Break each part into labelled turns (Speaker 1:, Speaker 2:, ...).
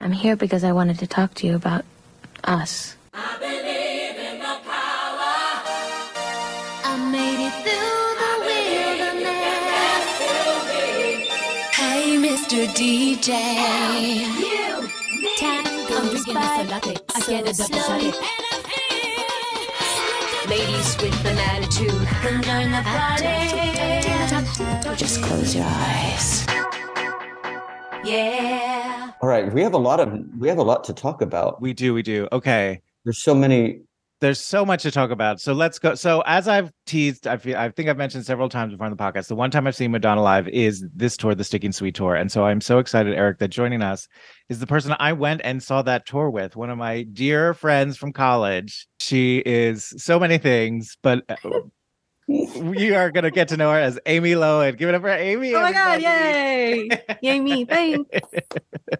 Speaker 1: I'm here because I wanted to talk to you about us.
Speaker 2: I made it through the wilderness. Hey, Mr. DJ. Time comes by
Speaker 3: I get a
Speaker 2: so
Speaker 3: double shot
Speaker 2: slowly.
Speaker 3: it. Ladies with an attitude can join the party.
Speaker 1: Just close your eyes.
Speaker 3: Yeah.
Speaker 4: All right, we have a lot of we have a lot to talk about.
Speaker 5: We do, we do. Okay.
Speaker 4: There's so many.
Speaker 5: There's so much to talk about. So let's go. So as I've teased, I feel, I think I've mentioned several times before on the podcast. The one time I've seen Madonna live is this tour, the Sticking Sweet tour, and so I'm so excited, Eric, that joining us is the person I went and saw that tour with, one of my dear friends from college. She is so many things, but uh, we are gonna get to know her as Amy Lowen. Give it up for Amy.
Speaker 6: Oh my god,
Speaker 5: everybody.
Speaker 6: yay! Yay me. Thanks.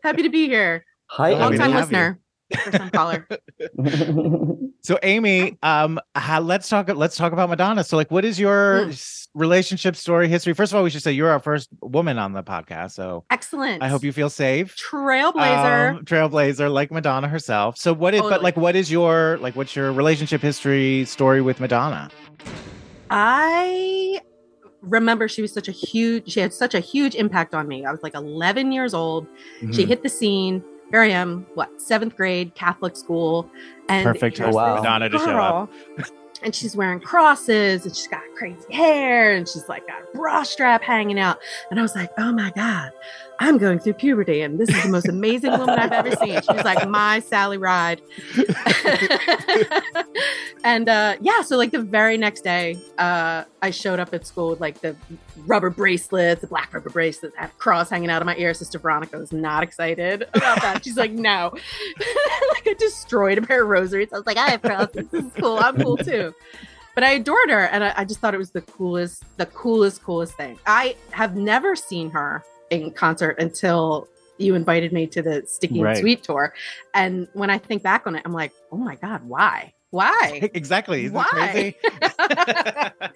Speaker 6: Happy to be here.
Speaker 4: Hi,
Speaker 5: Well,
Speaker 6: Long
Speaker 5: we
Speaker 6: time
Speaker 5: have you.
Speaker 6: listener. First time caller.
Speaker 4: Amy.
Speaker 5: So Amy, um, how, let's talk. Let's talk about Madonna. So, like, what is your
Speaker 6: Mm.
Speaker 5: s- relationship story history? First of all, we should say you're our first woman on the podcast, so
Speaker 6: Excellent.
Speaker 5: I hope you feel safe.
Speaker 6: trailblazer.
Speaker 5: Um, trailblazer, like Madonna herself. So, what is? But
Speaker 6: Totally.
Speaker 5: like, what is your like? What's your relationship history story with Madonna?
Speaker 6: I remember she was such a huge she had such a huge impact on me. I was like 11 years old.
Speaker 5: Mm-hmm.
Speaker 6: She hit the scene. Here I am, what, 7th grade Catholic school and
Speaker 5: Perfect
Speaker 6: here's
Speaker 4: for
Speaker 6: this
Speaker 5: Madonna to show up.
Speaker 6: girl, And she's wearing crosses and she's got crazy hair and she's like got a bra strap hanging out. And I was like, oh my God, I'm going through puberty and this is the most amazing woman I've ever seen. She was like, my Sally Ride. and uh, yeah, so like the very next day, uh, I showed up at school with like the rubber bracelets, the black rubber bracelets, I had a cross hanging out of my ear. Sister Veronica was not excited about that. She's like, no. like I destroyed a pair of rosaries. I was like, I have crosses. This is cool. I'm cool too. But I adored her and I, I just thought it was the coolest, the coolest, coolest thing. I have never seen her in concert until you invited me to the Sticky
Speaker 5: Right.
Speaker 6: and Sweet tour. And when I think back on it, I'm like, oh my God, why? Why?
Speaker 5: Exactly. Isn't
Speaker 6: Why?
Speaker 5: that crazy?
Speaker 6: the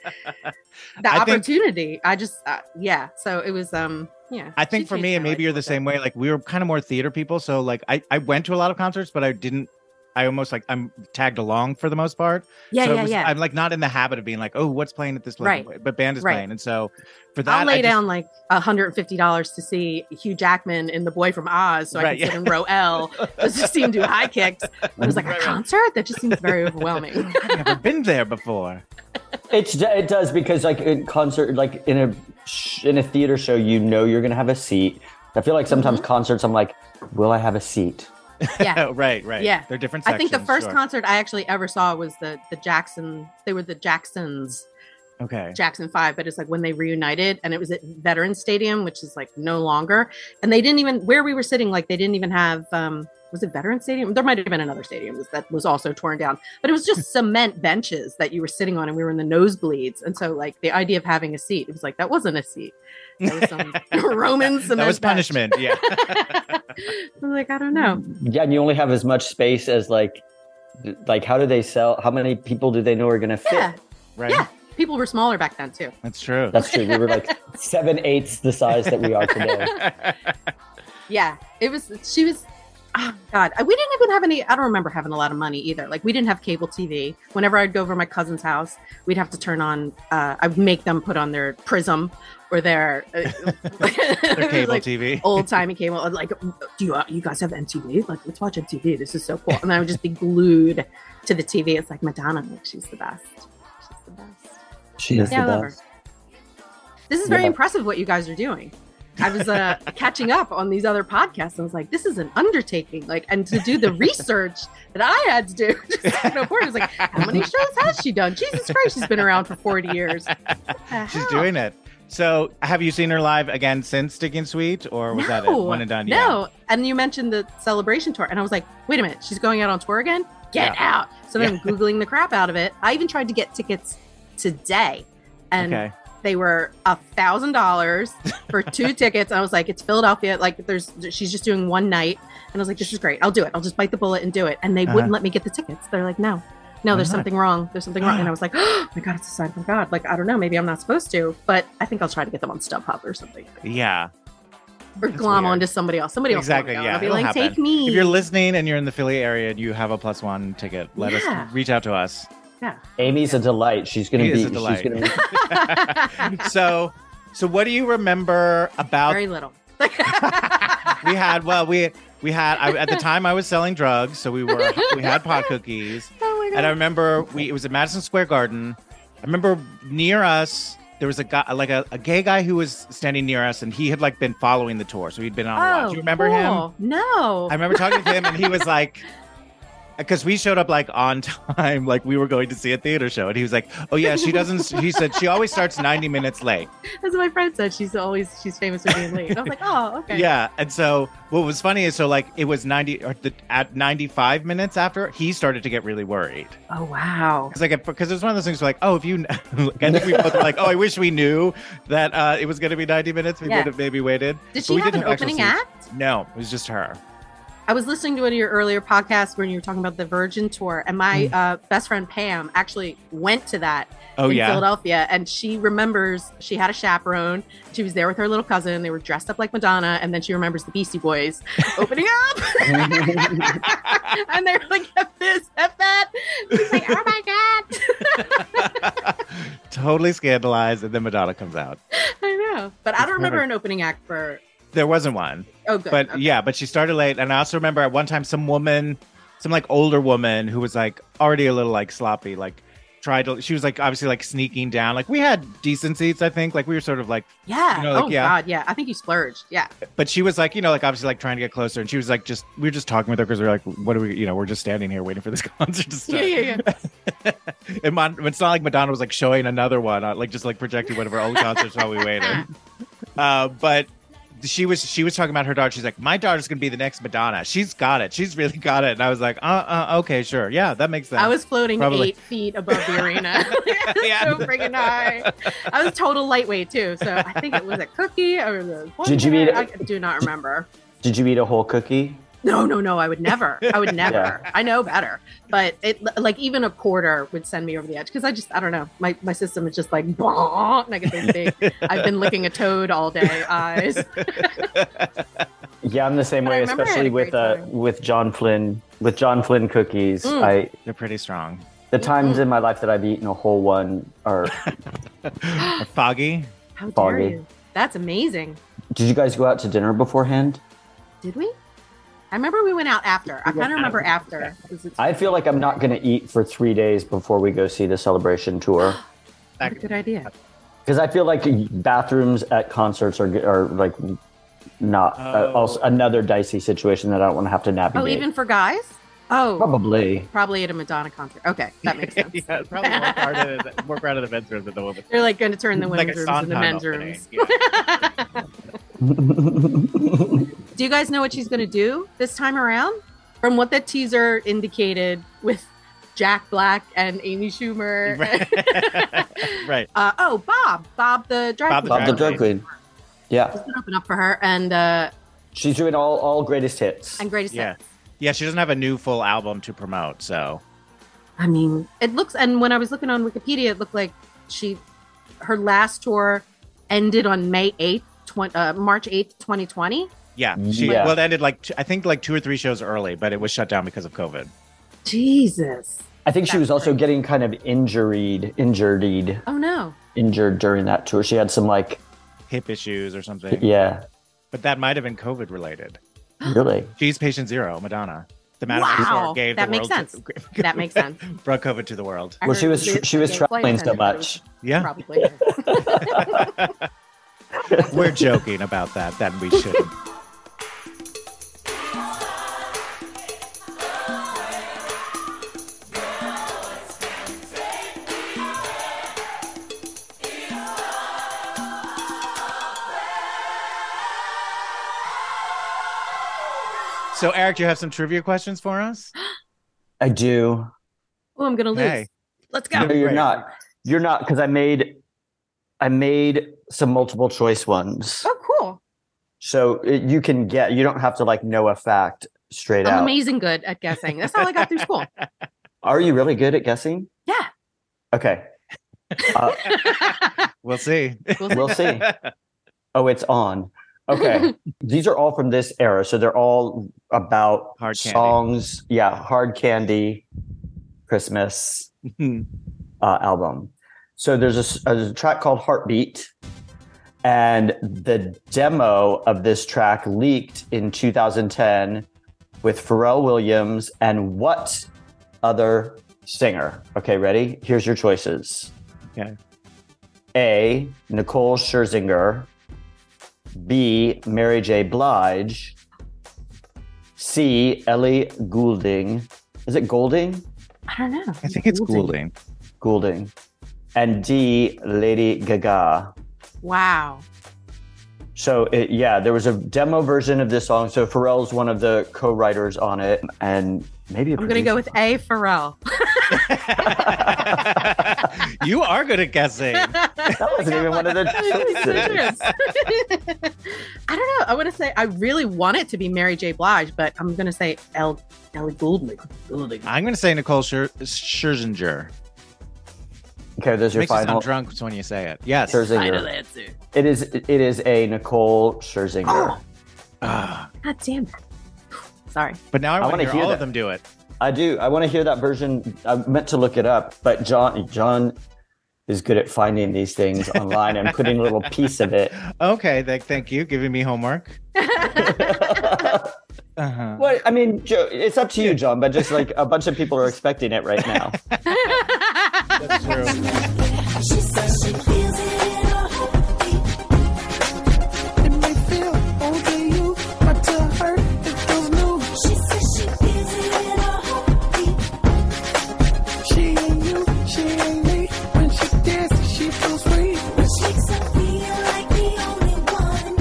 Speaker 5: I think-
Speaker 6: opportunity. I just, uh, yeah. So it was, um, yeah.
Speaker 5: I think
Speaker 6: She
Speaker 5: for
Speaker 6: changed
Speaker 5: me,
Speaker 6: my
Speaker 5: and
Speaker 6: life
Speaker 5: maybe
Speaker 6: a
Speaker 5: you're the
Speaker 6: little
Speaker 5: same
Speaker 6: bit.
Speaker 5: way. Like we were kind of more theater people, so like I I went to a lot of concerts, but I didn't. I almost like I'm tagged along for the most part.
Speaker 6: Yeah,
Speaker 5: so it
Speaker 6: yeah,
Speaker 5: was-
Speaker 6: yeah.
Speaker 5: I'm like not in the habit of being like, oh, what's playing at this place? But band is
Speaker 6: right.
Speaker 5: playing, and so for that,
Speaker 6: I'll lay
Speaker 5: I just-
Speaker 6: down like $150 to see Hugh Jackman in The Boy from Oz so
Speaker 5: Right,
Speaker 6: I can sit in row L just to see him do high kicks. I was like,
Speaker 5: Right,
Speaker 6: a
Speaker 5: right.
Speaker 6: concert? That just seems very overwhelming.
Speaker 5: I've never been there before.
Speaker 4: It's it does because like in concert, like in a sh- in a theater show, you know you're gonna have a seat. I feel like sometimes
Speaker 6: Mm-hmm.
Speaker 4: concerts, I'm like, will I have a seat?
Speaker 6: Yeah.
Speaker 5: Oh, right, right.
Speaker 6: Yeah.
Speaker 5: they're different.
Speaker 6: I
Speaker 5: Sections,
Speaker 6: think the first
Speaker 5: sure.
Speaker 6: concert I actually ever saw was the the Jackson. They were the Jacksons,
Speaker 5: Okay.
Speaker 6: Jackson Five, but it's like when they reunited, and it was at Veterans Stadium, which is like no longer. And they didn't even where we were sitting. Like they didn't even have. um Was it Veterans Stadium? There might have been another stadium that was also torn down, but it was just cement benches that you were sitting on, and we were in the nosebleeds. And so, like the idea of having a seat, it was like that wasn't a seat. That was some Roman cement.
Speaker 5: that was
Speaker 6: bench.
Speaker 5: punishment. Yeah.
Speaker 6: I was like, I don't know.
Speaker 4: Yeah, and you only have as much space as like, th- like how do they sell? How many people do they know are gonna fit?
Speaker 6: Yeah,
Speaker 5: right.
Speaker 6: Yeah. people were smaller back then too.
Speaker 5: That's true.
Speaker 4: That's true. We were like seven eighths the size that we are today.
Speaker 6: Yeah, it was. She was. Oh God, we didn't even have any. I don't remember having a lot of money either. Like we didn't have cable TV. Whenever I'd go over to my cousin's house, we'd have to turn on. Uh, I'd make them put on their Prism or their, uh,
Speaker 5: Their cable TV.
Speaker 6: Old timey cable, I'd like, do you you guys have MTV? Like, let's watch MTV. This is so cool. And I would just be glued to the TV. It's like Madonna, like she's the best. She's the best.
Speaker 4: She is
Speaker 6: Yeah, I
Speaker 4: the
Speaker 6: love her.
Speaker 4: best.
Speaker 6: This is very
Speaker 4: Yeah.
Speaker 6: impressive what you guys are doing. I was uh, catching up on these other podcasts. And I was like, this is an undertaking. Like, and to do the research that I had to do, just to know for it, I was like, how many shows has she done? Jesus Christ, she's been around for 40 years.
Speaker 5: She's doing it. So, have you seen her live again since Sticking Sweet, or was that it? one and done? Yeah.
Speaker 6: No. And you mentioned the celebration tour. And I was like, wait a minute, she's going out on tour again? Get out. So then I'm Googling the crap out of it. I even tried to get tickets today. And
Speaker 5: okay.
Speaker 6: they were a thousand dollars for two tickets. And I was like, it's Philadelphia. Like there's she's just doing one night. And I was like, this is great. I'll do it. I'll just bite the bullet and do it. And they
Speaker 5: Uh-huh.
Speaker 6: wouldn't let me get the tickets. They're like, no. No,
Speaker 5: Why
Speaker 6: there's
Speaker 5: not?
Speaker 6: something wrong. There's something wrong. And I was like, oh my God, it's a sign from God. Like, I don't know. Maybe I'm not supposed to, but I think I'll try to get them on StubHub or something.
Speaker 5: Yeah.
Speaker 6: or
Speaker 5: That's
Speaker 6: glom
Speaker 5: weird.
Speaker 6: onto somebody else. Somebody else. will
Speaker 5: Exactly,
Speaker 6: go.
Speaker 5: yeah,
Speaker 6: I'll be
Speaker 5: it'll
Speaker 6: like,
Speaker 5: happen.
Speaker 6: take me.
Speaker 5: If you're listening and you're in the Philly area and you have a plus one ticket, let
Speaker 6: Yeah.
Speaker 5: us reach out to us.
Speaker 4: Amy's a delight. She's gonna
Speaker 5: She is
Speaker 4: be.
Speaker 5: a delight.
Speaker 4: She's gonna be
Speaker 5: So, so what do you remember about?
Speaker 6: Very little.
Speaker 5: we had well, we we had I, at the time I was selling drugs, so we were we had pot cookies,
Speaker 6: Oh my
Speaker 5: and I remember we it was at Madison Square Garden. I remember near us there was a guy like a, a gay guy who was standing near us, and he had like been following the tour, so he'd been on. a lot.
Speaker 6: god.
Speaker 5: Do you remember him?
Speaker 6: Oh, cool. No.
Speaker 5: I remember talking to him, and he was like, because we showed up like on time, like we were going to see a theater show, and he was like, "Oh yeah, she doesn't." He said she always starts ninety minutes late.
Speaker 6: That's what my friend said. She's always she's famous for being late. And I was like, oh, okay.
Speaker 5: Yeah, and so what was funny is so like it was ninety or the, at ninety five minutes after he started to get really worried
Speaker 6: Oh wow.
Speaker 5: because like because it was one of those things where, like oh if you like, I think we both were like oh I wish we knew that uh, it was going to be ninety minutes we
Speaker 6: Yeah.
Speaker 5: would have maybe waited.
Speaker 6: Did
Speaker 5: But
Speaker 6: she
Speaker 5: we
Speaker 6: have an
Speaker 5: didn't actual
Speaker 6: opening
Speaker 5: seats.
Speaker 6: act?
Speaker 5: No, it was just her.
Speaker 6: I was listening to one of your earlier podcasts when you were talking about the Virgin tour, and my uh, best friend Pam actually went to that
Speaker 5: Mm. Oh
Speaker 6: in
Speaker 5: yeah,
Speaker 6: Philadelphia, and she remembers she had a chaperone. She was there with her little cousin. They were dressed up like Madonna, and then she remembers the Beastie Boys opening up, and they're like, "F this, F that." She's like, "Oh my god!"
Speaker 5: totally scandalized, and then Madonna comes out.
Speaker 6: I know, but I
Speaker 5: It's
Speaker 6: don't remember
Speaker 5: perfect.
Speaker 6: an opening act for.
Speaker 5: There wasn't one.
Speaker 6: Oh, good.
Speaker 5: but
Speaker 6: Okay.
Speaker 5: yeah, but she started late. And I also remember at one time some woman, some like older woman who was like already a little like sloppy, like tried to, she was like obviously like sneaking down. Like we had decent seats, I think. Like we were sort of like,
Speaker 6: yeah.
Speaker 5: you know, like,
Speaker 6: oh
Speaker 5: yeah.
Speaker 6: god, yeah. I think you splurged. Yeah.
Speaker 5: but she was like, you know, like obviously like trying to get closer. And she was like, just, we were just talking with her because we are like, what are we, you know, we're just standing here waiting for this concert to start.
Speaker 6: yeah,
Speaker 5: and Mon- it's not like Madonna was like showing another one, uh, like just like projecting one of her old concerts while we waited. Uh, but she was she was talking about her daughter. She's like, my daughter's gonna be the next Madonna. She's got it. She's really got it. And I was like, uh, uh okay, sure, yeah, that makes sense.
Speaker 6: I was floating
Speaker 5: Probably.
Speaker 6: eight feet above the arena.
Speaker 5: Yeah.
Speaker 6: so freaking high. I was total lightweight too. So I think it was a cookie or the.
Speaker 4: Did you eat it?
Speaker 6: I do not remember.
Speaker 4: Did you eat a whole cookie?
Speaker 6: No, no, no. I would never. I would never.
Speaker 4: Yeah.
Speaker 6: I know better. But it like even a quarter would send me over the edge because I just I don't know. My my system is just like "Bonk," and I get these big. I've been licking a toad all day. Eyes.
Speaker 4: Yeah, I'm the same
Speaker 6: But I
Speaker 4: way,
Speaker 6: remember I had
Speaker 4: especially
Speaker 6: a
Speaker 4: with
Speaker 6: great
Speaker 4: uh
Speaker 6: time.
Speaker 4: with John Flynn with John Flynn cookies.
Speaker 6: Mm. Mm-hmm.
Speaker 4: I
Speaker 5: They're pretty strong.
Speaker 4: the times in my life that I've eaten a whole one are.
Speaker 5: Foggy.
Speaker 6: How dare
Speaker 4: Foggy.
Speaker 6: you? That's amazing.
Speaker 4: Did you guys go out to dinner beforehand?
Speaker 6: Did we? I remember we went out after. I kind of remember after. 'Cause it's-
Speaker 4: I feel like I'm not going to eat for three days before we go see the celebration tour
Speaker 6: what a good idea.
Speaker 4: because I feel like bathrooms at concerts are are like not uh,
Speaker 5: Oh.
Speaker 4: also another dicey situation that I don't want to have to navigate.
Speaker 6: Oh, even for guys? Oh, probably,
Speaker 4: probably.
Speaker 6: at a Madonna concert. Okay, that makes sense.
Speaker 5: yeah, it's probably more crowded in the- more crowded in the men's room than the women's.
Speaker 6: They're like going to turn the
Speaker 5: Like
Speaker 6: women's
Speaker 5: a
Speaker 6: rooms into
Speaker 5: sauna
Speaker 6: men's
Speaker 5: opening,
Speaker 6: rooms.
Speaker 5: yeah.
Speaker 6: Do you guys know what she's going to do this time around? From what that teaser indicated with Jack Black and Amy Schumer.
Speaker 5: right. right.
Speaker 6: Uh, oh, Bob. Bob the drag
Speaker 5: Bob the
Speaker 6: queen.
Speaker 4: Bob the
Speaker 5: Drag
Speaker 4: drag queen. Yeah,
Speaker 6: She's gonna open up for her and uh,
Speaker 4: she's doing all all greatest hits.
Speaker 6: and greatest
Speaker 5: Yeah.
Speaker 6: hits.
Speaker 5: Yeah, she doesn't have a new full album to promote, so
Speaker 6: I mean, it looks. And when I was looking on Wikipedia, it looked like she, her last tour, ended on May eighth, tw- uh, March eighth, twenty twenty.
Speaker 5: yeah. She
Speaker 4: Mm-hmm. Yeah.
Speaker 5: well it ended like two, I think like two or three shows early, but it was shut down because of COVID.
Speaker 6: Jesus.
Speaker 4: I think she was also getting kind of injuried, injuried,
Speaker 6: Oh no.
Speaker 4: injured during that tour. She had some like,
Speaker 5: hip issues or something.
Speaker 4: yeah,
Speaker 5: But that might have been COVID related.
Speaker 4: really.
Speaker 5: She's patient zero, Madonna. The
Speaker 6: Wow.
Speaker 5: Madison Star gave
Speaker 6: That
Speaker 5: the
Speaker 6: makes
Speaker 5: world
Speaker 6: That makes sense.
Speaker 5: brought COVID to the world.
Speaker 6: I
Speaker 4: Well, she
Speaker 6: heard
Speaker 4: was
Speaker 6: the-
Speaker 4: she was
Speaker 6: the
Speaker 4: traveling
Speaker 6: flight
Speaker 4: so
Speaker 6: attendant
Speaker 4: much.
Speaker 6: was
Speaker 5: Yeah,
Speaker 6: Probably.
Speaker 5: we're joking about that. Then we shouldn't. So, Eric, do you have some trivia questions for us?
Speaker 4: I do.
Speaker 6: oh, I'm gonna lose.
Speaker 5: Hey.
Speaker 6: Let's go.
Speaker 4: No, you're
Speaker 5: Right.
Speaker 4: not. You're not because I made I made some multiple choice ones,
Speaker 6: Oh, cool.
Speaker 4: so it, you can get. You don't have to like know a fact straight
Speaker 6: I'm
Speaker 4: out.
Speaker 6: amazing good at guessing. That's how I got through school.
Speaker 4: Are you really good at guessing?
Speaker 6: Yeah.
Speaker 4: Okay. Uh,
Speaker 5: We'll see.
Speaker 4: we'll see. Oh, it's on. Okay. These are all from this era. So they're all about
Speaker 5: Hard candy.
Speaker 4: songs. Yeah. Hard candy, Christmas uh, album. So there's a s- a, track called Heartbeat. And the demo of this track leaked in 2010 with Pharrell Williams and what other singer? Okay, ready? Here's your choices.
Speaker 5: Okay.
Speaker 4: A. Nicole Scherzinger. B. Mary J. Blige. C. Ellie Goulding. Is it Golding?
Speaker 6: I don't know.
Speaker 5: I think it's Goulding.
Speaker 4: Goulding. And D. Lady Gaga.
Speaker 6: Wow.
Speaker 4: So it, yeah, there was a demo version of this song. So Pharrell's one of the co-writers on it, and maybe a
Speaker 6: I'm gonna go with A Pharrell.
Speaker 5: you are good at guessing.
Speaker 6: Oh
Speaker 4: that wasn't even one of the choices.
Speaker 6: I don't know. I want to say I really want it to be Mary J. Blige, but I'm gonna say El Ellie Goulding. Goulding.
Speaker 5: I'm going to say Nicole Scher- Scherzinger.
Speaker 4: Okay, there's your
Speaker 5: Makes you
Speaker 4: final
Speaker 5: sound drunk when you say it. Yes.
Speaker 6: Final
Speaker 4: Scherzinger.
Speaker 6: answer.
Speaker 4: It is it is a Nicole Scherzinger.
Speaker 6: Oh.
Speaker 5: Ah,
Speaker 6: God damn it. Sorry.
Speaker 5: but now I want
Speaker 4: wanna
Speaker 5: to hear,
Speaker 4: hear
Speaker 5: all
Speaker 4: that.
Speaker 5: of them do it.
Speaker 4: I do. I want to hear that version. I meant to look it up, but John John is good at finding these things online and putting a little piece of it.
Speaker 5: Okay, th- thank you. Giving me homework. Uh-huh.
Speaker 4: Well, I mean, Joe, it's up to you, John, but just like a bunch of people are expecting it right now.
Speaker 5: That's true.
Speaker 2: She says she feels it in her heartbeat. She says she feels it in her heartbeat. When she makes her feel like the only one.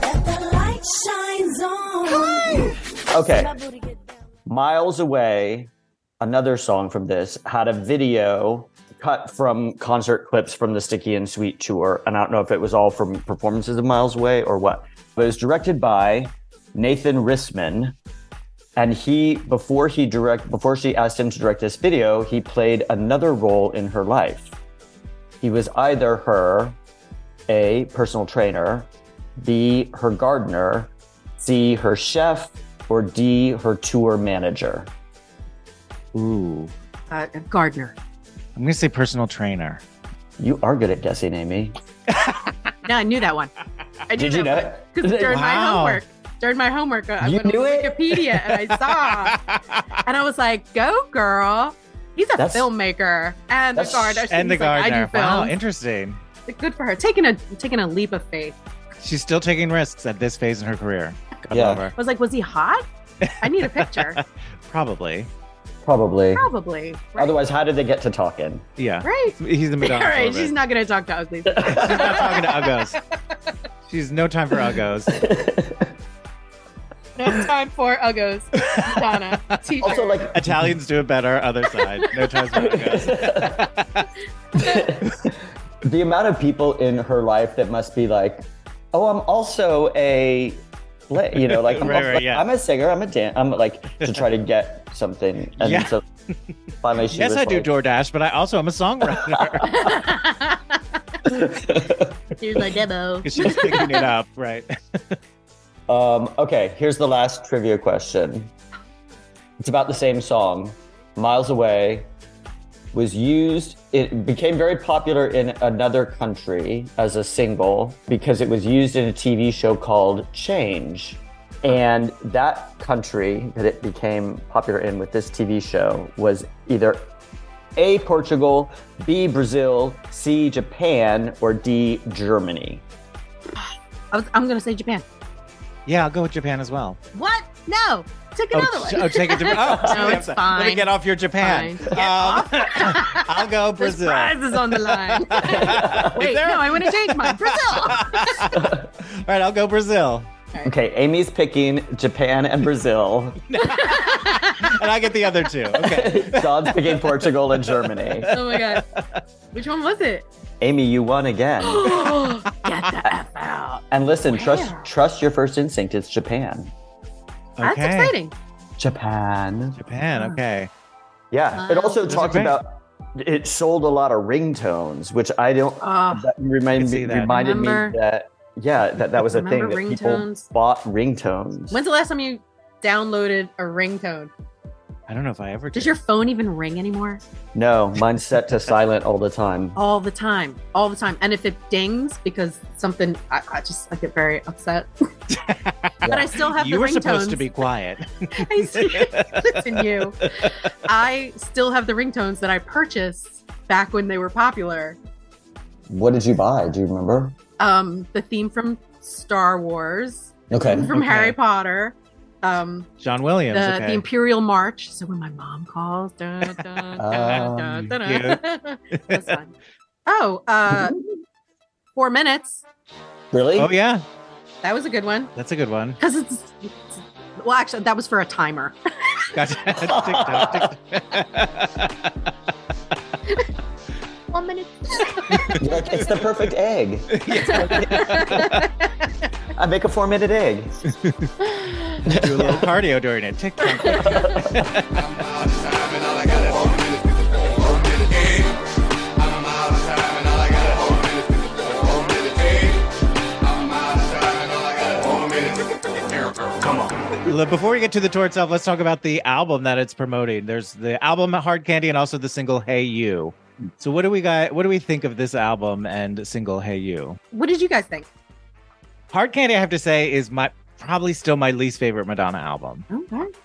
Speaker 2: That the light shines on.
Speaker 4: Okay.
Speaker 2: My booty get down.
Speaker 4: Miles Away, another song from this, had a video cut from concert clips from the Sticky and Sweet tour. And I don't know if it was all from performances of Miles Away or what, but it was directed by Nathan Rissman. And he, before he direct, before she asked him to direct this video, he played another role in her life. He was either her, a personal trainer, b her gardener, C, her chef, or D, her tour manager.
Speaker 5: Ooh.
Speaker 6: Uh, Gardner.
Speaker 5: I'm going to say personal trainer.
Speaker 4: You are good at guessing, Amy.
Speaker 6: No, I knew that one. I
Speaker 4: Did you know it?
Speaker 6: Because during my
Speaker 5: Wow.
Speaker 6: homework, during my homework, uh, I
Speaker 4: You
Speaker 6: went on
Speaker 4: knew it?
Speaker 6: Wikipedia and I saw, and I was like, "Go, girl! He's a
Speaker 4: That's-
Speaker 6: filmmaker and a
Speaker 4: that's-
Speaker 6: gardener."
Speaker 5: and the
Speaker 6: She's like,
Speaker 5: gardener. wow,
Speaker 6: I do films.
Speaker 5: interesting.
Speaker 6: Good for her, taking a taking a leap of faith.
Speaker 5: She's still taking risks at this phase in her career. God
Speaker 4: Yeah.
Speaker 5: love her.
Speaker 6: I was like, "Was he hot? I need a picture."
Speaker 5: Probably.
Speaker 4: Probably.
Speaker 5: Oh,
Speaker 6: Probably. Right.
Speaker 4: Otherwise, how did they get to talking?
Speaker 5: Yeah.
Speaker 6: right.
Speaker 5: He's the
Speaker 6: All
Speaker 5: Madonna.
Speaker 6: right,
Speaker 5: of
Speaker 6: she's
Speaker 5: it.
Speaker 6: not gonna talk to ugly.
Speaker 5: She's not talking to uggos. She's no time for uggos.
Speaker 6: No time for uggos. Madonna. Teacher.
Speaker 4: Also, like,
Speaker 5: Italians do it better. Other side, no time for uggos.
Speaker 4: the amount of people in her life that must be like, oh, I'm also a, bla- you know, like, I'm,
Speaker 5: Right,
Speaker 4: also-
Speaker 5: right,
Speaker 4: like,
Speaker 5: yeah.
Speaker 4: I'm a singer, I'm a dan I'm like, to try to get something. And
Speaker 5: Yeah.
Speaker 4: so finally she
Speaker 5: Yes,
Speaker 4: was
Speaker 5: I do
Speaker 4: like-
Speaker 5: DoorDash, but I also am a songwriter.
Speaker 6: Here's my demo.
Speaker 5: 'Cause she's picking it up, right?
Speaker 4: Um, okay, here's the last trivia question. It's about the same song, Miles Away. Was used, it became very popular in another country as a single because it was used in a TV show called Change. And that country that it became popular in with this TV show was either A, Portugal, B, Brazil, C, Japan, or D, Germany.
Speaker 6: I was, I'm gonna say Japan.
Speaker 5: Yeah, I'll go with Japan as well.
Speaker 6: What? No. Take another
Speaker 5: oh,
Speaker 6: one.
Speaker 4: uh,
Speaker 5: sh- oh, take it to. Oh,
Speaker 6: No,
Speaker 5: Let
Speaker 6: it's
Speaker 5: me
Speaker 6: fine.
Speaker 5: get off your Japan.
Speaker 6: Fine. Get
Speaker 5: Um, I'll go
Speaker 6: There's
Speaker 5: Brazil.
Speaker 6: prizes on the line. Wait,
Speaker 5: there-
Speaker 6: no, I want to change mine. Brazil.
Speaker 5: All right, I'll go Brazil,
Speaker 4: Okay, Amy's picking Japan and Brazil.
Speaker 5: and I get the other two. Okay.
Speaker 4: John's picking Portugal and Germany.
Speaker 6: Oh my god. Which one was it?
Speaker 4: Amy, you won again.
Speaker 6: Get the F out.
Speaker 4: And listen, trust
Speaker 6: Wow.
Speaker 4: trust your first instinct. It's Japan.
Speaker 6: That's
Speaker 5: Okay.
Speaker 6: exciting. Oh,
Speaker 4: Japan.
Speaker 5: Japan. Okay.
Speaker 4: Yeah. it also
Speaker 5: Those are
Speaker 4: talks
Speaker 5: great.
Speaker 4: about it sold a lot of ringtones, which I don't.
Speaker 6: Ah,
Speaker 4: That
Speaker 5: I
Speaker 4: remind
Speaker 5: see
Speaker 4: me,
Speaker 5: that.
Speaker 4: reminded me
Speaker 6: Remember-
Speaker 4: that yeah, that, that was a thing
Speaker 6: remember
Speaker 4: that people
Speaker 6: ringtones?
Speaker 4: bought ringtones.
Speaker 6: When's the last time you downloaded a ringtone?
Speaker 5: I don't know if I ever did.
Speaker 6: Does your phone even ring anymore?
Speaker 4: No, mine's set to silent all the time.
Speaker 6: All the time, all the time. And if it dings because something, I, I just I get very upset. But I still have
Speaker 5: you
Speaker 6: the
Speaker 5: were
Speaker 6: ringtones.
Speaker 5: supposed to be quiet.
Speaker 6: I see. Listen, you. I still have the ringtones that I purchased back when they were popular.
Speaker 4: What did you buy? Do you remember?
Speaker 6: Um, the theme from Star Wars,
Speaker 4: Okay.
Speaker 6: from
Speaker 5: Okay.
Speaker 6: Harry Potter, um,
Speaker 5: John Williams.
Speaker 6: the,
Speaker 5: okay.
Speaker 6: the Imperial March. So when my mom calls, dun, dun,
Speaker 5: Um,
Speaker 6: dun, dun, dun, dun. That's fun. Oh, uh, four minutes.
Speaker 4: Really?
Speaker 5: oh yeah,
Speaker 6: That was a good one
Speaker 5: that's a good one.
Speaker 6: because it's, it's. Well, actually, that was for a timer.
Speaker 5: Gotcha. tick tock, tick tock.
Speaker 1: One minute.
Speaker 4: You're like, it's the perfect egg. I make a four minute egg.
Speaker 5: Do a little cardio during it. Tick tock. tick tock.
Speaker 7: out of time and all I got is four minutes. Four minutes. Hey. I'm out of time and all I got is four minutes. Four minutes. Hey. I'm out of time and all I got is four minutes. Come on.
Speaker 5: Look, Before we get to the tour itself, let's talk about the album that it's promoting. There's the album Hard Candy and also the single Hey You. So what do we got? What do we think of this album and single Hey You?
Speaker 6: What did you guys think?
Speaker 5: Hard Candy, I have to say, is my probably still my least favorite Madonna album.
Speaker 6: Okay.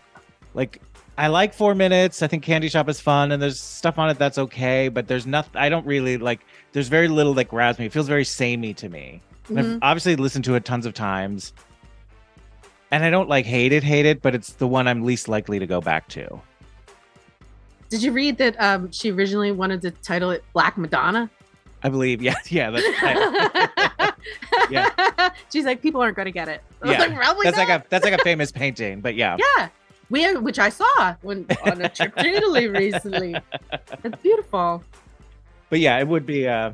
Speaker 5: Like I like Four Minutes. I think Candy Shop is fun, and there's stuff on it that's okay, but there's nothing. I don't really like. There's very little that grabs me. It feels very samey to me. And I've obviously listened to it tons of times, and I don't like hate it, hate it, but it's the one I'm least likely to go back to.
Speaker 6: Did you read that um, she originally wanted to title it Black Madonna?
Speaker 5: I believe. Yeah, yeah. That's, I- Yeah.
Speaker 6: She's like, people aren't going to get it. I was
Speaker 5: Yeah.
Speaker 6: like, probably
Speaker 5: that's
Speaker 6: not.
Speaker 5: like a that's like a famous painting, but yeah.
Speaker 6: yeah. We, which I saw when on a trip to Italy recently. It's beautiful.
Speaker 5: But yeah, it would be uh,
Speaker 4: Yeah,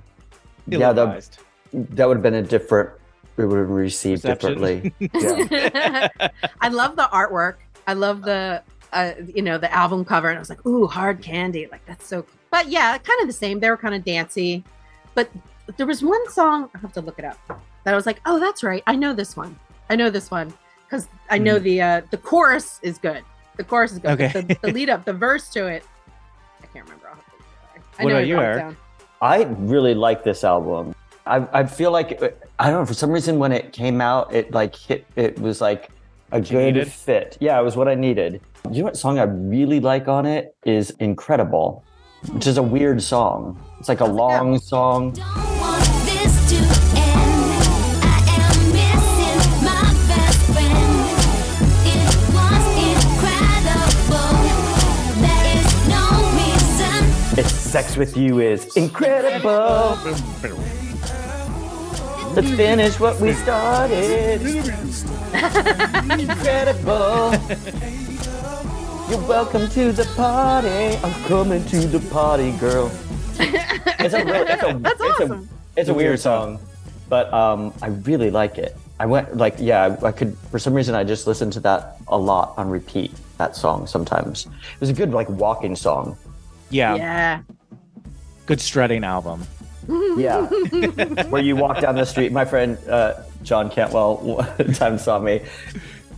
Speaker 4: the-
Speaker 5: ill-advised.
Speaker 4: That would have been a different. It would have been received
Speaker 5: Reception.
Speaker 4: differently. Yeah.
Speaker 6: I love the artwork. I love the uh, you know the album cover, and I was like, ooh, hard candy, like that's so. But yeah, kind of the same. They were kind of dancey, but there was one song I have to look it up that I was like, oh, that's right, I know this one. I know this one because I know the uh, the chorus is good. The chorus is good. but
Speaker 5: Mm. Okay.
Speaker 6: The, the lead up, the verse to it, I can't remember. I'll have to look it up. I
Speaker 5: What
Speaker 6: know I
Speaker 5: about you,
Speaker 6: wrote it
Speaker 5: Eric?
Speaker 6: down.
Speaker 4: I really like this album. I, I feel like I don't know for some reason when it came out, it like hit. It was like a
Speaker 5: you
Speaker 4: good
Speaker 5: needed?
Speaker 4: fit. Yeah, it was what I needed. You know what song I really like on it is "Incredible," which is a weird song. It's like a long song.
Speaker 2: Don't want this to end. I am missing my best friend. It was incredible. There is no reason
Speaker 4: It's "Sex with You" is incredible. Let's finish what we started. Incredible. You're welcome to the party. I'm coming to the party, girl. It's a real, it's a, it's
Speaker 6: That's awesome.
Speaker 4: A, it's a weird song, but um, I really like it. I went like, yeah, I, I could for some reason I just listened to that a lot on repeat. That song sometimes it was a good like walking song.
Speaker 5: yeah,
Speaker 6: Yeah.
Speaker 5: good strutting album.
Speaker 4: Yeah. Where you walk down the street. My friend uh, John Cantwell one time saw me.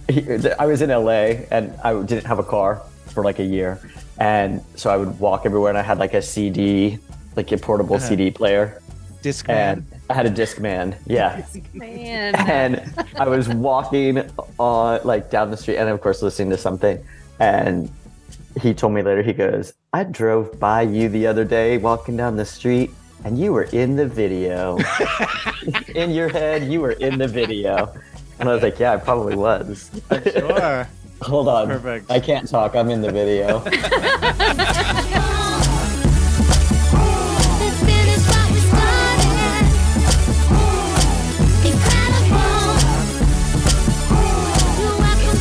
Speaker 4: He, I was in LA and I didn't have a car for like a year. And so I would walk everywhere and I had like a CD, like a portable CD player.
Speaker 5: Discman.
Speaker 4: And I had a disc man. Yeah.
Speaker 6: Man.
Speaker 4: And I was walking on like down the street and of course listening to something. And he told me later, he goes, I drove by you the other day walking down the street and you were in the video. in your head, you were in the video. And I was like, yeah, I probably was.
Speaker 5: Sure.
Speaker 4: Hold on.
Speaker 5: Perfect.
Speaker 4: I can't talk. I'm in the video.
Speaker 2: Let's finish what we started. Incredible. You're welcome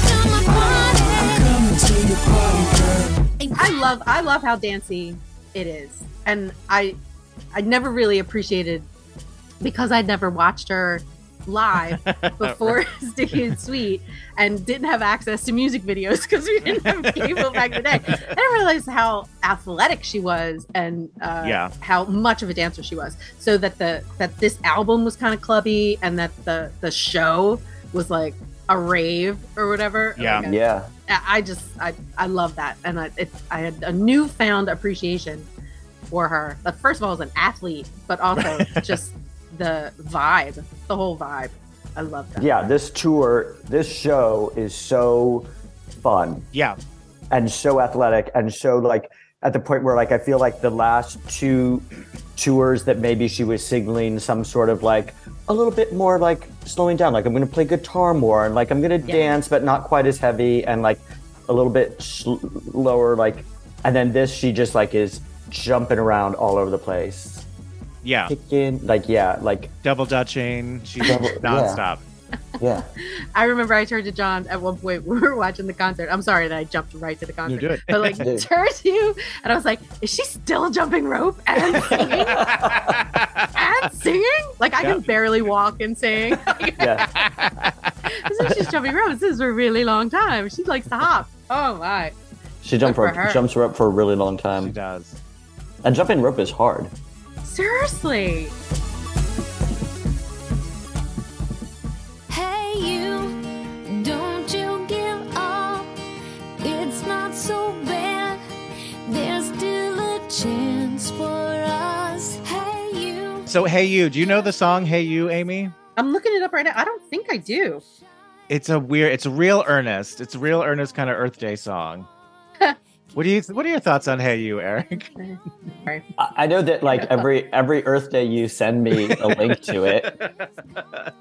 Speaker 2: to my party.
Speaker 6: I love I love how dancey it is. And I I never really appreciated because I'd never watched her live before Sticky and Sweet and didn't have access to music videos because we didn't have cable back in the day. I didn't realize how athletic she was and uh,
Speaker 5: Yeah.
Speaker 6: how much of a dancer she was. So that the that this album was kind of clubby and that the the show was like a rave or whatever.
Speaker 5: Yeah.
Speaker 6: Like a-
Speaker 4: Yeah.
Speaker 6: I I just I I love that, and I it, I had a newfound appreciation for her. But first of all, as an athlete, but also just the vibe, the whole vibe. I love that.
Speaker 4: Yeah. This tour, this show is so fun.
Speaker 5: Yeah.
Speaker 4: and so athletic and so like at the point where like I feel like the last two tours that maybe she was signaling some sort of like a little bit more like slowing down like I'm going to play guitar more and like I'm going to dance but not quite as heavy and like a little bit slower like and then this she just like is jumping around all over the place
Speaker 5: Yeah.
Speaker 4: kicking like yeah like
Speaker 5: Double dutching. She's
Speaker 4: Double-
Speaker 5: nonstop.
Speaker 4: yeah
Speaker 6: I remember I turned to John at one point. We were watching the concert. I'm sorry that I jumped right to the concert,
Speaker 5: do it.
Speaker 6: but like
Speaker 4: Do it.
Speaker 6: turned to you, and I was like, "Is she still jumping rope and singing? and singing? Like I can barely walk and sing.
Speaker 4: yeah
Speaker 6: So she's jumping rope. This is a really long time. She likes to hop. Oh my.
Speaker 4: she jumped
Speaker 6: Good
Speaker 4: rope
Speaker 6: for her.
Speaker 4: jumps rope for a really long
Speaker 5: she
Speaker 4: time
Speaker 5: does.
Speaker 4: and jumping rope is hard
Speaker 6: Seriously.
Speaker 2: Hey, you, don't you give up. It's not so bad. There's still a chance for us. Hey, you.
Speaker 5: So hey you, do you know the song Hey You, Amy?
Speaker 6: I'm looking it up right now. I don't think I do.
Speaker 5: It's a weird it's a real earnest. It's a real earnest kind of Earth Day song. what do you what are your thoughts on Hey You, Eric?
Speaker 4: I I know that like every every Earth Day you send me a link to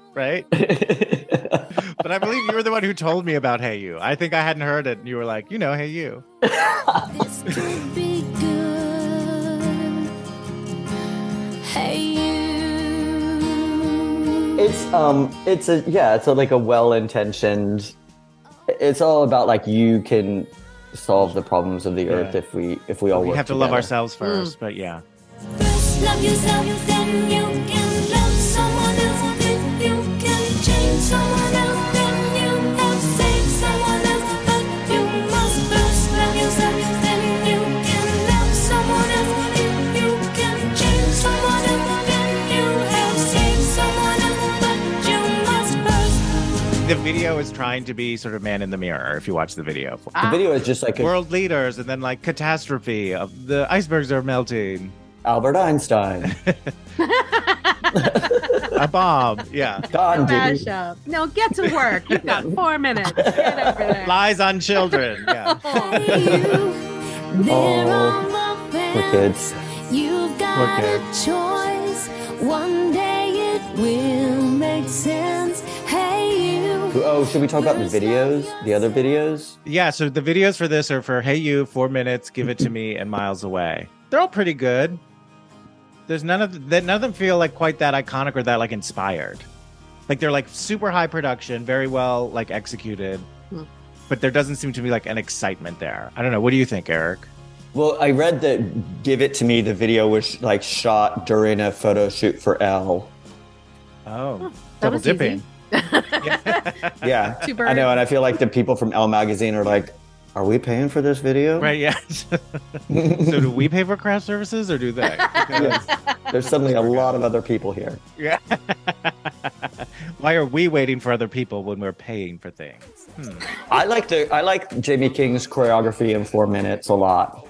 Speaker 5: Right?
Speaker 4: it.
Speaker 5: But I believe you were the one who told me about Hey You. I think I hadn't heard it and you were like, you know, Hey You.
Speaker 2: This could be good. Hey, you.
Speaker 4: it's um it's a yeah, it's a, like a well-intentioned it's all about like you can solve the problems of the earth
Speaker 5: Yeah.
Speaker 4: if we if we all
Speaker 5: We
Speaker 4: work
Speaker 5: have to love
Speaker 4: together.
Speaker 5: ourselves first, but yeah.
Speaker 2: First love yourself, then you can love someone else. If you can change someone else, then you have saved someone else. But you must first love yourself, then you can love someone else. If you can change someone else, then you have saved someone else. But you must first.
Speaker 5: The video is trying to be sort of man in the mirror if you watch the video.
Speaker 4: The video is just like a-
Speaker 5: World leaders and then like catastrophe of the icebergs are melting.
Speaker 4: Albert Einstein.
Speaker 5: A bomb. Yeah.
Speaker 4: Gandhi.
Speaker 6: Mashup. No, get to work. You've got four minutes. Get over there.
Speaker 5: Lies on children. Yeah.
Speaker 2: There are
Speaker 4: Oh, poor kids.
Speaker 2: You've got
Speaker 5: Okay.
Speaker 2: a choice. One day it will make sense. Hey, you.
Speaker 4: Oh, should we talk about the videos? The other videos?
Speaker 5: Yeah, so the videos for this are for Hey You, Four Minutes, Give It to Me, and Miles Away. They're all pretty good. There's none of that. None of them feel like quite that iconic or that like inspired. Like they're like super high production, very well like executed,
Speaker 6: Hmm.
Speaker 5: but there doesn't seem to be like an excitement there. I don't know. What do you think, Eric?
Speaker 4: Well, I read that Give It To Me, the video was like shot during a photo shoot for Elle.
Speaker 5: Oh,
Speaker 6: That
Speaker 5: double
Speaker 6: was
Speaker 5: dipping.
Speaker 4: Yeah.
Speaker 6: Two
Speaker 4: I
Speaker 6: birds.
Speaker 4: know, and I feel like the people from Elle magazine are like, "Are we paying for this video?"
Speaker 5: Right? Yeah. so do we pay for craft services or do they?
Speaker 4: Yes. There's suddenly a lot of other people here.
Speaker 5: Yeah. Why are we waiting for other people when we're paying for things? Hmm.
Speaker 4: I like the I like Jamie King's choreography in four minutes a lot.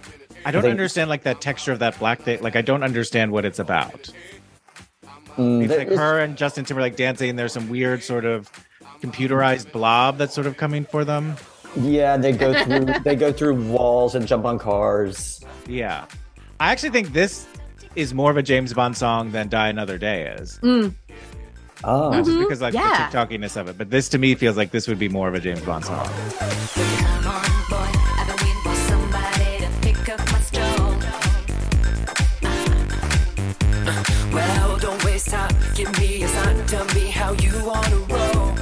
Speaker 5: I don't
Speaker 4: They-
Speaker 5: understand like that texture of that black thing. Like I don't understand what it's about.
Speaker 4: Mm,
Speaker 5: It's
Speaker 4: that
Speaker 5: like
Speaker 4: is-
Speaker 5: her and Justin Timberlake dancing. and There's some weird sort of computerized blob that's sort of coming for them.
Speaker 4: yeah, they go through they go through walls and jump on cars.
Speaker 5: Yeah. I actually think this is more of a James Bond song than Die Another Day is.
Speaker 4: Oh,
Speaker 5: Just because like
Speaker 6: yeah.
Speaker 5: the TikTokiness of it. But this to me feels like this would be more of a James Bond song.
Speaker 3: Come on, boy. I've been waiting for somebody to pick up my stone. Well, don't waste time. Give me a sign. Tell me how you wanna roll.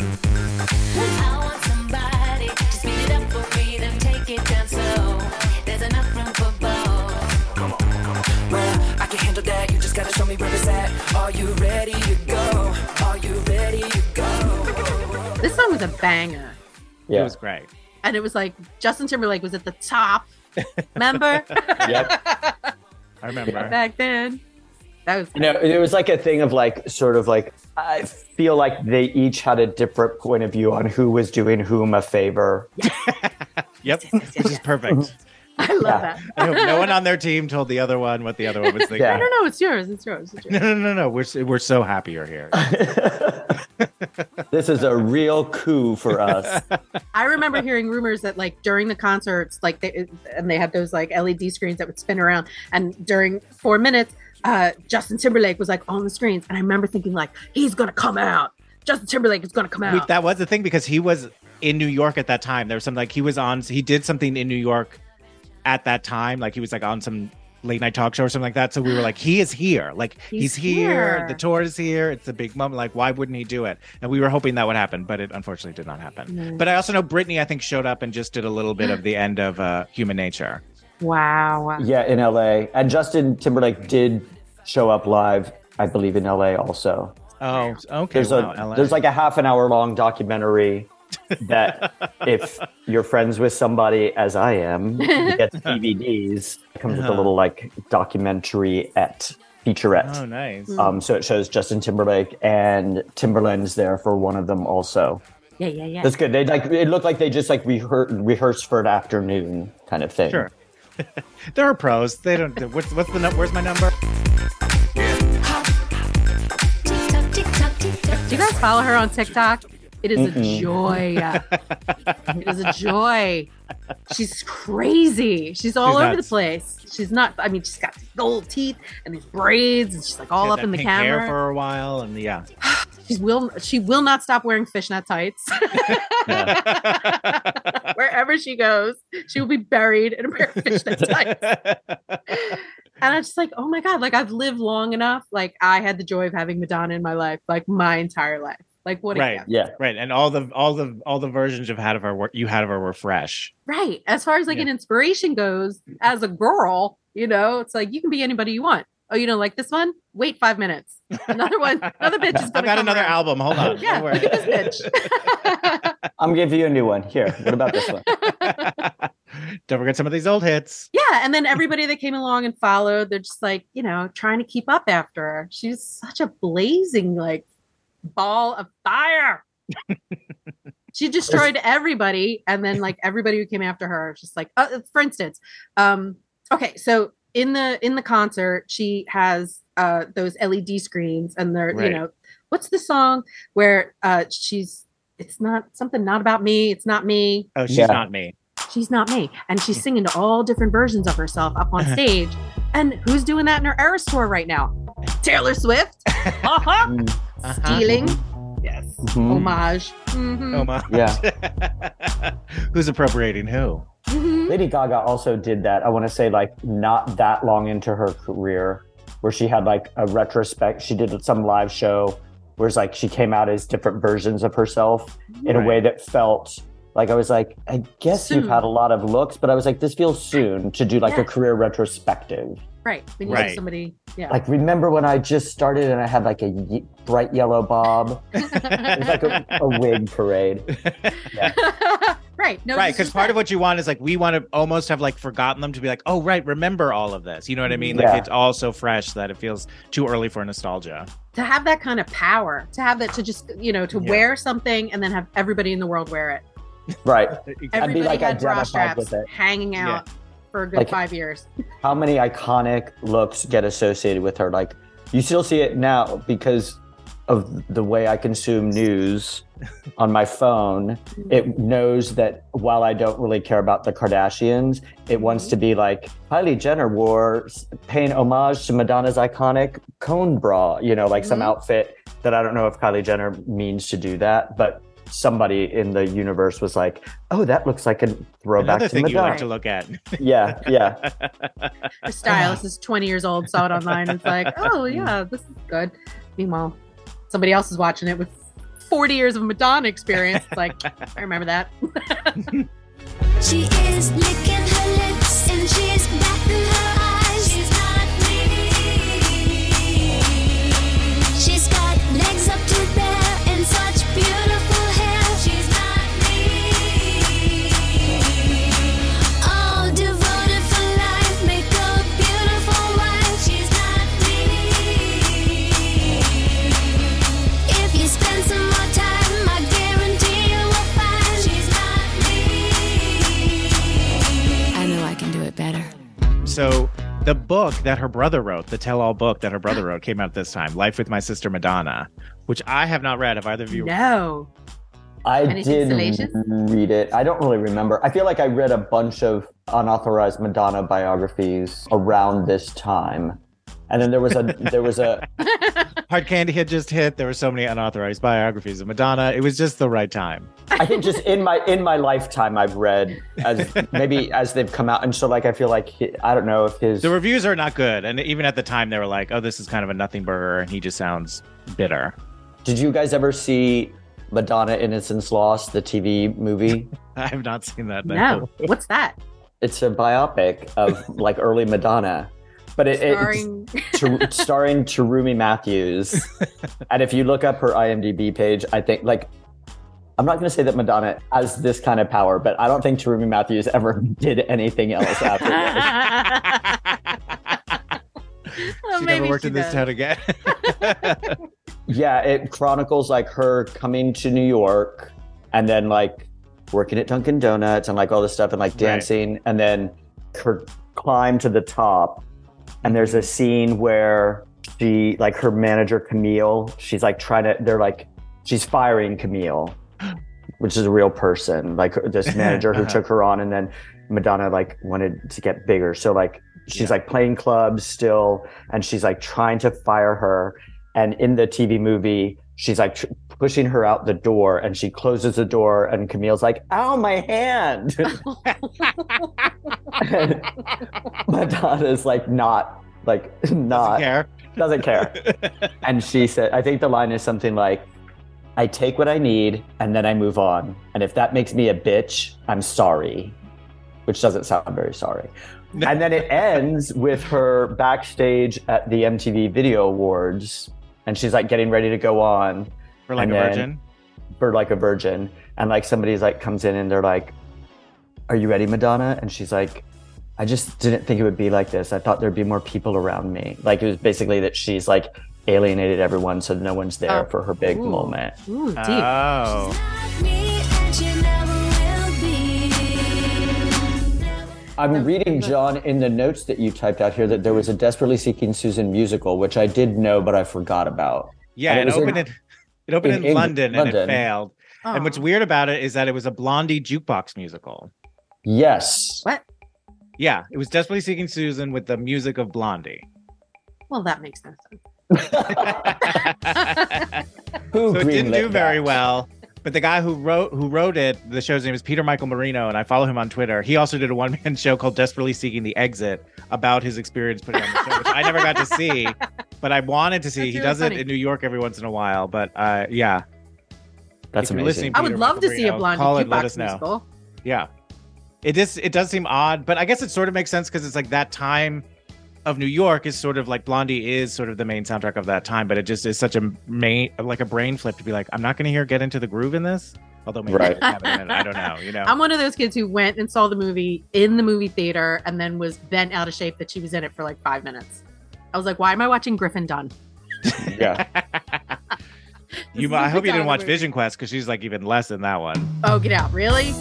Speaker 3: I want somebody to speed it up for me, then take it down slow. There's enough room for both. Well, I can handle that. You just gotta show me where it's at. Are you ready?
Speaker 6: This song was a banger.
Speaker 5: It
Speaker 4: Yeah.
Speaker 5: was great.
Speaker 6: And it was like Justin Timberlake was at the top. Remember?
Speaker 4: Yep.
Speaker 5: I remember.
Speaker 6: Back then. That was
Speaker 4: You know, it was like a thing of like, sort of like, I feel like they each had a different point of view on who was doing whom a favor.
Speaker 5: Yep. This is perfect.
Speaker 6: I love
Speaker 4: Yeah.
Speaker 6: that.
Speaker 5: I hope no one on their team told the other one what the other one was thinking.
Speaker 4: Yeah.
Speaker 6: No, no, it's yours. It's yours. It's yours.
Speaker 5: No, no, no, no. We're s- we're so happy you're here.
Speaker 4: This is a real coup for us.
Speaker 6: I remember hearing rumors that like during the concerts, like they and they had those like LED screens that would spin around, and during four minutes, uh, Justin Timberlake was like on the screens, and I remember thinking like he's gonna come out. Justin Timberlake is gonna come
Speaker 5: We-
Speaker 6: out.
Speaker 5: that was the thing because he was in New York at that time. There was something like he was on. He did something in New York at that time. Like he was like on some late night talk show or something like that. So we were like, he is here. Like he's,
Speaker 6: He's
Speaker 5: here.
Speaker 6: here.
Speaker 5: The tour is here. It's a big moment. Like why wouldn't he do it? And we were hoping that would happen, but it unfortunately did not happen.
Speaker 6: No.
Speaker 5: But I also know Britney. I think showed up and just did a little bit of the end of uh, Human Nature.
Speaker 6: wow.
Speaker 4: yeah, in LA. And Justin Timberlake did show up live, I believe, in LA also.
Speaker 5: Oh, okay.
Speaker 4: There's
Speaker 5: wow,
Speaker 4: a
Speaker 5: LA.
Speaker 4: there's like a half an hour long documentary that if you're friends with somebody as I am, you get DVDs. It comes with a
Speaker 5: Uh-huh.
Speaker 4: little like documentary et featurette.
Speaker 5: oh nice.
Speaker 4: Um, so it shows Justin Timberlake and Timberland's there for one of them also.
Speaker 6: Yeah, yeah, yeah.
Speaker 4: That's good. They like it looked like they just like rehear- rehearsed for an afternoon kind of thing.
Speaker 5: Sure. there are pros. They don't. What's what's the num- where's my number?
Speaker 2: Tick tock, tick tock, tick tock.
Speaker 6: Do you guys follow her on TikTok? It is a joy. it is a joy. She's crazy. She's all
Speaker 5: She's
Speaker 6: over
Speaker 5: nuts.
Speaker 6: the place. She's not. I mean, she's got gold teeth and these braids, and she's like all
Speaker 5: She had
Speaker 6: up
Speaker 5: that
Speaker 6: in the
Speaker 5: pink
Speaker 6: camera.
Speaker 5: hair for a while, and yeah.
Speaker 6: She will she will not stop wearing fishnet tights. Wherever she goes, she will be buried in a pair of fishnet tights. And I'm just like, oh my God, like I've lived long enough. Like I had the joy of having Madonna in my life, like my entire life. Like what a
Speaker 5: Right.
Speaker 6: gift.
Speaker 4: Yeah.
Speaker 5: Right, and all the all the all the versions you've had of her were you had of her were fresh.
Speaker 6: Right. As far as like
Speaker 5: Yeah.
Speaker 6: an inspiration goes, as a girl, you know, it's like you can be anybody you want. Oh, you know, like this one? Wait five minutes. Another one, another bitch is gonna
Speaker 5: I've got
Speaker 6: come
Speaker 5: another
Speaker 6: around.
Speaker 5: album. Hold on.
Speaker 6: Yeah,
Speaker 5: don't worry.
Speaker 6: look at this bitch.
Speaker 4: I'm giving you a new one. Here. What about this one?
Speaker 5: Don't forget some of these old hits.
Speaker 6: Yeah, and then everybody that came along and followed, they're just like, you know, trying to keep up after her. She's such a blazing like ball of fire. she destroyed everybody, and then like everybody who came after her, was just like, uh, for instance, um, okay, so in the in the concert, she has uh those LED screens, and they're
Speaker 5: Right.
Speaker 6: you know, what's the song where uh she's it's not something not about me, it's not me,
Speaker 5: Oh, she's
Speaker 4: Yeah.
Speaker 5: not me.
Speaker 6: she's not me and she's singing to all different versions of herself up on stage and who's doing that in her Eras tour right now taylor swift uh-huh.
Speaker 4: Mm,
Speaker 6: stealing yes
Speaker 4: mhm.
Speaker 6: homage Mhm.
Speaker 5: Oh my.
Speaker 4: Yeah.
Speaker 5: Who's appropriating who?
Speaker 6: Mhm.
Speaker 4: Lady Gaga also did that. I want to say like not that long into her career, where she had like a retrospect. She did some live show where it's like she came out as different versions of herself in a
Speaker 5: Right.
Speaker 4: way that felt like I was like, I guess you've
Speaker 6: Soon.
Speaker 4: had a lot of looks, but I was like, this feels soon to do like
Speaker 6: Yeah.
Speaker 4: a career retrospective.
Speaker 6: right when you
Speaker 5: Right.
Speaker 6: have somebody yeah
Speaker 4: Like, remember when I just started and I had like a ye- bright yellow bob? It was like a, a wig parade.
Speaker 6: right no
Speaker 5: right, because part of what you want is like we want to almost have like forgotten them to be like, oh right, remember all of this. You know what I mean? Like
Speaker 4: Yeah.
Speaker 5: it's all so fresh that it feels too early for nostalgia.
Speaker 6: to have that kind of power to have that to just you know to
Speaker 5: Yeah.
Speaker 6: wear something and then have everybody in the world wear it
Speaker 4: Right. I'd be,
Speaker 6: everybody
Speaker 4: like,
Speaker 6: had bra
Speaker 4: identified
Speaker 6: straps
Speaker 4: with it.
Speaker 6: hanging
Speaker 5: Yeah.
Speaker 6: out for a good
Speaker 4: Like-
Speaker 6: five years
Speaker 4: how many iconic looks get associated with her like you still see it now because of the way i consume news on my phone it knows that while i don't really care about the kardashians it
Speaker 5: Mm-hmm.
Speaker 4: wants to be like kylie jenner wore s- paying homage to madonna's iconic cone bra you know like
Speaker 5: Mm-hmm.
Speaker 4: some
Speaker 6: Mhm.
Speaker 4: outfit that i don't know if kylie jenner means to do that but somebody in the universe was like oh that looks like a throwback
Speaker 5: Another
Speaker 4: to
Speaker 5: thing you
Speaker 4: madonna
Speaker 5: like to look at.
Speaker 4: yeah yeah
Speaker 6: a stylist is 20 years old, saw it online, and it's like, oh, yeah, this is good. Meanwhile, somebody else is watching it with 40 years of Madonna experience. It's like, I remember that.
Speaker 2: She is licking her lips and she's batting her eyes. She's not me. She's got legs up to bare and such beautiful hair.
Speaker 5: so the book that her brother wrote, the tell-all book that her brother wrote, came out this time, "Life with My Sister Madonna," which I have not read. Have either of you?
Speaker 6: No.
Speaker 4: I did
Speaker 6: Anything salacious?
Speaker 4: read it. I don't really remember. I feel like I read a bunch of unauthorized Madonna biographies around this time. And then there was a there was a
Speaker 5: Hard Candy had just hit. There were so many unauthorized biographies of Madonna. It was just the right time.
Speaker 4: I think just in my in my lifetime I've read as maybe as they've come out and so like I feel like he- I don't know if his
Speaker 5: The reviews are not good, and even at the time, they were like, "Oh, this is kind of a nothing burger," and he just sounds bitter.
Speaker 4: Did you guys ever see Madonna Innocence Lost the TV movie?
Speaker 5: I have not seen that.
Speaker 6: No. What's that?
Speaker 4: It's a biopic of like early Madonna. But it, it-
Speaker 6: Starring
Speaker 4: Ter- starring Terumi Matthews. and if you look up her IMDb page, I think like I'm not going to say that Madonna has this kind of power, but I don't think Terumi Matthews ever did anything else after that.
Speaker 6: Oh,
Speaker 5: she never
Speaker 6: maybe
Speaker 5: worked
Speaker 6: she
Speaker 5: in this
Speaker 6: does.
Speaker 5: town again.
Speaker 4: Yeah, it chronicles like her coming to New York and then like working at Dunkin' Donuts and like all this stuff and like
Speaker 5: Right.
Speaker 4: dancing and then her climb to the top. And there's a scene where she, like her manager Camille, she's like trying to, they're like, she's firing Camille, which is a real person, like this manager who
Speaker 5: Uh-huh.
Speaker 4: took her on. And then Madonna like wanted to get bigger. So like she's
Speaker 5: Yeah.
Speaker 4: like playing clubs still and she's like trying to fire her. And in the TV movie, she's like tr- pushing her out the door and she closes the door and Camille's like, ow, my hand. and Madonna's like not like
Speaker 5: Doesn't
Speaker 4: not
Speaker 5: care.
Speaker 4: doesn't care. And she said, I think the line is something like, I take what I need and then I move on. And if that makes me a bitch, I'm sorry, which doesn't sound very sorry. And then it ends with her backstage at the MTV Video Awards. And she's like getting ready to go on
Speaker 5: For like
Speaker 4: And
Speaker 5: a
Speaker 4: then-
Speaker 5: virgin.
Speaker 4: for like a virgin. And like somebody's like comes in and they're like, Are you ready, Madonna? And she's like, I just didn't think it would be like this. I thought there'd be more people around me. Like it was basically that she's like alienated everyone, so no one's there
Speaker 6: Oh.
Speaker 4: for her big
Speaker 6: Ooh.
Speaker 4: moment.
Speaker 6: Ooh, deep.
Speaker 5: Oh,
Speaker 4: I'm reading, John, in the notes that you typed out here that there was a Desperately Seeking Susan musical, which I did know, but I forgot about.
Speaker 5: yeah.
Speaker 4: And it
Speaker 5: It
Speaker 4: was in-
Speaker 5: opened in, it opened
Speaker 4: in
Speaker 5: in,
Speaker 4: England-
Speaker 5: London, and
Speaker 4: London.
Speaker 5: it failed. And what's
Speaker 6: Aw.
Speaker 5: weird about it is that it was a Blondie jukebox musical.
Speaker 4: Yes.
Speaker 6: what?
Speaker 5: Yeah, it was Desperately Seeking Susan with the music of Blondie.
Speaker 6: Well, that makes no sense.
Speaker 4: Who
Speaker 5: so it didn't
Speaker 4: greenlit
Speaker 5: do very
Speaker 4: that?
Speaker 5: well. But the guy who wrote who wrote it, the show's name is Peter Michael Marino, and I follow him on Twitter. He also did a one man show called Desperately Seeking the Exit about his experience putting on the show, which I never got to see, but I wanted to see.
Speaker 6: That's
Speaker 5: he
Speaker 6: really
Speaker 5: does it
Speaker 6: funny.
Speaker 5: in New York every once in a while, but uh, yeah,
Speaker 4: That's
Speaker 5: If you're
Speaker 4: amazing.
Speaker 5: listening-
Speaker 6: I would
Speaker 5: Peter
Speaker 6: love to see a
Speaker 5: Marino,
Speaker 6: blondie
Speaker 5: call
Speaker 6: jukebox
Speaker 5: it, let us know.
Speaker 6: musical.
Speaker 5: yeah. It is. It does seem odd, but I guess it sort of makes sense because it's like that time of New York is sort of like Blondie is sort of the main soundtrack of that time, but it just is such a main like a brain flip to be like, I'm not going to hear Get Into the Groove in this, although maybe
Speaker 4: Right.
Speaker 5: it happened, I don't know, you know.
Speaker 6: I'm one of those kids who went and saw the movie in the movie theater and then was bent out of shape that she was in it for like five minutes. I was like, why am I watching Griffin Dunn?
Speaker 4: Yeah.
Speaker 5: You,
Speaker 6: This
Speaker 5: mu- I
Speaker 6: is
Speaker 5: hope you
Speaker 6: the
Speaker 5: didn't watch
Speaker 6: genre.
Speaker 5: Vision Quest because she's like even less than that one.
Speaker 6: Oh, get out. Really?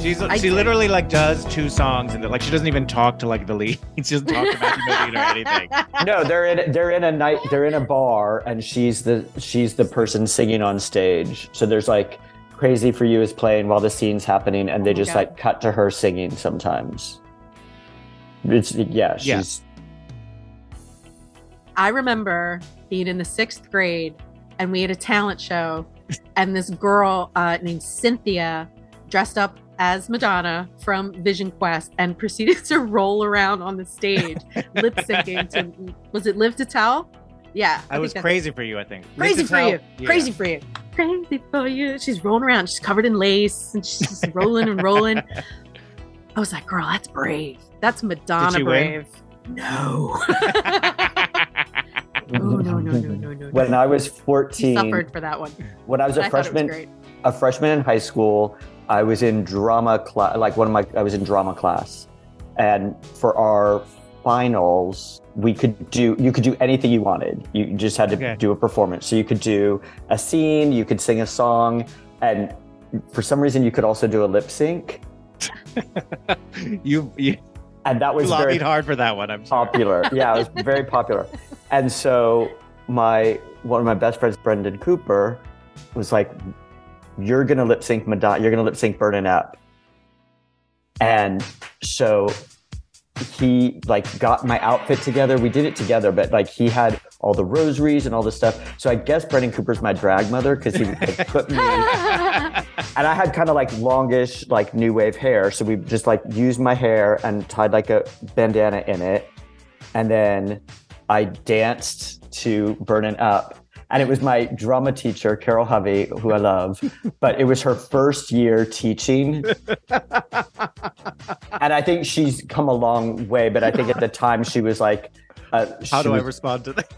Speaker 5: She's
Speaker 6: I
Speaker 5: she
Speaker 6: did.
Speaker 5: literally like does two songs and like she doesn't even talk to like the lead. She doesn't talk to Matthew Modine or anything.
Speaker 4: no, they're in they're in a night they're in a bar and she's the she's the person singing on stage. So there's like Crazy for You is playing while the scene's happening and they
Speaker 6: Oh my
Speaker 4: just
Speaker 6: God.
Speaker 4: like cut to her singing sometimes. It's yeah,
Speaker 5: Yeah.
Speaker 4: she's
Speaker 6: I remember being in the sixth grade and we had a talent show, and this girl uh, named Cynthia dressed up as Madonna from Vision Quest and proceeded to roll around on the stage, lip syncing to was it Live to Tell? Yeah,
Speaker 5: I
Speaker 6: think
Speaker 5: was
Speaker 6: that's-
Speaker 5: crazy for you, I think. Live
Speaker 6: Crazy
Speaker 5: to
Speaker 6: for
Speaker 5: Tell-
Speaker 6: you,
Speaker 5: Yeah.
Speaker 6: crazy for you, crazy for you. She's rolling around. She's covered in lace and she's just rolling and rolling. I was like, girl, that's brave. That's Madonna
Speaker 5: she win?
Speaker 6: brave. No. Oh, no, Oh, no, no, no, no, no.
Speaker 4: When I was
Speaker 6: She
Speaker 4: 14,
Speaker 6: suffered for that one.
Speaker 4: when I was
Speaker 6: but
Speaker 4: a
Speaker 6: I thought it was
Speaker 4: freshman,
Speaker 6: great.
Speaker 4: a freshman in high school, I was in drama class, like one of my, I was in drama class. And for our finals, we could do, you could do anything you wanted. You just had to
Speaker 5: Okay.
Speaker 4: do a performance. So you could do a scene, you could sing a song. And for some reason, you could also do a lip sync.
Speaker 5: you, you
Speaker 4: and that was very
Speaker 5: lobbied hard for that one. I'm sorry.
Speaker 4: popular. yeah, it was very popular. And so my one of my best friends, Brendan Cooper, was like, "You're gonna lip sync Madonna. You're gonna lip sync Burning Up." And so he like got my outfit together. We did it together, but like he had all the rosaries and all this stuff. So I guess Brendan Cooper's my drag mother because he like, put me in and I had kind of like longish, like new wave hair. So we just like used my hair and tied like a bandana in it. And then I danced to Burning Up. And it was my drama teacher, Carol Hovey, who I love, but it was her first year teaching. and I think she's come a long way, but I think at the time she was like, uh,
Speaker 5: How
Speaker 4: she
Speaker 5: do I
Speaker 4: was-
Speaker 5: respond to that?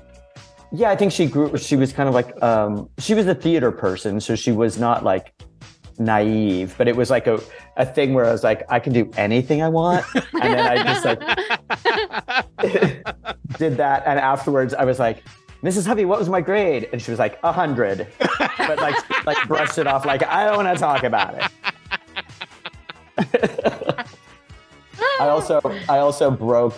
Speaker 4: yeah, I think she grew. She was kind of like um, she was a theater person, so she was not like naive, but it was like a a thing where I was like, I can do anything I want, and then I just like did that, and afterwards I was like. Mrs. Hovey, what was my grade? And she was like, a hundred, but like, she, like brushed it off, like I don't want to talk about it. I also, I also broke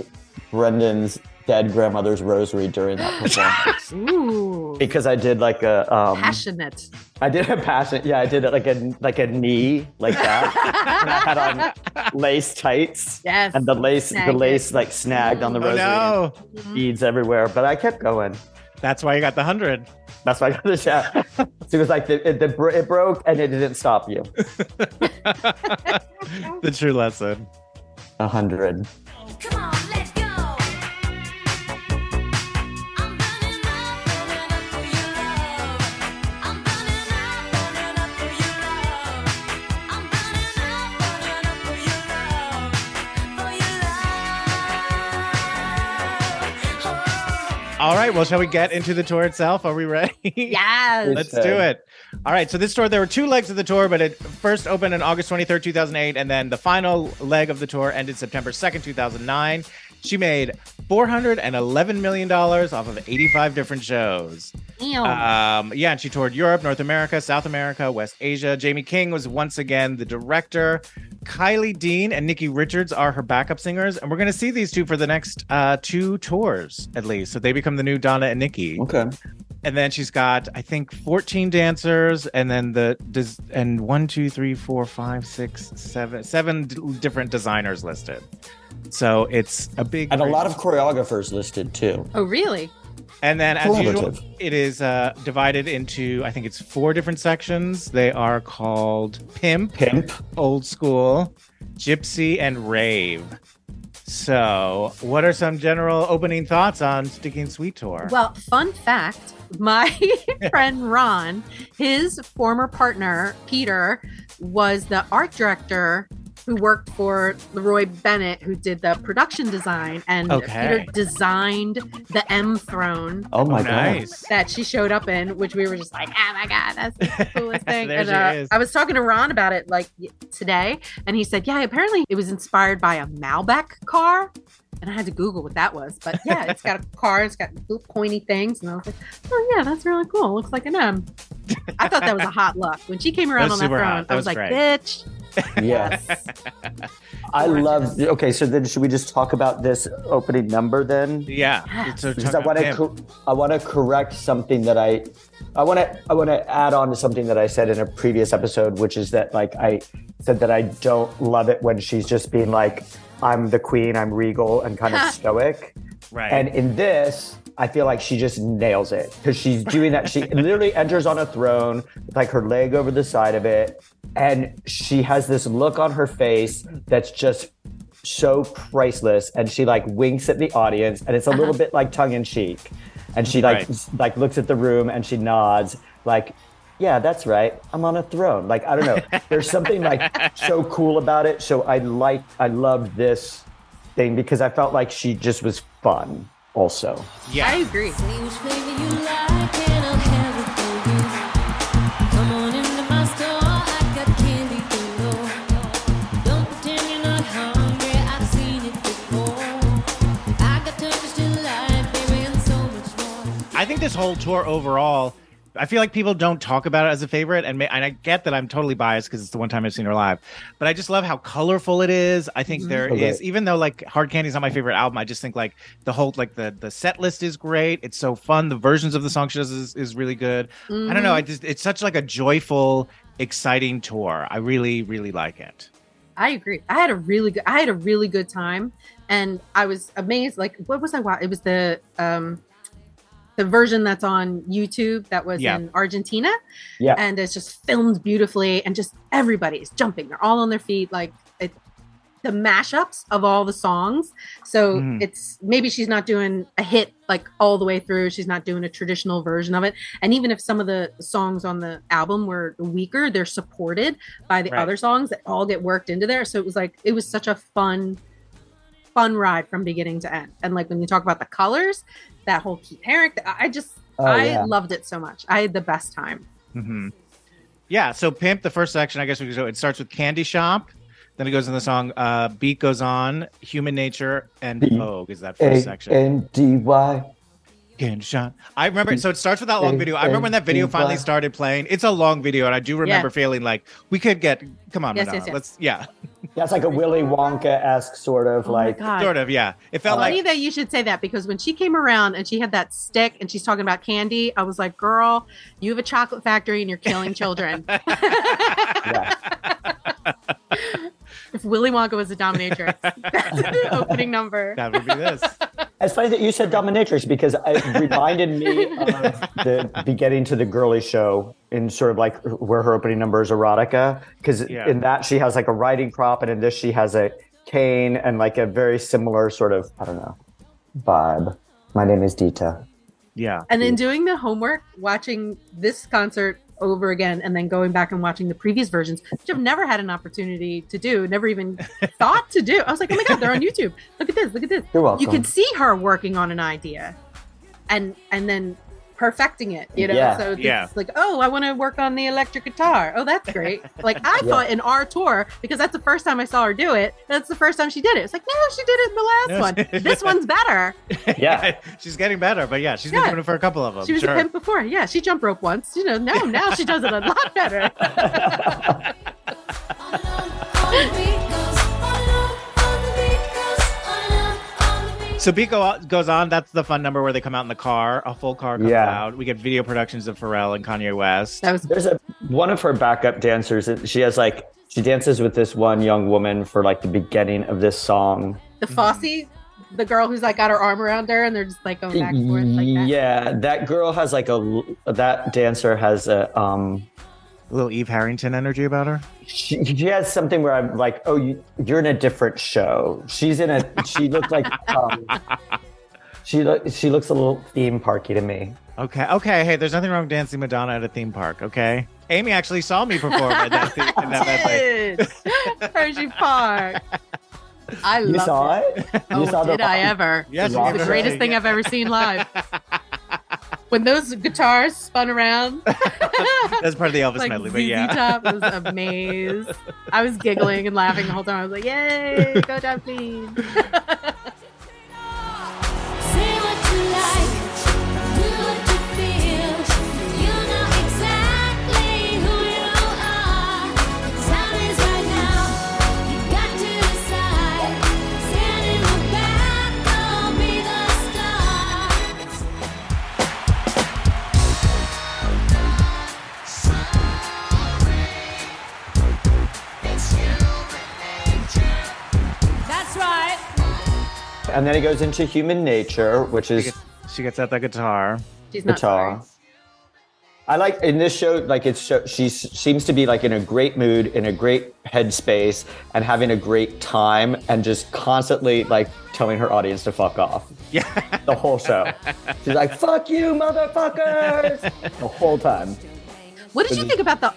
Speaker 4: Brendan's dead grandmother's rosary during that performance
Speaker 6: Ooh.
Speaker 4: because I did like a um,
Speaker 6: Passionate.
Speaker 4: I did a passion. Yeah, I did it like a like a knee like that, and I had on lace tights,
Speaker 6: Yes.
Speaker 4: and the lace the
Speaker 6: Snagged Mm-hmm.
Speaker 4: lace like snagged on the
Speaker 5: Oh
Speaker 4: rosary, and
Speaker 5: no,
Speaker 4: beads everywhere. But I kept going.
Speaker 5: that's why you got the hundred.
Speaker 4: That's why I got the shot. so it was like the, it, the br- it broke and it didn't stop you.
Speaker 5: The true lesson.
Speaker 4: A hundred.
Speaker 2: Come on, let's go. I'm burning up, burning up for your love. I'm burning up, burning up for your love. I'm burning up, burning up for your love, for your love.
Speaker 5: All right. Well, shall we get into the tour itself? Are we ready?
Speaker 6: Yes.
Speaker 5: Let's
Speaker 4: Okay.
Speaker 5: do it. All right. So this tour, there were two legs of the tour, but it first opened on August 23rd, 2008, and then the final leg of the tour ended September 2nd, 2009. She made $411 million off of 85 different shows. Um, yeah, and she toured Europe, North America, South America, West Asia. Jamie King was once again the director. Kylie Dean and Nikki Richards are her backup singers, and we're going to see these two for the next uh, two tours at least. So they become the new Donna and Nikki
Speaker 4: Okay.
Speaker 5: and then she's got I think 14 dancers, and then the does and one, two, three, four, five, six, seven, seven d- different designers listed. So it's a big
Speaker 4: And a lot of choreographers listed too.
Speaker 6: Oh, really?
Speaker 5: and then as usual,
Speaker 4: Collaborative.
Speaker 5: it is uh, divided into I think it's four different sections. They are called pimp,
Speaker 4: Pimp.
Speaker 5: old school, gypsy, and rave. So, what are some general opening thoughts on Sticking Sweet Tour?
Speaker 6: Well, fun fact my friend Ron, his former partner, Peter, was the art director who worked for Leroy Bennett, who did the production design. And
Speaker 5: Okay.
Speaker 6: Peter designed the M throne
Speaker 4: Oh my god.
Speaker 5: nice.
Speaker 6: that she showed up in, which we were just like, oh my God, that's the coolest thing.
Speaker 5: There
Speaker 6: and
Speaker 5: she
Speaker 6: uh,
Speaker 5: is.
Speaker 6: I was talking to Ron about it like y- today, and he said, yeah, apparently it was inspired by a Malbec car. And I had to Google what that was. But yeah, it's got a car, it's got little pointy things. And I was like, oh yeah, that's really cool. Looks like an M. I thought that was a hot look. When she came around
Speaker 5: was
Speaker 6: on that
Speaker 5: super
Speaker 6: throne,
Speaker 5: hot. That
Speaker 6: I
Speaker 5: was
Speaker 6: was like,
Speaker 5: great.
Speaker 6: bitch.
Speaker 4: Yeah.
Speaker 6: Yes.
Speaker 4: I love. Okay, so then should we just talk about this opening number then?
Speaker 5: Yeah.
Speaker 6: Yes.
Speaker 5: So
Speaker 4: because I
Speaker 5: talk
Speaker 4: want
Speaker 5: about
Speaker 4: to
Speaker 5: pimp.
Speaker 4: co- I want to correct something that I I want to I want to add on to something that I said in a previous episode, which is that like I said that I don't love it when she's just being like I'm the queen, I'm regal, and kind of stoic.
Speaker 5: right.
Speaker 4: And in this, I feel like she just nails it because she's doing that. She literally enters on a throne with like her leg over the side of it. And she has this look on her face that's just so priceless. And she like winks at the audience and it's a little bit like tongue in cheek. And she like
Speaker 5: Uh-huh. Right.
Speaker 4: s- like looks at the room and she nods like, yeah, that's right. I'm on a throne. Like, I don't know. There's something like so cool about it. So I like I loved this thing because I felt like she just was fun also.
Speaker 5: yeah.
Speaker 6: I agree.
Speaker 2: Say which flavor you like and I'll have it for you. Come on into my store, I got candy below. Don't pretend you're not hungry, I've seen it before. I got touches to life, baby, and so much more.
Speaker 5: I think this whole tour overall I feel like people don't talk about it as a favorite, and, ma- and I get that I'm totally biased because it's the one time I've seen her live. But I just love how colorful it is. I think there is,
Speaker 4: Okay.
Speaker 5: even though like Hard Candy's not my favorite album, I just think like the whole like the the set list is great. It's so fun. The versions of the song she does is, is really good. I don't know. I just it's such like a joyful, exciting tour. I really really like it.
Speaker 6: I agree. I had a really good. I had a really good time, and I was amazed. Like, what was I? Wa- it was the um, the version that's on YouTube that was
Speaker 5: Yeah.
Speaker 6: in Argentina.
Speaker 4: Yeah.
Speaker 6: and it's just filmed beautifully, and just everybody is jumping. They're all on their feet. Like it, the mashups of all the songs. So
Speaker 4: Mm-hmm.
Speaker 5: Mhm.
Speaker 6: it's maybe she's not doing a hit like all the way through. She's not doing a traditional version of it. And even if some of the songs on the album were weaker, they're supported by the
Speaker 5: Right.
Speaker 6: other songs that all get worked into there. So it was like it was such a fun, fun ride from beginning to end. And like when you talk about the colors, that whole Keith Herrick, I I just
Speaker 4: Oh,
Speaker 6: I
Speaker 4: yeah.
Speaker 6: loved it so much. I had the best time.
Speaker 5: hmm Yeah. So pimp the first section. I guess we could go. It starts with Candy Shop. Then it goes in the song. Uh, beat goes on. Human Nature and
Speaker 4: B-
Speaker 5: Vogue is that first section.
Speaker 4: A-N-D-Y.
Speaker 5: Candy Shop. I remember. So it starts with that long
Speaker 4: A-
Speaker 5: video. I remember when that video finally
Speaker 4: A-
Speaker 5: started playing. It's a long video, and I do remember feeling like we could get. Come on,
Speaker 6: Yes,
Speaker 5: Madonna.
Speaker 6: yes, yes.
Speaker 5: Let's. Yeah.
Speaker 4: That's like a Willy Wonka-esque sort of
Speaker 6: Oh
Speaker 4: like
Speaker 6: my God.
Speaker 5: Sort of. Yeah. It felt
Speaker 6: Funny
Speaker 5: like.
Speaker 6: that you should say that because when she came around and she had that stick and she's talking about candy, I was like, "Girl, you have a chocolate factory and you're killing children."
Speaker 4: yeah.
Speaker 6: if Willy Wonka was a dominatrix, that's the opening number.
Speaker 5: That would be this.
Speaker 4: It's funny that you said dominatrix because it reminded me of the beginning to the girly show in sort of like where her opening number is erotica. Because
Speaker 5: Yeah.
Speaker 4: in that she has like a riding crop, and in this she has a cane and like a very similar sort of I don't know vibe. My name is Dita.
Speaker 5: Yeah.
Speaker 6: And then doing the homework, watching this concert over again, and then going back and watching the previous versions, which I've never had an opportunity to do, never even thought to do. I was like, oh my God, they're on YouTube. Look at this, look at this.
Speaker 4: You're welcome.
Speaker 6: You could see her working on an idea and and then perfecting it, you know?
Speaker 4: Yeah.
Speaker 6: So it's
Speaker 5: Yeah.
Speaker 6: like, oh, I want to work on the electric guitar. Oh, that's great. like I
Speaker 4: Yeah.
Speaker 6: thought in our tour, because that's the first time I saw her do it, that's the first time she did it. It's like, no, she did it in
Speaker 5: No,
Speaker 6: the last
Speaker 5: she-
Speaker 6: one. this one's better.
Speaker 4: yeah,
Speaker 5: she's getting better, but yeah, she's been
Speaker 6: Yeah.
Speaker 5: doing it for a couple of them.
Speaker 6: She was
Speaker 5: sure.
Speaker 6: a pimp before. Yeah, she jump rope once. You know, now now she does it a lot better.
Speaker 2: On and on, on the beat goes, on and on, on the beat goes, on and on, on the beat.
Speaker 5: So Beat go, goes on. That's the fun number where they come out in the car. A full car comes
Speaker 4: Yeah.
Speaker 5: out. We get video productions of Pharrell and Kanye West.
Speaker 6: That was
Speaker 4: there's a one of her backup dancers. and She has like she dances with this one young woman for like the beginning of this song.
Speaker 6: the Fosse, the girl who's like got her arm around her, and they're just like going back and forth like that.
Speaker 4: Yeah, that girl has like a l- that dancer has a um
Speaker 5: A little Eve Harrington energy about her.
Speaker 4: she, she has something where I'm like, "Oh, you, you're in a different show." She's in a she looked like um, she lo- she looks a little theme parky to me.
Speaker 5: Okay, okay. Hey, there's nothing wrong with dancing Madonna at a theme park. Okay. Amy actually saw me perform at that, theme, at that place.
Speaker 6: Did. Hershey Park. I
Speaker 4: You
Speaker 6: love
Speaker 4: saw it? You
Speaker 6: Oh,
Speaker 4: saw
Speaker 6: did I ever?
Speaker 5: Yes,
Speaker 6: It
Speaker 4: you
Speaker 6: was
Speaker 4: did.
Speaker 6: the greatest thing I've ever seen live. when those guitars spun around,
Speaker 5: That's part of the Elvis
Speaker 6: like
Speaker 5: medley,
Speaker 6: ZZ
Speaker 5: but yeah.
Speaker 6: Top was amazed. I was giggling and laughing the whole time. I was like, "Yay, go John, please!"
Speaker 2: Say what you like, do what you feel. You know exactly who you are. The time is right now. You got to decide. Stand in the back or be the star. That's right.
Speaker 4: And then it goes into human nature, which
Speaker 5: She
Speaker 4: is
Speaker 5: gets, she gets out that guitar.
Speaker 6: She's not sorry.
Speaker 4: guitar. I like in this show, like it's show, she s- seems to be like in a great mood, in a great headspace, and having a great time, and just constantly like telling her audience to fuck off.
Speaker 5: Yeah.
Speaker 4: The whole show, she's like "fuck you, motherfuckers" the whole time.
Speaker 6: What did you think about the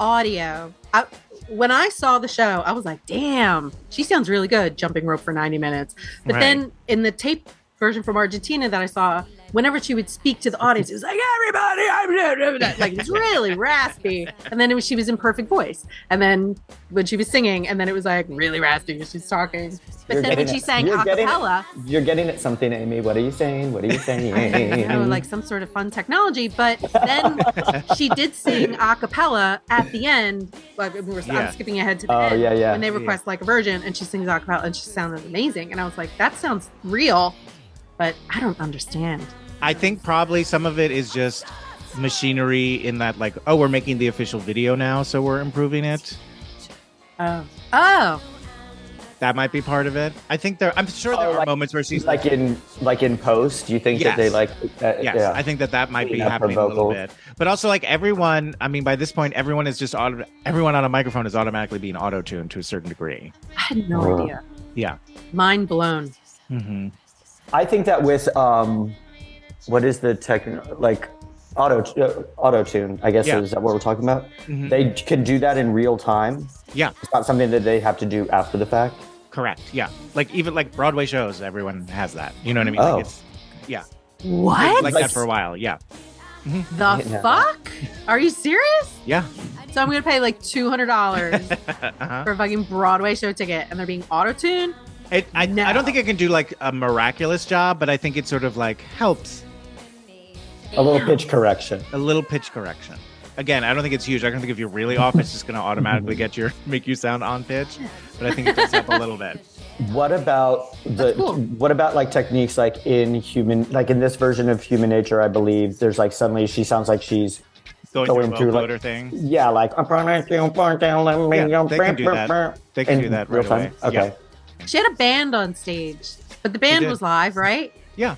Speaker 6: audio? I, when I saw the show, I was like, damn, she sounds really good jumping rope for 90 minutes. But
Speaker 5: Right.
Speaker 6: then in the tape version from Argentina that I saw, whenever she would speak to the audience, it was like everybody, I'm like it's really raspy. And then it was she was in perfect voice. And then when she was singing, and then it was like really raspy. as She's talking, but
Speaker 4: You're
Speaker 6: then when
Speaker 4: getting
Speaker 6: she
Speaker 4: it.
Speaker 6: sang
Speaker 4: You're
Speaker 6: a
Speaker 4: getting it.
Speaker 6: cappella,
Speaker 4: You're getting at something, Amy. What are you saying? What are you saying?
Speaker 6: you know, like some sort of fun technology. But then she did sing a cappella at the end. Like we were,
Speaker 5: Yeah.
Speaker 6: I'm skipping ahead to the
Speaker 4: Oh,
Speaker 6: end
Speaker 4: yeah, yeah.
Speaker 6: when they request like a virgin, and she sings a cappella, and she sounded amazing. And I was like, that sounds real, but I don't understand.
Speaker 5: I think probably some of it is just machinery in that like oh we're making the official video now so we're improving it
Speaker 6: Oh, oh,
Speaker 5: that might be part of it i think there i'm sure there
Speaker 4: Oh,
Speaker 5: are
Speaker 4: like-
Speaker 5: moments where she's like
Speaker 4: like in like in post, you think that they
Speaker 5: Yes.
Speaker 4: like? Uh,
Speaker 5: yes
Speaker 4: yeah.
Speaker 5: i think that that might be
Speaker 4: Clean up her
Speaker 5: happening a little
Speaker 4: vocals.
Speaker 5: bit but also like everyone i mean by this point everyone is just auto- everyone on a microphone is automatically being auto-tuned to a certain degree
Speaker 6: I had no
Speaker 4: Oh.
Speaker 6: idea.
Speaker 5: yeah
Speaker 6: Mind blown.
Speaker 5: mm-hmm.
Speaker 4: I think that with um, what is the tech like auto uh, auto tune? I guess
Speaker 5: Yeah.
Speaker 4: is that what we're talking about?
Speaker 5: Mhm.
Speaker 4: They can do that in real time.
Speaker 5: yeah
Speaker 4: It's not something that they have to do after the fact.
Speaker 5: correct yeah like even like broadway shows everyone has that you know what i mean
Speaker 4: Oh.
Speaker 5: like it's yeah
Speaker 6: What
Speaker 5: like
Speaker 4: Like-
Speaker 5: that for a while yeah
Speaker 6: the
Speaker 4: Yeah.
Speaker 6: fuck? Are you serious?
Speaker 5: yeah
Speaker 6: So I'm gonna pay like two hundred dollars
Speaker 5: uh-huh.
Speaker 6: for a fucking Broadway show ticket, and they're being auto tuned.
Speaker 5: It, I,
Speaker 6: No.
Speaker 5: I don't think it can do like a miraculous job, but I think it sort of like helps
Speaker 4: A little pitch correction.
Speaker 5: a little pitch correction. Again, I don't think it's huge. I don't think if you're really off, it's just going to automatically get your make you sound on pitch. But I think it does help a little bit.
Speaker 4: What about the
Speaker 6: That's cool.
Speaker 4: what about like techniques like in human like in this version of human nature I believe there's like suddenly she sounds like she's
Speaker 5: Going,
Speaker 4: Going
Speaker 5: through a
Speaker 4: through, like-
Speaker 5: motor thing.
Speaker 4: yeah like I'm
Speaker 5: Yeah, they can do that. They can
Speaker 4: In
Speaker 5: do that
Speaker 4: real
Speaker 5: right
Speaker 4: time?
Speaker 5: away.
Speaker 4: Okay.
Speaker 5: Yeah.
Speaker 6: She had a band on stage, but the band
Speaker 5: did.
Speaker 6: was live, right?
Speaker 5: Yeah.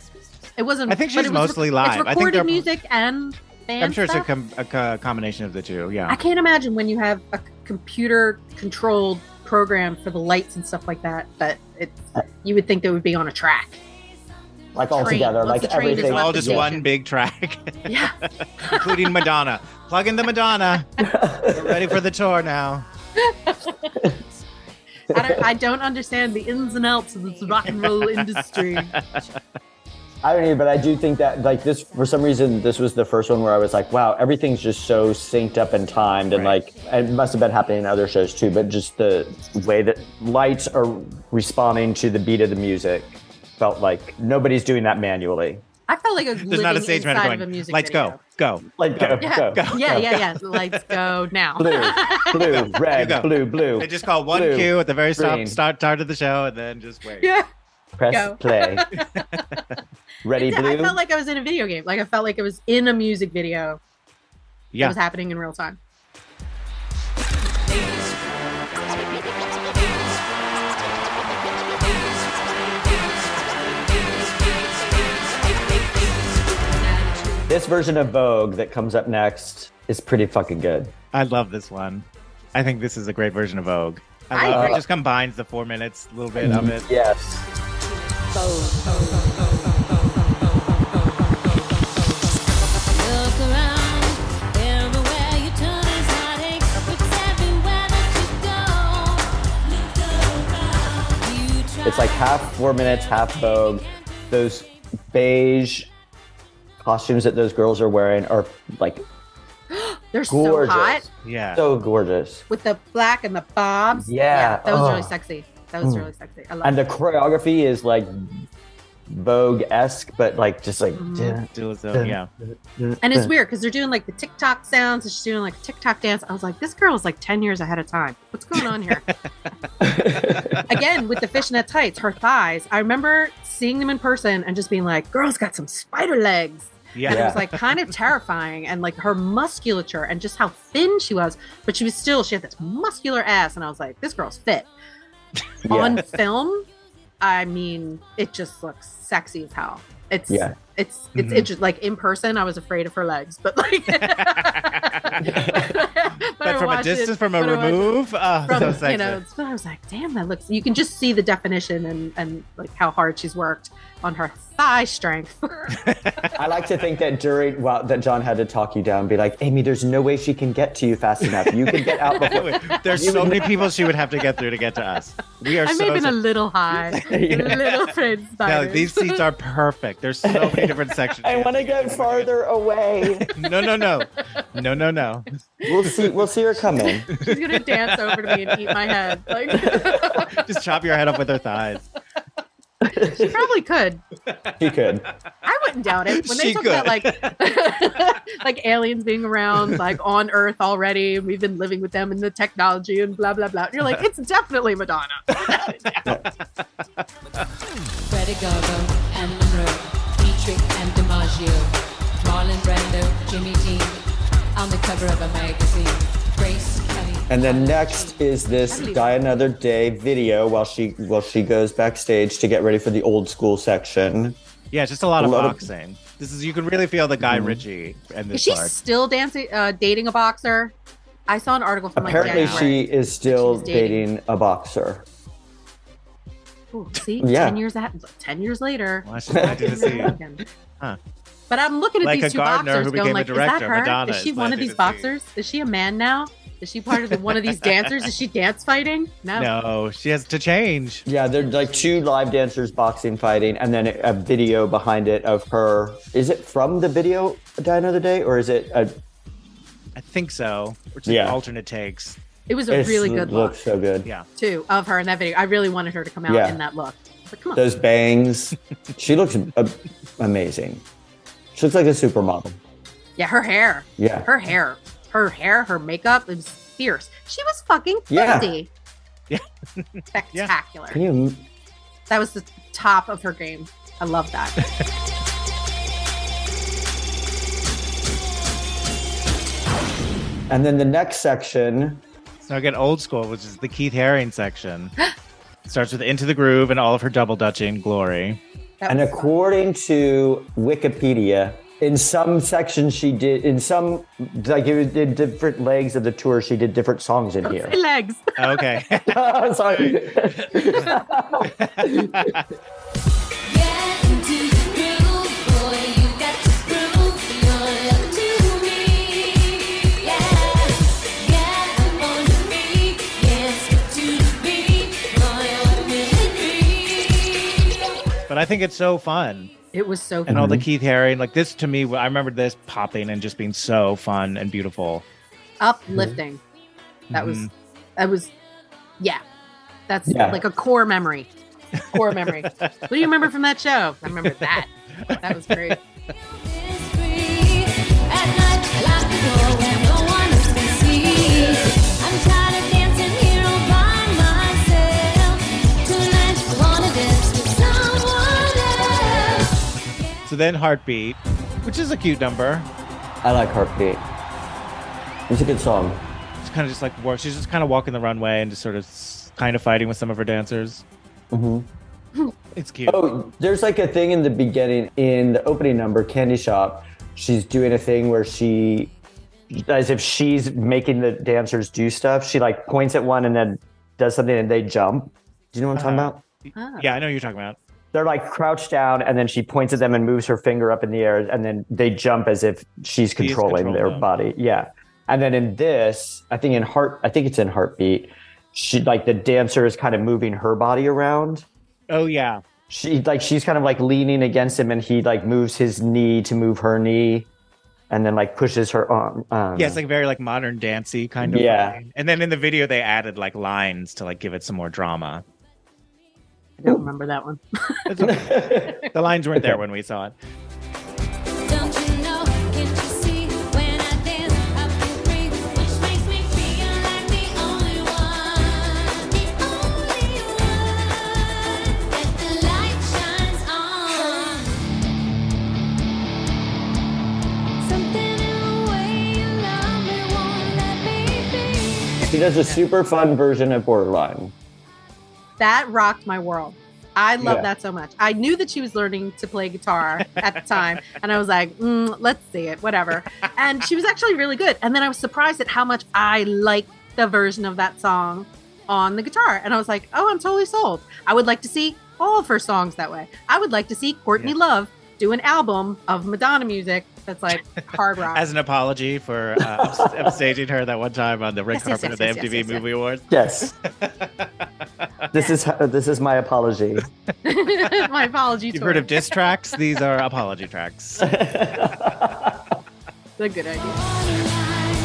Speaker 6: It wasn't.
Speaker 5: I think
Speaker 6: but
Speaker 5: she's
Speaker 6: it was rec-
Speaker 5: mostly live. I
Speaker 6: It's
Speaker 5: think
Speaker 6: recorded
Speaker 5: they're-
Speaker 6: music and band.
Speaker 5: I'm sure it's a,
Speaker 6: stuff?
Speaker 5: com- a co- combination of the two.
Speaker 6: I
Speaker 5: Yeah.
Speaker 6: can't imagine when you have a computer controlled program for the lights and stuff like that. But it, you would think they would be on a track.
Speaker 4: like all
Speaker 6: Train.
Speaker 4: together
Speaker 6: Once
Speaker 4: like
Speaker 6: the train is
Speaker 4: everything
Speaker 6: left
Speaker 5: All just
Speaker 6: Yeah.
Speaker 5: one big track,
Speaker 6: Yeah.
Speaker 5: including Madonna. Plug in the Madonna. We're ready for the tour now.
Speaker 6: I don't, I don't understand the ins and outs of this rock and roll industry.
Speaker 4: I don't know, but I do think that like this for some reason this was the first one where I was like, wow, everything's just so synced up and timed, and
Speaker 5: Right.
Speaker 4: like and it must have been happening in other shows too, but just the way that lights are responding to the beat of the music felt like nobody's doing that manually.
Speaker 6: I felt like I was
Speaker 5: There's
Speaker 6: living
Speaker 5: not a stage
Speaker 6: inside
Speaker 5: manager
Speaker 6: of a
Speaker 5: going,
Speaker 6: music
Speaker 5: let's
Speaker 6: video.
Speaker 5: go, go.
Speaker 4: Like go,
Speaker 6: Yeah.
Speaker 4: go,
Speaker 6: yeah, yeah, yeah. Let's go now.
Speaker 4: blue, blue, red,
Speaker 5: go.
Speaker 4: blue, blue.
Speaker 5: They just call one
Speaker 4: Blue,
Speaker 5: cue at the very stop,
Speaker 4: green.
Speaker 5: start, start of the show, and then just wait.
Speaker 6: Yeah.
Speaker 4: Press
Speaker 6: go.
Speaker 4: play. Ready,
Speaker 6: Yeah,
Speaker 4: blue.
Speaker 6: I felt like I was in a video game. Like I felt like it was in a music video that
Speaker 5: Yeah.
Speaker 6: was happening in real time.
Speaker 4: this version of Vogue that comes up next is pretty fucking good.
Speaker 5: I love this one. I think this is a great version of Vogue. I
Speaker 6: I
Speaker 5: love it.
Speaker 6: agree.
Speaker 5: it. Just combines the four minutes, a little bit of
Speaker 4: Mm-hmm.
Speaker 5: it.
Speaker 4: Yes.
Speaker 2: Look around, everywhere you turn is heartache. It's everywhere that you go. Look around, you try.
Speaker 4: It's like half four minutes, half Vogue. Those beige costumes that those girls are wearing are like
Speaker 6: They're
Speaker 4: gorgeous.
Speaker 6: so hot
Speaker 5: Yeah.
Speaker 4: So gorgeous.
Speaker 6: with the black and the bobs.
Speaker 4: Yeah.
Speaker 6: that was really
Speaker 4: Ugh.
Speaker 6: sexy. That was
Speaker 4: Mm.
Speaker 6: really sexy. I love
Speaker 4: And the
Speaker 6: it.
Speaker 4: choreography is like Vogue esque, but like just like
Speaker 6: Mhm.
Speaker 5: Still so- yeah.
Speaker 6: And it's weird because they're doing like the TikTok sounds and she's doing like a TikTok dance. I was like, this girl is like 10 years ahead of time. What's going on here? Again, with the fishnet tights, her thighs. I remember seeing them in person and just being like, girl's got some spider legs.
Speaker 5: Yeah.
Speaker 6: It was like kind of terrifying and like her musculature and just how thin she was, but she was still she had this muscular ass and I was like, this girl's fit.
Speaker 4: Yeah.
Speaker 6: On film, I mean, it just looks sexy as hell. It's
Speaker 4: Yeah.
Speaker 6: it's it's
Speaker 5: Mhm.
Speaker 6: inter- like in person, I was afraid of her legs, but like
Speaker 5: But from a distance, from a remove, oh, so
Speaker 6: From,
Speaker 5: sexy.
Speaker 6: you know, it's- I was like, damn, that looks. You can just see the definition and and like how hard she's worked, on her thigh strength.
Speaker 4: I like to think that during well, that John had to talk you down, and be like, Amy, there's no way she can get to you fast enough. You can get out before.
Speaker 5: There's so many people she would have to get through to get to us. We are
Speaker 6: I may
Speaker 5: so.
Speaker 6: have been a little high, a little
Speaker 5: no,
Speaker 6: bit excited.
Speaker 5: these seats are perfect. There's so many different sections.
Speaker 8: I want to get farther away.
Speaker 5: No, no, no, no, no, no.
Speaker 4: We'll see. We'll see her coming.
Speaker 6: She's gonna dance over to me and eat my head. Like
Speaker 5: Just chop your head off with her thighs.
Speaker 6: she probably could.
Speaker 4: She could.
Speaker 6: I wouldn't doubt it. When they
Speaker 5: She
Speaker 6: talk about like like aliens being around, like on Earth already, and we've been living with them and the technology and blah blah blah. And you're like, it's definitely Madonna.
Speaker 3: Greta Garbo, Anne Monroe, Dietrich and DiMaggio, Marlon Brando, Jimmy Dean, on the cover of a magazine, Grace Kelly.
Speaker 4: And then next is this "Die Another Day" video while she while she goes backstage to get ready for the old school section.
Speaker 6: Oh
Speaker 5: Yeah, just a lot of
Speaker 4: A lot of-
Speaker 5: boxing. This is you can really feel the guy Ritchie and
Speaker 6: Is
Speaker 5: this
Speaker 6: she
Speaker 5: part.
Speaker 6: still dancing, uh, dating a boxer? I saw an article from like
Speaker 4: Apparently, she
Speaker 6: January.
Speaker 4: is still
Speaker 6: She's dating.
Speaker 4: dating a boxer.
Speaker 6: Ooh, see,
Speaker 4: Yeah.
Speaker 6: ten years at ten years later.
Speaker 5: Well, she's planted a seed. Huh.
Speaker 6: But I'm looking at
Speaker 5: Like a
Speaker 6: these two
Speaker 5: gardener who
Speaker 6: boxers,
Speaker 5: became a
Speaker 6: going like, "Is
Speaker 5: director,
Speaker 6: that her?
Speaker 5: Madonna
Speaker 6: is
Speaker 5: is
Speaker 6: she one of
Speaker 5: planting
Speaker 6: these
Speaker 5: a seed."
Speaker 6: boxers? Is she a man now? Is she part of the, one of these dancers? Is she dance fighting? No.
Speaker 5: No, she has to change.
Speaker 4: Yeah, they're like two live dancers boxing fighting, and then a video behind it of her. Is it from the video Die Another Day, or is it a
Speaker 5: I think so. Which is
Speaker 4: Yeah.
Speaker 5: alternate takes.
Speaker 6: It was a
Speaker 4: It's-
Speaker 6: really good look
Speaker 4: Looks so good.
Speaker 5: Yeah.
Speaker 6: too of her in that video. I really wanted her to come out
Speaker 4: Yeah.
Speaker 6: in that look. But come on,
Speaker 4: Those bangs. she looks a- amazing. She looks like a supermodel.
Speaker 6: yeah, her hair,
Speaker 4: Yeah.
Speaker 6: her hair, her hair, her makeup it was fierce. She was fucking
Speaker 4: Yeah.
Speaker 6: fifty.
Speaker 5: Yeah.
Speaker 6: spectacular.
Speaker 4: Can you?
Speaker 6: That was the top of her game. I love that.
Speaker 4: And then the next section.
Speaker 5: So I get old school, which is the Keith Haring section. Starts with Into the Groove and all of her double dutching glory.
Speaker 6: That
Speaker 4: And
Speaker 6: was-
Speaker 4: according to Wikipedia, in some sections she did in some like it was in different legs of the tour she did different songs in here.
Speaker 6: legs.
Speaker 5: Okay.
Speaker 4: Sorry.
Speaker 2: Get into the groove, boy. You got to prove your love to me. Yeah, get on your feet, yes, to the beat, boy. What will it be?
Speaker 5: but I think it's so fun.
Speaker 6: It was so
Speaker 5: And all the Keith Haring, like this to me, I remember this popping and just being so fun and beautiful.
Speaker 6: uplifting. That was that was yeah. That's
Speaker 4: Yeah.
Speaker 6: like a core memory. Core memory. what do you remember from that show? I remember that. That was great.
Speaker 2: It's free at night, like the door where no one else can see. I'm tired of dancing here all by myself. Tonight, wanna dance with someone else.
Speaker 5: So then Heartbeat, which is a cute number.
Speaker 4: I like Heartbeat. It's a good song.
Speaker 5: It's kind of just like war. She's just kind of walking the runway and just sort of s- kind of fighting with some of her dancers. Mm-hmm. It's cute.
Speaker 4: Oh, there's like a thing in the beginning in the opening number, Candy Shop. She's doing a thing where she, as if she's making the dancers do stuff. She like points at one and then does something and they jump. Do you know what I'm talking
Speaker 6: Uh-huh.
Speaker 4: about?
Speaker 5: Yeah, I know what you're talking about.
Speaker 4: They're like crouched down and then she points at them and moves her finger up in the air and then they jump as if she's controlling their
Speaker 5: controlling them.
Speaker 4: body. Yeah. And then in this, I think in heart, I think it's in heartbeat. She like the dancer is kind of moving her body around
Speaker 5: Oh yeah.
Speaker 4: she like she's kind of like leaning against him and he like moves his knee to move her knee and then like pushes her arm um,
Speaker 5: Yeah, it's like very like modern dancey kind of.
Speaker 4: Yeah.
Speaker 5: thing. And then in the video they added like lines to like give it some more drama.
Speaker 6: I don't remember that one.
Speaker 5: It's okay. the lines weren't there when we saw it.
Speaker 2: Don't you know? Can't you see? When I dance, I feel free, which makes me feel like the only one, the only one that the light shines on. Something in the way you love me won't let me be.
Speaker 4: she does a super fun version of borderline
Speaker 6: That rocked my world. I love
Speaker 4: Yeah.
Speaker 6: that so much. I knew that she was learning to play guitar at the time, and I was like, mm, "Let's see it, whatever." And she was actually really good. And then I was surprised at how much I liked the version of that song on the guitar, and I was like, "Oh, I'm totally sold." I would like to see all of her songs that way. I would like to see Courtney Love do an album of Madonna music that's like hard rock.
Speaker 5: As an apology for uh, ups- upstaging her that one time on the red
Speaker 6: Yes, yes,
Speaker 5: carpet of
Speaker 6: yes,
Speaker 5: the
Speaker 6: yes, yes,
Speaker 5: MTV
Speaker 6: yes, yes.
Speaker 5: Movie Awards.
Speaker 4: Yes. this is this is my apology.
Speaker 6: My apologies.
Speaker 5: You've
Speaker 6: to
Speaker 5: heard
Speaker 6: her.
Speaker 5: of diss tracks? These are apology tracks.
Speaker 6: It's a good idea.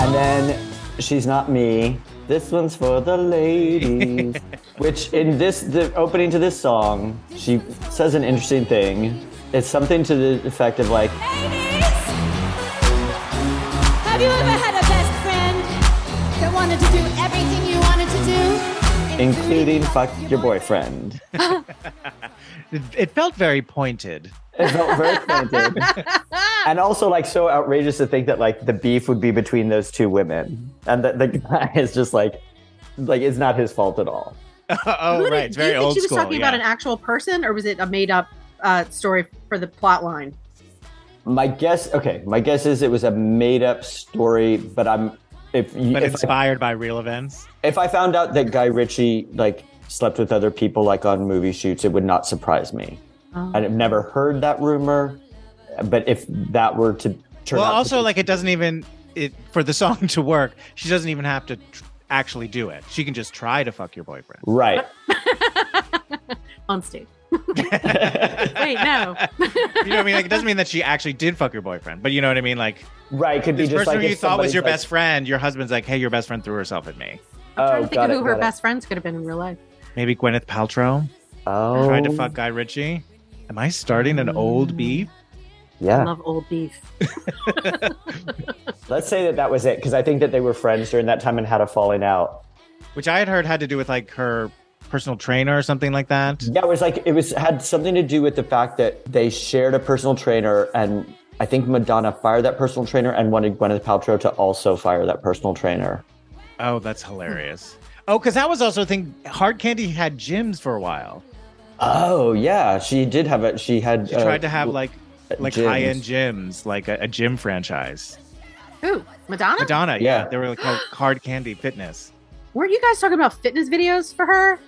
Speaker 4: And then she's not me. This one's for the ladies. Which in this the opening to this song, she says an interesting thing. It's something to the effect of like,
Speaker 2: Have you ever had a best friend that wanted to do everything you wanted to do?
Speaker 4: including fuck your boyfriend.
Speaker 5: It, it felt very pointed.
Speaker 4: It felt very planted. and also like so outrageous to think that like the beef would be between those two women. And that the guy is just like like it's not his fault at all.
Speaker 5: oh,
Speaker 6: Who did-
Speaker 5: right. It's
Speaker 6: do you
Speaker 5: very
Speaker 6: think
Speaker 5: old
Speaker 6: she was
Speaker 5: school.
Speaker 6: talking
Speaker 5: yeah.
Speaker 6: about an actual person, or was it a made-up uh, story for the plot line?
Speaker 4: My guess okay, my guess is it was a made up story, but I'm if you
Speaker 5: but
Speaker 4: if I
Speaker 5: inspired by real events.
Speaker 4: If I found out that Guy Ritchie like slept with other people like on movie shoots, it would not surprise me.
Speaker 6: Oh.
Speaker 4: I've never heard that rumor, but if that were to turn
Speaker 5: Well,
Speaker 4: out to
Speaker 5: also
Speaker 4: be-
Speaker 5: like it doesn't even it for the song to work. She doesn't even have to tr- actually do it. She can just try to fuck your boyfriend.
Speaker 4: right,
Speaker 6: On stage. Wait, no.
Speaker 5: You know what I mean? Like it doesn't mean that she actually did fuck your boyfriend, but you know what I mean. Like
Speaker 4: right, could be
Speaker 5: this
Speaker 4: just
Speaker 5: person
Speaker 4: like
Speaker 5: who
Speaker 4: if
Speaker 5: you thought was
Speaker 4: somebody's
Speaker 5: your
Speaker 4: like,
Speaker 5: best friend, your husband's like, hey, your best friend threw herself at me.
Speaker 4: Oh,
Speaker 6: I'm trying to think
Speaker 4: got
Speaker 6: of
Speaker 4: it,
Speaker 6: who her
Speaker 4: got it.
Speaker 6: best friends could have been in real life.
Speaker 5: Maybe Gwyneth Paltrow
Speaker 4: Oh,
Speaker 5: tried to fuck Guy Ritchie. Am I starting an old beef?
Speaker 6: I
Speaker 4: Yeah,
Speaker 6: love old beef.
Speaker 4: let's say that that was it because I think that they were friends during that time and had a falling out.
Speaker 5: Which I had heard had to do with like her personal trainer or something like that.
Speaker 4: Yeah, it was like it was had something to do with the fact that they shared a personal trainer, and I think Madonna fired that personal trainer and wanted Gwyneth Paltrow to also fire that personal trainer.
Speaker 5: Oh, that's hilarious. Oh, because that was also a thing. Hard Candy had gyms for a while.
Speaker 4: Oh yeah, she did have it. She had.
Speaker 5: She tried to have like like
Speaker 4: Uh, gyms.
Speaker 5: high end gyms, like a, a gym franchise.
Speaker 6: Who? Madonna?
Speaker 5: Madonna, yeah,
Speaker 4: Yeah.
Speaker 5: they were like called Hard Candy Fitness.
Speaker 6: Weren't you guys talking about fitness videos for her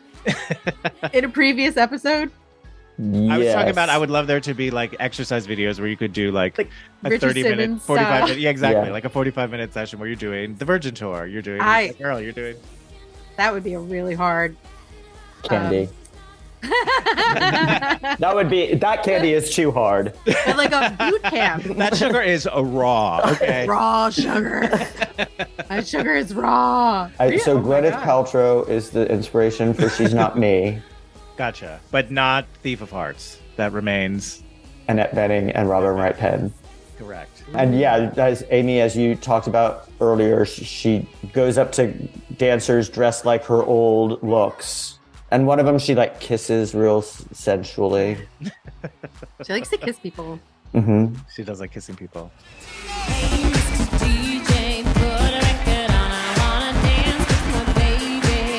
Speaker 6: in a previous episode?
Speaker 5: I was talking about I would love there to be like exercise videos where you could do like,
Speaker 6: Like
Speaker 5: a
Speaker 6: Richard
Speaker 5: thirty minute,
Speaker 6: Simmons
Speaker 5: forty
Speaker 6: style.
Speaker 5: five minute, yeah, exactly,
Speaker 4: Yeah.
Speaker 5: like a forty five minute session where you're doing the Virgin Tour, you're doing
Speaker 6: I-
Speaker 5: Meet the girl, you're doing
Speaker 6: That would be a really hard.
Speaker 5: um,
Speaker 4: candy. that would be that candy is too hard.
Speaker 6: but like a boot camp.
Speaker 5: that sugar is a raw. Okay,
Speaker 6: raw sugar. My sugar is raw. Oh
Speaker 4: I, so Gwyneth Paltrow is the inspiration for "She's Not Me,"
Speaker 5: gotcha, but not Thief of Hearts. That remains
Speaker 4: Annette Bening, and Robin Wright Penn.
Speaker 5: correct.
Speaker 4: And yeah, as Amy, as you talked about earlier, sh- she goes up to dancers dressed like her old looks, and one of them she like kisses real s- sensually.
Speaker 6: She likes to kiss people.
Speaker 4: hmm
Speaker 5: She does like kissing people.
Speaker 9: DJ, put a record on. I wanna dance with my baby.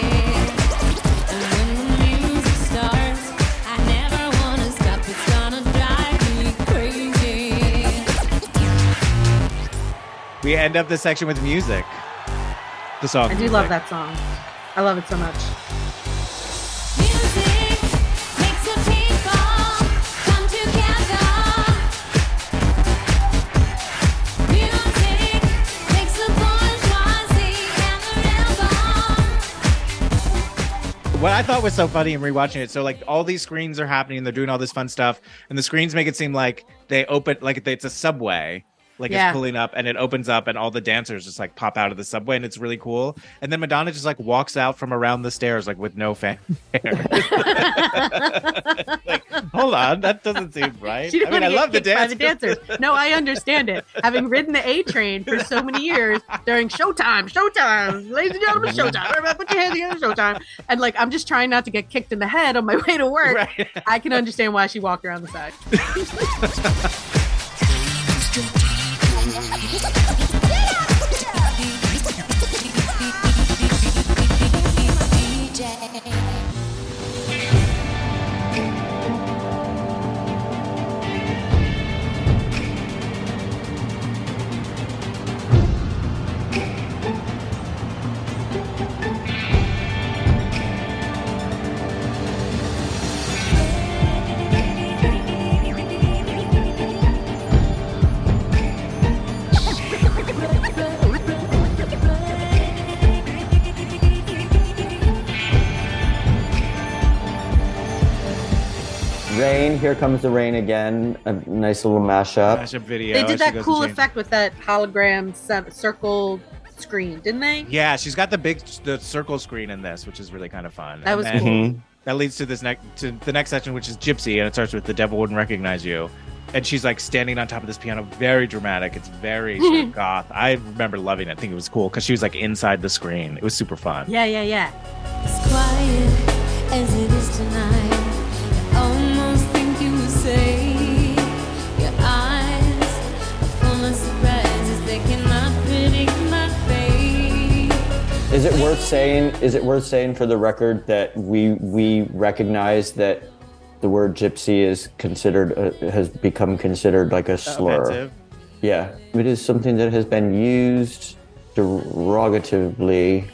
Speaker 9: And when the music starts, I never wanna stop. It's gonna drive me crazy.
Speaker 5: We end up this section with music. The song.
Speaker 6: I do love that song. I love it so much.
Speaker 2: Music makes the people come together. Music makes the bourgeoisie and the rebels.
Speaker 5: What I thought was so funny in rewatching it, so like all these screens are happening, they're doing all this fun stuff, and the screens make it seem like they open like it's a subway, like
Speaker 6: Yeah.
Speaker 5: it's pulling up and it opens up, and all the dancers just like pop out of the subway, and it's really cool. And then Madonna just like walks out from around the stairs, like with no fanfare. like, hold on, that doesn't seem right.
Speaker 6: She
Speaker 5: I
Speaker 6: didn't
Speaker 5: mean, I
Speaker 6: wanna get
Speaker 5: love the
Speaker 6: kicked by
Speaker 5: dance.
Speaker 6: the dancers. No, I understand it. Having ridden the A train for so many years during Showtime, Showtime, ladies and gentlemen, Showtime. Everybody Put your hands together, Showtime. And like, I'm just trying not to get kicked in the head on my way to work.
Speaker 5: Right.
Speaker 6: I can understand why she walked around the side.
Speaker 2: DJ.
Speaker 4: Rain, Here Comes the Rain again. A nice little mashup.
Speaker 5: Mashup video.
Speaker 6: They
Speaker 5: and she
Speaker 6: did
Speaker 5: goes
Speaker 6: that
Speaker 5: and
Speaker 6: cool
Speaker 5: changes-
Speaker 6: effect with that hologram sev- circle screen, didn't they?
Speaker 5: Yeah, she's got the big the circle screen in this, which is really kind of fun.
Speaker 6: That
Speaker 5: And
Speaker 6: was
Speaker 5: then-
Speaker 6: cool.
Speaker 5: That leads to this next to the next section, which is Gypsy, and it starts with the devil wouldn't recognize you, and she's like standing on top of this piano, very dramatic. It's very sort of goth. I remember loving it. I think it was cool because she was like inside the screen. It was super fun.
Speaker 6: Yeah, yeah, yeah.
Speaker 2: As quiet as it is tonight, I almost think you would say your eyes are full of surprises. They cannot predict my fate.
Speaker 4: Is it worth saying? Is it worth saying for the record that we we recognize that the word gypsy is considered uh, has become considered like a slur.
Speaker 5: Offensive.
Speaker 4: Yeah, it is something that has been used derogatively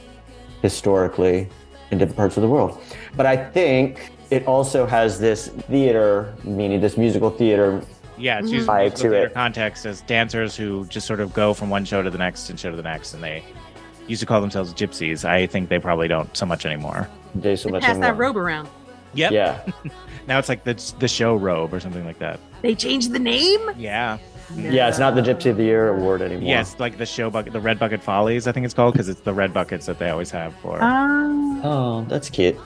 Speaker 4: historically in different parts of the world. But I think it also has this theater meaning, this musical theater.
Speaker 5: Yeah,
Speaker 6: Mm-hmm.
Speaker 5: it's used
Speaker 4: I
Speaker 5: in
Speaker 4: to
Speaker 5: their
Speaker 4: it.
Speaker 5: context as dancers who just sort of go from one show to the next and show to the next, and they used to call themselves gypsies. I think they probably don't so much anymore.
Speaker 4: They so much
Speaker 6: Pass that
Speaker 4: anymore.
Speaker 6: robe around.
Speaker 5: Yep.
Speaker 4: Yeah.
Speaker 5: Now it's like the the show robe or something like that.
Speaker 6: They changed the name?
Speaker 5: Yeah.
Speaker 4: Yeah, it's not the Gypsy of the Year award anymore.
Speaker 5: Yes, like the show bucket, the red bucket follies, I think it's called, because it's the red buckets that they always have for.
Speaker 6: Uh,
Speaker 4: Oh, that's cute.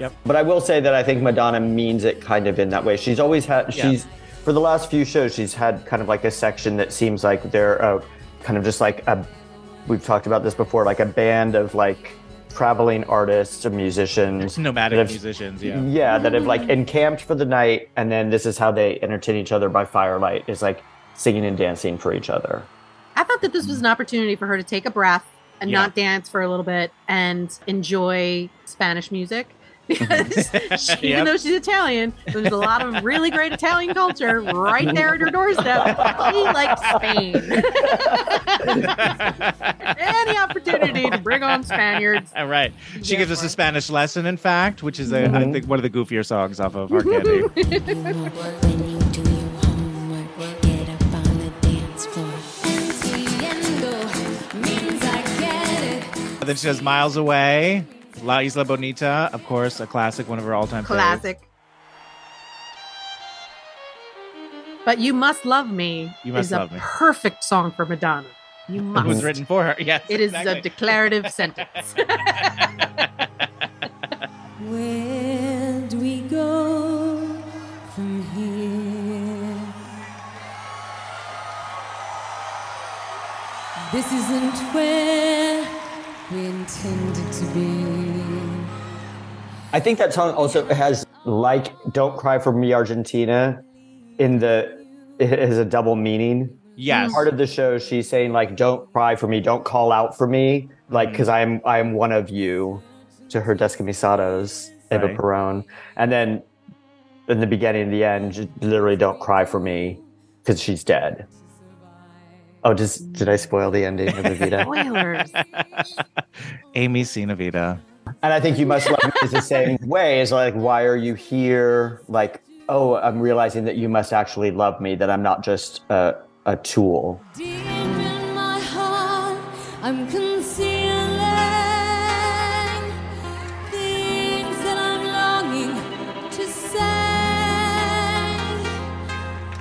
Speaker 5: Yep.
Speaker 4: But I will say that I think Madonna means it kind of in that way. She's always had
Speaker 5: Yeah.
Speaker 4: she's for the last few shows she's had kind of like a section that seems like they're uh, kind of just like a we've talked about this before like a band of like traveling artists and musicians
Speaker 5: nomadic
Speaker 4: that have-
Speaker 5: musicians,
Speaker 4: yeah.
Speaker 5: yeah.
Speaker 4: that have like encamped for the night and then this is how they entertain each other by firelight is like singing and dancing for each other.
Speaker 6: I thought that this was an opportunity for her to take a breath and
Speaker 5: Yeah.
Speaker 6: not dance for a little bit and enjoy Spanish music. Because she,
Speaker 5: Mm-hmm. Yep.
Speaker 6: even though she's Italian, there's a lot of really great Italian culture right there at her doorstep. She likes Spain. Any opportunity to bring on Spaniards.
Speaker 5: All right. She gives us a
Speaker 6: Therefore.
Speaker 5: Spanish lesson, in fact, which is, a I I think, one of the goofier songs off of Arcade.
Speaker 2: Empty and go means I get it.
Speaker 5: then she does Miles Away, La Isla Bonita, of course, a classic, one of her all time
Speaker 6: Classic. But You Must Love Me
Speaker 5: You Must
Speaker 6: is a
Speaker 5: Love Me.
Speaker 6: perfect song for Madonna. You
Speaker 5: It was
Speaker 6: must.
Speaker 5: written for her. Yes.
Speaker 6: It is a
Speaker 5: exactly.
Speaker 6: declarative sentence.
Speaker 2: Where do we go from here? This isn't where we intended to be.
Speaker 4: I think that song also has like "Don't Cry for Me, Argentina" in the it has a double meaning.
Speaker 5: Yes.
Speaker 4: Part of the show, she's saying like "Don't cry for me, don't call out for me,"
Speaker 5: Mm.
Speaker 4: like because I'm I'm one of you to her Descamisados, Eva
Speaker 5: Right.
Speaker 4: Peron, and then in the beginning and the end, j- literally "Don't cry for me" because she's dead. Oh, just did I spoil the ending of the Vita?
Speaker 6: Spoilers.
Speaker 5: Amy Sinavita.
Speaker 4: And I think you must love me is the same way. Is like, why are you here? Like, oh, I'm realizing that you must actually love me. That I'm not just a, a tool.
Speaker 2: Deep in my heart, I'm concealing things that I'm longing to say.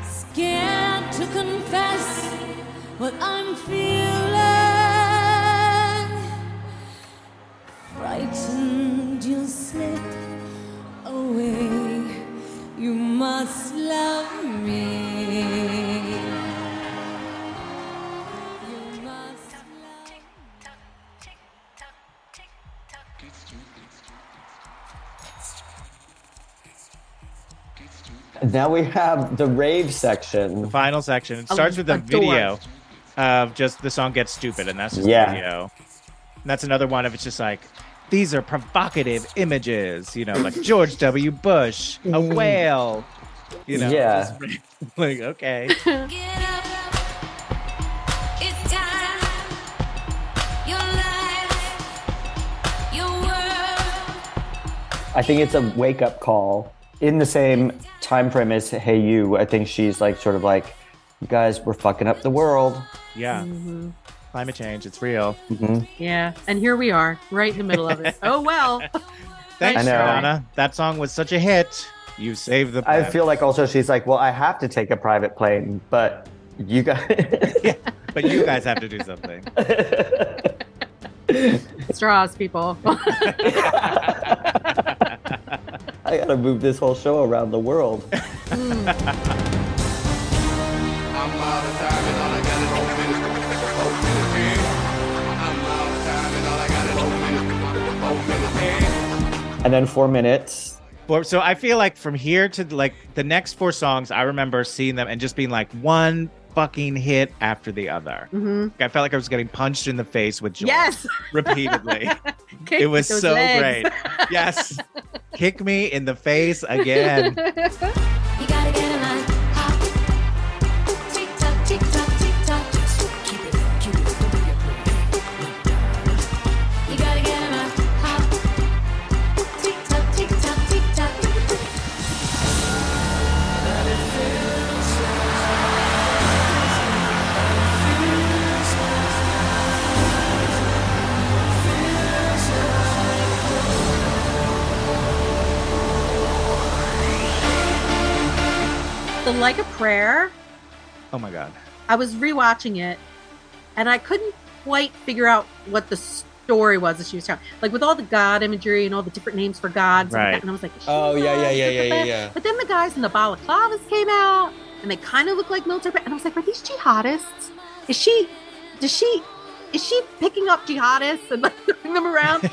Speaker 2: Scared to confess what I'm feeling. Frightened, you'll slip away. You must love me. You must
Speaker 4: Now we have the rave section.
Speaker 5: Final section. It starts with a
Speaker 6: a door.
Speaker 5: video of just the song Gets Stupid, and that's just
Speaker 4: Yeah.
Speaker 5: the video. And that's another one of it's just like, these are provocative images, you know, like George W. Bush, a whale, you know.
Speaker 4: Yeah.
Speaker 5: just- like, okay.
Speaker 2: get up. It's time. Your life, your world.
Speaker 4: I think it's a wake up call. In the same time frame as Hey You, I think she's like sort of like, you guys, we're fucking up the world.
Speaker 5: Yeah. Climate change, it's real.
Speaker 4: Mm-hmm.
Speaker 6: yeah. And here we are, right in the middle of it. Oh, well.
Speaker 5: Thanks,
Speaker 4: I know.
Speaker 5: Donna. That song was such a hit. You've saved the.
Speaker 4: I
Speaker 5: planet.
Speaker 4: feel like also she's like, well, I have to take a private plane, but you guys.
Speaker 5: but you guys have to do something.
Speaker 6: Straws, people.
Speaker 4: I gotta move this whole show around the world.
Speaker 10: I'm out of time and all I got is four minutes. Four minutes, hey. I'm out of time and all I got is four minutes. Four minutes, hey.
Speaker 4: And then four minutes.
Speaker 5: Four- so I feel like from here to like the next four songs, I remember seeing them and just being like one fucking hit after the other.
Speaker 6: hmm
Speaker 5: I felt like I was getting punched in the face with joy
Speaker 6: Yes.
Speaker 5: repeatedly.
Speaker 6: Kick
Speaker 5: it was
Speaker 6: those
Speaker 5: so
Speaker 6: legs.
Speaker 5: great. Yes. Kick me in the face again.
Speaker 11: You gotta get in line. Hop. Tick tock, tick tock, tick tock. Keep it, keep it, don't be afraid. You gotta get in line. Hop. Tick tock, tick tock, tick tock.
Speaker 6: The Like a Prayer,
Speaker 5: Oh my god.
Speaker 6: I was rewatching it and I couldn't quite figure out what the story was that she was telling. Like with all the God imagery and all the different names for gods. and
Speaker 5: Right.
Speaker 6: that- And I was like, is she
Speaker 12: Oh,
Speaker 6: a
Speaker 12: yeah,
Speaker 6: god?
Speaker 12: yeah,
Speaker 6: Is
Speaker 12: yeah,
Speaker 6: this
Speaker 12: yeah,
Speaker 6: a
Speaker 12: yeah,
Speaker 6: bad-
Speaker 12: yeah.
Speaker 6: But then the guys in the balaclavas came out and they kind of looked like military. And I was like, are these jihadists? Is she, does she, is she picking up jihadists and like throwing them around?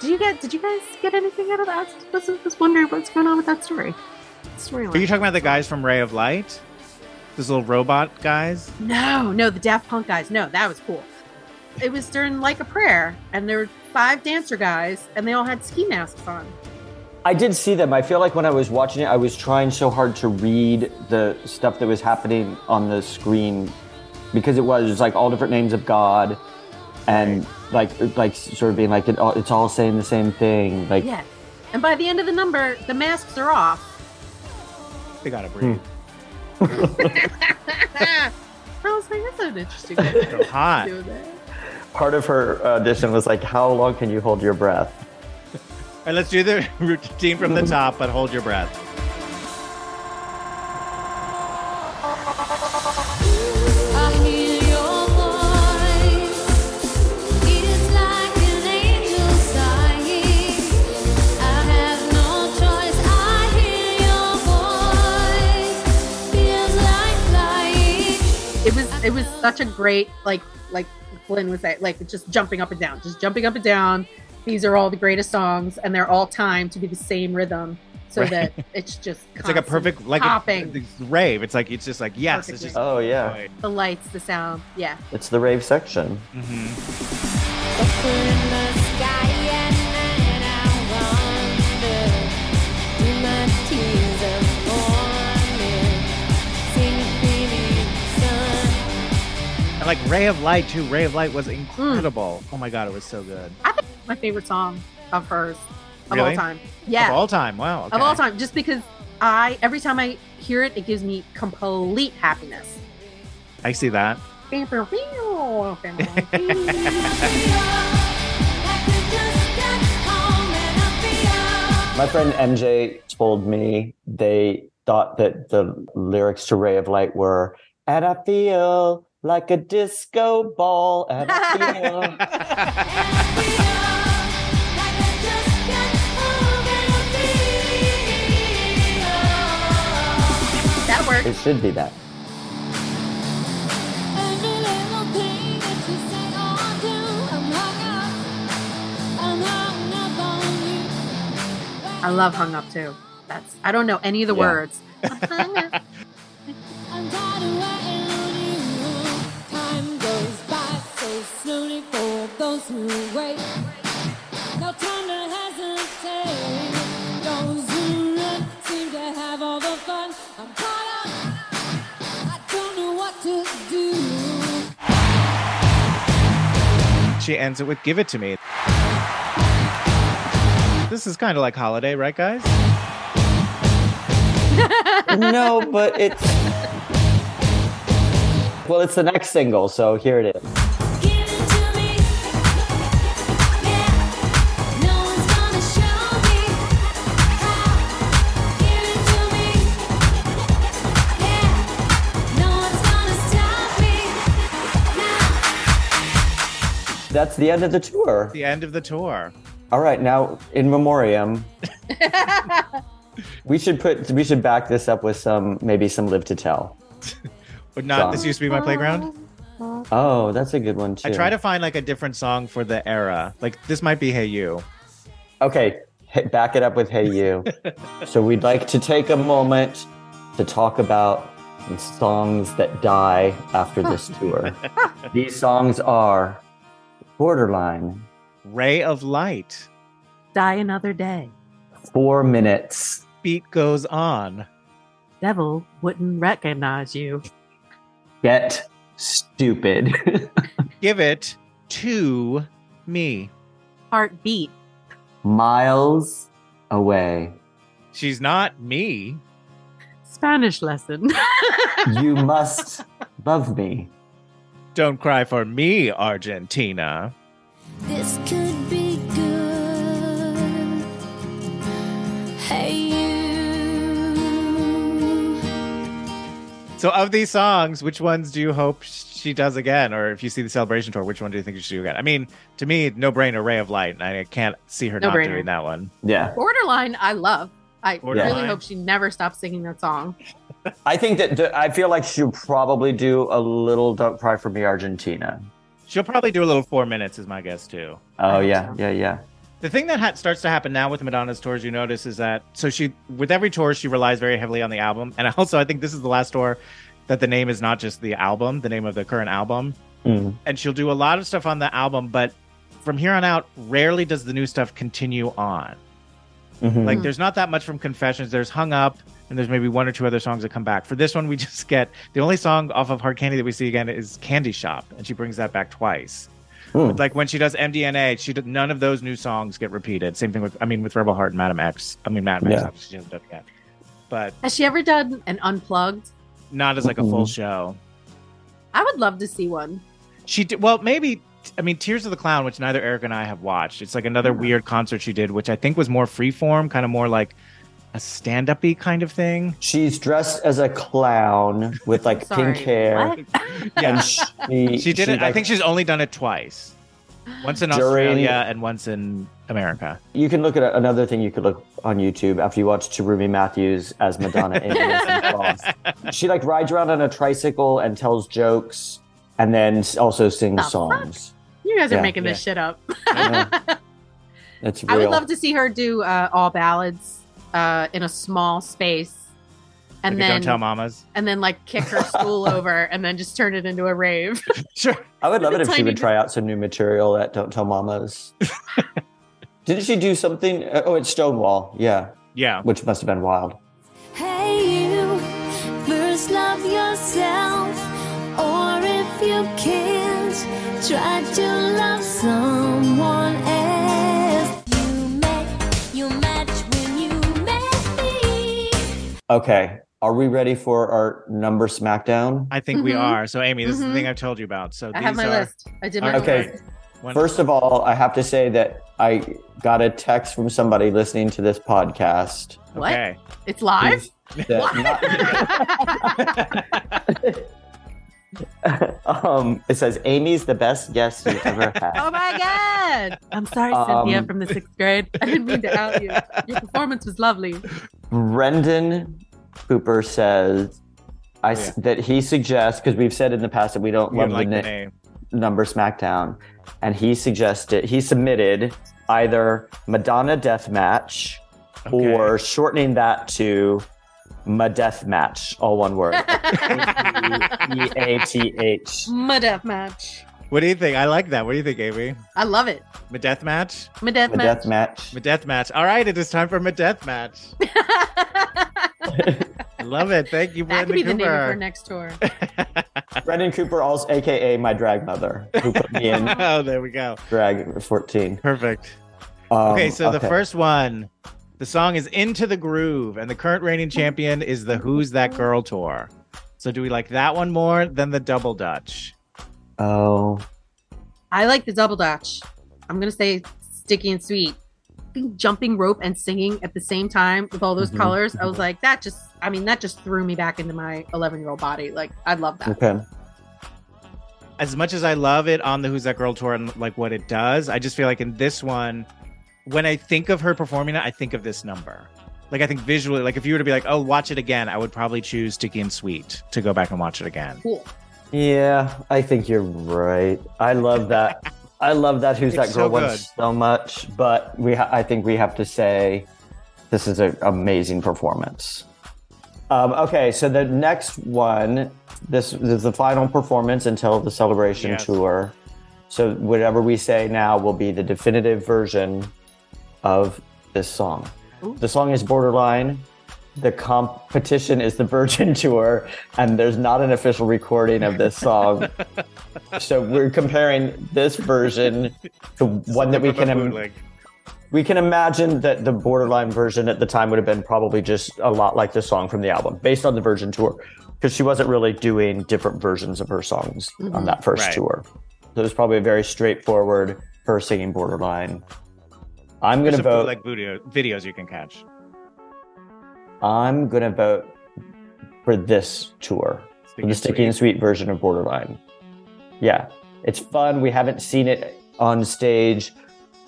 Speaker 6: Do you guys, did you guys get anything out of that? I was, I was wondering what's going on with that story. Storyline.
Speaker 5: Are you talking about the guys from Ray of Light? Those little robot guys?
Speaker 6: No, no, the Daft Punk guys. No, that was cool. It was during Like a Prayer, and there were five dancer guys, and they all had ski masks on.
Speaker 4: I did see them. I feel like when I was watching it, I was trying so hard to read the stuff that was happening on the screen because it was, like all different names of God and like like sort of being like it all, it's all saying the same thing. Like
Speaker 6: Yeah. And by the end of the number, the masks are off.
Speaker 5: They gotta breathe.
Speaker 6: I was like, that's an interesting way to
Speaker 5: They're hot.
Speaker 6: do that.
Speaker 4: part of her audition was like, how long can you hold your breath?
Speaker 5: All right, let's do the routine from the top, but hold your breath.
Speaker 2: I hear your voice. It's like an angel sighing. I have no choice. I hear your voice. Feels like flying.
Speaker 6: It was it was such a great like like Glenn was saying, like just jumping up and down, just jumping up and down. These are all the greatest songs, and they're all timed to be the same rhythm, so
Speaker 5: Right.
Speaker 6: that it's just
Speaker 5: It's like a
Speaker 6: constant
Speaker 5: perfect like
Speaker 6: popping.
Speaker 5: a, a rave. It's like it's just like yes,
Speaker 6: Perfect
Speaker 5: it's just
Speaker 4: Oh yeah.
Speaker 5: joy.
Speaker 6: the lights, the sound, yeah.
Speaker 4: It's the rave section.
Speaker 2: in the sky at night. I wander through my tears of morning. Sing a pretty song.
Speaker 5: And like Ray of Light too. Ray of Light
Speaker 6: Hmm.
Speaker 5: was incredible. Oh my god, it was so good.
Speaker 6: I think it's my favorite song of hers of all
Speaker 5: Really?
Speaker 6: time. Yeah,
Speaker 5: Of all time. Wow.
Speaker 6: of all
Speaker 5: okay.
Speaker 6: time. Just because I every time I hear it, it gives me complete happiness.
Speaker 5: I see that.
Speaker 2: I could just get home and I'd be out.
Speaker 4: My friend MJ told me they thought that the lyrics to Ray of Light were, and I feel like a disco ball. And I feel.
Speaker 2: I could just get home and I'd be out.
Speaker 6: that works.
Speaker 4: it should be that.
Speaker 2: Every little thing that you say or do, I'm hung up. I'm hung up on you.
Speaker 6: I love "Hung Up" too. That's I don't know any of the
Speaker 4: Yeah.
Speaker 6: words. Hung up.
Speaker 2: I'm tired of waiting on you. Time goes by so slowly for those who wait. No time to hesitate. Those who run seem to have all the fun. I'm caught up. I don't know what to do.
Speaker 5: She ends it with "Give it to me." This is kind of like holiday, right, guys?
Speaker 4: no, but it's. Well, it's the next single, so here it is.
Speaker 2: Give it to me, yeah. No one's gonna show me how. Give it to
Speaker 4: that's the end of the tour.
Speaker 5: The end of the tour.
Speaker 4: All right, now in memoriam. we should put we should back this up with some maybe some live to tell.
Speaker 5: But not
Speaker 4: Song.
Speaker 5: this used to be my playground.
Speaker 4: Oh, that's a good one too.
Speaker 5: I try to find like a different song for the era. Like this might be Hey You.
Speaker 4: Okay, hey, back it up with Hey You. so we'd like to take a moment to talk about the songs that die after this tour. These songs are Borderline,
Speaker 5: Ray of Light.
Speaker 6: Die another day.
Speaker 4: Four Minutes,
Speaker 5: Beat goes on.
Speaker 6: Devil wouldn't recognize you.
Speaker 4: Get Stupid,
Speaker 5: Give it to me.
Speaker 6: Heartbeat.
Speaker 4: Miles Away,
Speaker 5: She's not me.
Speaker 6: Spanish lesson.
Speaker 4: You Must Love Me,
Speaker 5: Don't cry for me, Argentina.
Speaker 2: This could be good. Hey, you.
Speaker 5: So of these songs, which ones do you hope she does again? Or if you see the celebration tour, which one do you think she should do again? I mean, to me, no brainer, Ray of Light. and I can't see her not
Speaker 6: No-brainer.
Speaker 5: doing that one.
Speaker 4: Yeah.
Speaker 6: Borderline, I love. I
Speaker 5: Borderline.
Speaker 6: really hope she never stops singing that song.
Speaker 4: I think that the, I feel like she'll probably do a little Don't Cry for Me Argentina.
Speaker 5: She'll probably do a little four minutes, is my guess too.
Speaker 4: Oh,
Speaker 6: hope
Speaker 4: yeah,
Speaker 6: so.
Speaker 4: yeah, yeah.
Speaker 5: The thing that ha- starts to happen now with Madonna's tours, you notice, is that so she with every tour she relies very heavily on the album, and also I think this is the last tour that the name is not just the album, the name of the current album,
Speaker 4: Mm.
Speaker 5: and she'll do a lot of stuff on the album, but from here on out, rarely does the new stuff continue on.
Speaker 4: Mhm.
Speaker 5: Like there's not that much from Confessions. There's Hung Up, and there's maybe one or two other songs that come back. For this one, we just get the only song off of Hard Candy that we see again is Candy Shop, and she brings that back twice.
Speaker 4: Hmm.
Speaker 5: But, Like when she does MDNA, she did, none of those new songs get repeated. Same thing with I mean with Rebel Heart and Madam X. I mean Madam X
Speaker 4: Yeah.
Speaker 5: obviously she hasn't done it yet, but
Speaker 6: Has she ever done an unplugged?
Speaker 5: not as like
Speaker 4: Mm-hmm.
Speaker 5: a full show.
Speaker 6: I would love to see one.
Speaker 5: She did, well maybe I mean Tears of the Clown, which neither Eric and I have watched. It's like another
Speaker 4: Mm.
Speaker 5: weird concert she did, which I think was more freeform, kind of more like a stand y kind of thing.
Speaker 4: She's dressed as a clown with like
Speaker 6: Sorry,
Speaker 4: pink hair.
Speaker 6: what?
Speaker 5: Yeah.
Speaker 4: And she,
Speaker 5: She did it. I
Speaker 4: like-
Speaker 5: think she's only done it twice. Once in
Speaker 4: During-
Speaker 5: Australia and once in America.
Speaker 4: you can look at another thing you could look on YouTube after you watch Tarumi Matthews as Madonna in Dancing Cross. She like rides around on a tricycle and tells jokes and then s- also sings
Speaker 6: The fuck?
Speaker 4: songs.
Speaker 6: You guys are
Speaker 4: Yeah,
Speaker 6: making this shit up.
Speaker 4: Yeah. It's real.
Speaker 6: I would love to see her do uh, all ballads uh, in a small space, and
Speaker 5: Like a
Speaker 6: then
Speaker 5: don't tell mamas.
Speaker 6: and then like kick her stool over, and then just turn it into a rave.
Speaker 5: Sure.
Speaker 4: I would love it if she
Speaker 6: Tiny
Speaker 4: would try out some new material at Don't Tell Mamas. Didn't she do something? uh, Oh, it's Stonewall. Yeah,
Speaker 5: Yeah.
Speaker 4: which must have been wild.
Speaker 2: Hey, you first love yourself, or if you can't, try to love someone else. You met your match when you met me.
Speaker 4: Okay, are we ready for our number smackdown?
Speaker 5: I think we
Speaker 6: Mhm.
Speaker 5: are. So Amy, this is the
Speaker 6: Mhm.
Speaker 5: thing I've told you about. So
Speaker 6: I
Speaker 5: these
Speaker 6: have my
Speaker 5: are
Speaker 6: list. I did my
Speaker 4: Okay.
Speaker 6: list.
Speaker 5: one-
Speaker 4: First of all, I have to say that I got a text from somebody listening to this podcast.
Speaker 6: What?
Speaker 5: Okay.
Speaker 6: It's live.
Speaker 4: that- um, it says Amy's the best guest you ever
Speaker 6: Oh
Speaker 4: had.
Speaker 6: my god! I'm sorry,
Speaker 4: Um,
Speaker 6: Cynthia from the sixth grade. I didn't mean to out you. Your performance was lovely.
Speaker 4: Brendan Cooper says I s- that he suggests because we've said in the past that we don't
Speaker 5: Oh, We
Speaker 4: love
Speaker 5: like
Speaker 4: the,
Speaker 5: the
Speaker 4: na-
Speaker 5: name.
Speaker 4: number SmackDown, and he suggested he submitted either Madonna Death Match
Speaker 5: Okay.
Speaker 4: or shortening that to Ma Death Match, all one word. E A T H.
Speaker 6: My death match.
Speaker 5: What do you think? I like that. What do you think, Amy?
Speaker 6: I love it.
Speaker 5: My death match?
Speaker 6: My death
Speaker 4: Ma
Speaker 6: match.
Speaker 4: Death Match.
Speaker 5: My death match. All right, it is time for my death match. I love it. Thank you, Brenda
Speaker 6: that could be the name of
Speaker 5: Cooper.
Speaker 6: her next tour.
Speaker 4: Brendan Cooper, also AKA my drag mother, who put me in
Speaker 5: oh, there we go.
Speaker 4: drag 14.
Speaker 5: Perfect.
Speaker 4: Um,
Speaker 5: Okay, so the first one, the song is Into the Groove, and the current reigning champion is the Who's That Girl tour. So do we like that one more than the Double Dutch?
Speaker 4: Oh,
Speaker 6: I like the double dutch. I'm gonna say sticky and sweet. Jumping rope and singing at the same time with all those
Speaker 4: Mhm.
Speaker 6: colors. I was like, that just. I mean, that just threw me back into my 11 year old body. Like, I love that.
Speaker 4: okay.
Speaker 5: as much as I love it on the Who's That Girl tour and like what it does, I just feel like in this one, when I think of her performing it, I think of this number. Like I think visually, like if you were to be like, oh, watch it again, I would probably choose Sticky and Sweet to go back and watch it again.
Speaker 6: Cool.
Speaker 4: Yeah, I think you're right. I love that. I love that. Who's
Speaker 5: It's
Speaker 4: that girl?
Speaker 5: so
Speaker 4: one
Speaker 5: good.
Speaker 4: so much, but we. Ha- I think we have to say, this is an amazing performance. Um, okay, so the next one, this, is the final performance until the celebration
Speaker 5: Yes.
Speaker 4: tour. So whatever we say now will be the definitive version of this song. The song is borderline. The competition is the Virgin Tour, and there's not an official recording of this song. so we're comparing this version to one that we can im-
Speaker 5: Bootleg.
Speaker 4: we can imagine that the borderline version at the time would have been probably just a lot like the song from the album, based on the Virgin tour, because she wasn't really doing different versions of her songs on that first
Speaker 5: Right.
Speaker 4: tour. So it was probably a very straightforward her singing borderline. I'm
Speaker 5: There's
Speaker 4: gonna
Speaker 5: some
Speaker 4: vote.
Speaker 5: bootleg video videos you can catch.
Speaker 4: I'm gonna vote for this tour, for
Speaker 5: Sticky
Speaker 4: the
Speaker 5: and
Speaker 4: sticky and sweet version of Borderline. Yeah, it's fun. We haven't seen it on stage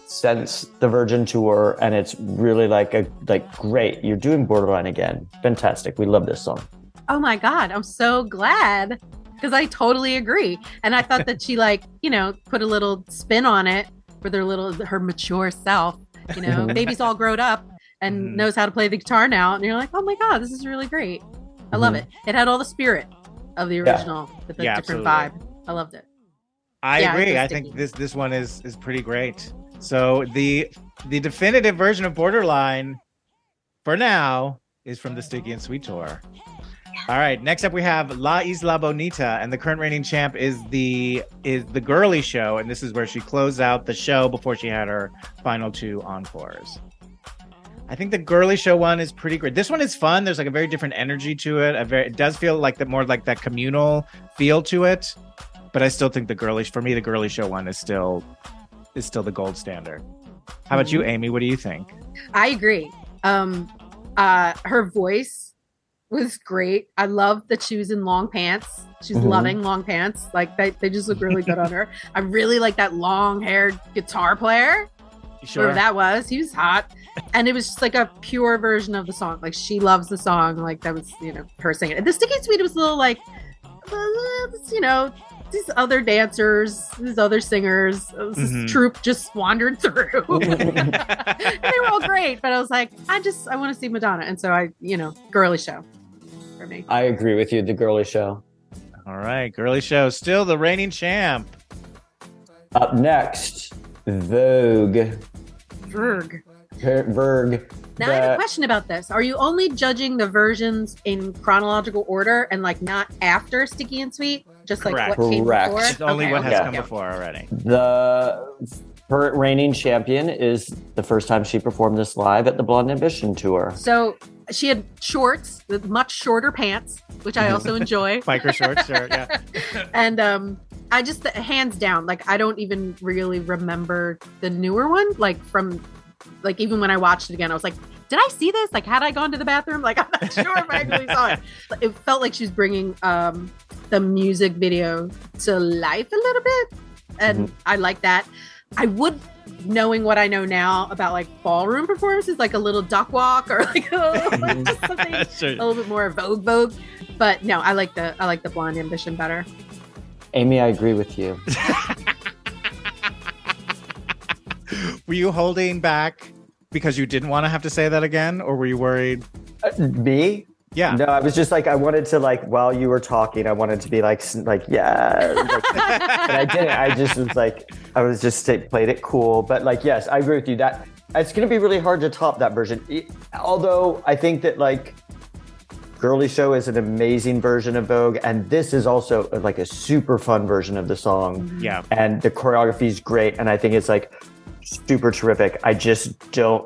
Speaker 4: since the Virgin tour, and it's really like a like great. You're doing Borderline again. Fantastic. We love this song.
Speaker 6: Oh my God. I'm so glad because I totally agree. And I thought that she, like, you know, put a little spin on it for their little, her mature self. You know, baby's all grown up and
Speaker 5: Mhm.
Speaker 6: knows how to play the guitar now. And you're like, oh my God, this is really great. I love it. It had all the spirit of the
Speaker 4: Yeah.
Speaker 6: original, but the
Speaker 5: Yeah,
Speaker 6: different
Speaker 5: absolutely.
Speaker 6: vibe. I loved it.
Speaker 5: I
Speaker 6: Yeah,
Speaker 5: agree.
Speaker 6: it's
Speaker 5: I
Speaker 6: sticky.
Speaker 5: think this this one is is pretty great. So the the definitive version of Borderline for now is from the Sticky and Sweet tour. All right. Next up, we have La Isla Bonita, and the current reigning champ is the is the Girly Show, and this is where she closed out the show before she had her final two encores. I think the Girly Show one is pretty great. This one is fun. There's like a very different energy to it. A very, it does feel like the more like that communal feel to it but I still think the girly for me the girly show one is still is still the gold standard. How about
Speaker 6: Mm-hmm.
Speaker 5: you, Amy? What do you think?
Speaker 6: I agree. Um, uh, her voice was great. I love that she was in long pants. She's
Speaker 4: Mhm.
Speaker 6: loving long pants. Like they, they just look really good on her. I really like that long haired guitar player.
Speaker 5: You
Speaker 6: Whoever that was, he was hot. And it was just like a pure version of the song. Like she loves the song. Like that was, you know, her singing. And the sticky sweet was a little like, uh, you know, these other dancers, these other singers, this
Speaker 5: Mhm.
Speaker 6: troupe just wandered through. And they were all great, but I was like, I just I want to see Madonna, and so I, you know, girly show for me.
Speaker 4: I agree with you. The girly show.
Speaker 5: All right, girly show still the reigning champ.
Speaker 4: Up next, Vogue.
Speaker 6: Verg.
Speaker 4: Her- Vogue.
Speaker 6: Now I have
Speaker 4: The-
Speaker 6: a question about this. Are you only judging the versions in chronological order and like not after Sticky and Sweet, just like
Speaker 5: Correct.
Speaker 6: what came
Speaker 4: Correct.
Speaker 6: before?
Speaker 5: It's only
Speaker 6: Okay,
Speaker 5: what has
Speaker 6: okay,
Speaker 5: come
Speaker 6: okay.
Speaker 5: before already.
Speaker 4: The current reigning champion is the first time she performed this live at the Blonde Ambition tour.
Speaker 6: So she had shorts with much shorter pants, which I also enjoy.
Speaker 5: Micro short, sure, yeah.
Speaker 6: and um i just hands down like i don't even really remember the newer one like from like even when i watched it again i was like did i see this like had i gone to the bathroom like i'm not sure if i actually saw it But it felt like she was bringing um the music video to life a little bit and i like that i would knowing what i know now about like ballroom performances like a little duck walk or like a, just something
Speaker 5: Sure.
Speaker 6: a little bit more vogue vogue but no i like the i like the blonde ambition better
Speaker 4: Amy, I agree with you.
Speaker 5: Were you holding back because you didn't want to have to say that again, or were you worried?
Speaker 4: Uh, me?
Speaker 5: Yeah.
Speaker 4: No, I was just like I wanted to like while you were talking, I wanted to be like s- like yeah, like, but I didn't. I just was like I was just sta- played it cool, but like yes, I agree with you that it's going to be really hard to top that version. E- Although I think that like Girly Show is an amazing version of Vogue, and this is also uh, like a super fun version of the song.
Speaker 5: Yeah.
Speaker 4: and the choreography is great and i think it's like super terrific i just don't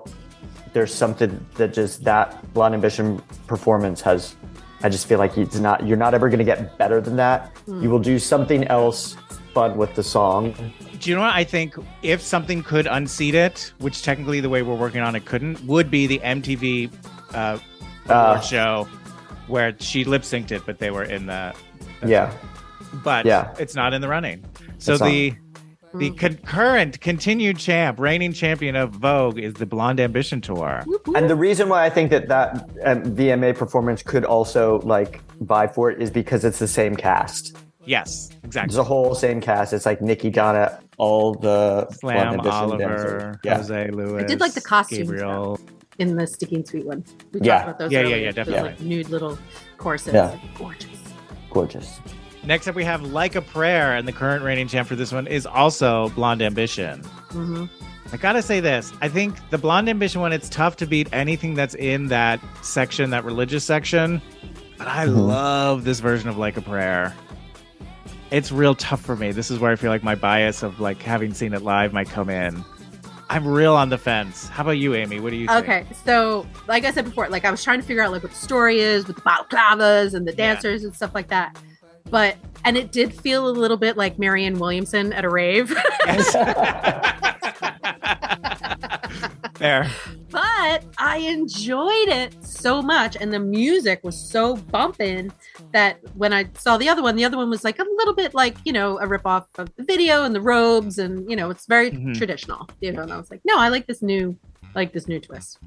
Speaker 4: there's something that just that blonde ambition performance has i just feel like it's not you're not ever going to get better than that you will do something else fun with the song
Speaker 5: Do you know what I think? If something could unseat it, which technically the way we're working on it couldn't, would be the MTV uh,
Speaker 4: Uh.
Speaker 5: award show where she lip synced it, but they were in the
Speaker 4: yeah
Speaker 5: but
Speaker 4: Yeah.
Speaker 5: it's not in the running. So
Speaker 4: It's not.
Speaker 5: the the concurrent continued champ, reigning champion of Vogue is the Blonde Ambition Tour.
Speaker 4: And the reason why I think that that um, VMA performance could also like buy for it is because it's the same cast.
Speaker 5: Yes,
Speaker 4: It's
Speaker 5: exactly.
Speaker 4: the whole same cast. It's like Nikki Donna, all the
Speaker 5: Slam,
Speaker 4: Blonde Ambition dancers.
Speaker 5: Oliver,
Speaker 4: Yeah.
Speaker 5: Jose Lewis.
Speaker 6: did like the costumes,
Speaker 5: Gabriel.
Speaker 6: in the sticky and sweet one. We
Speaker 4: Yeah.
Speaker 6: talked about those
Speaker 5: Yeah, yeah,
Speaker 6: earlier.
Speaker 5: yeah,
Speaker 6: Those,
Speaker 5: definitely.
Speaker 6: like nude little corsets.
Speaker 4: Yeah.
Speaker 6: Like, gorgeous.
Speaker 4: Gorgeous.
Speaker 5: Next up, we have Like a Prayer, and the current reigning champ for this one is also Blonde Ambition.
Speaker 6: hmm
Speaker 5: I gotta say this. I think the Blonde Ambition one, it's tough to beat anything that's in that section, that religious section. But I
Speaker 4: Mm-hmm.
Speaker 5: love this version of Like a Prayer. It's real tough for me. This is where I feel like my bias of like having seen it live might come in. I'm real on the fence. How about you, Amy? What do you think?
Speaker 6: Okay, so like I said before, like I was trying to figure out like what the story is with the balaclavas and the
Speaker 5: Yeah.
Speaker 6: dancers and stuff like that. But and it did feel a little bit like Marianne Williamson at a rave,
Speaker 5: Fair.
Speaker 6: but I enjoyed it so much, and the music was so bumping that when I saw the other one, the other one was like a little bit like you know a rip off of the video and the robes, and you know it's very
Speaker 5: Mhm.
Speaker 6: traditional, you know. And I was like, no, I like this new, like this new twist.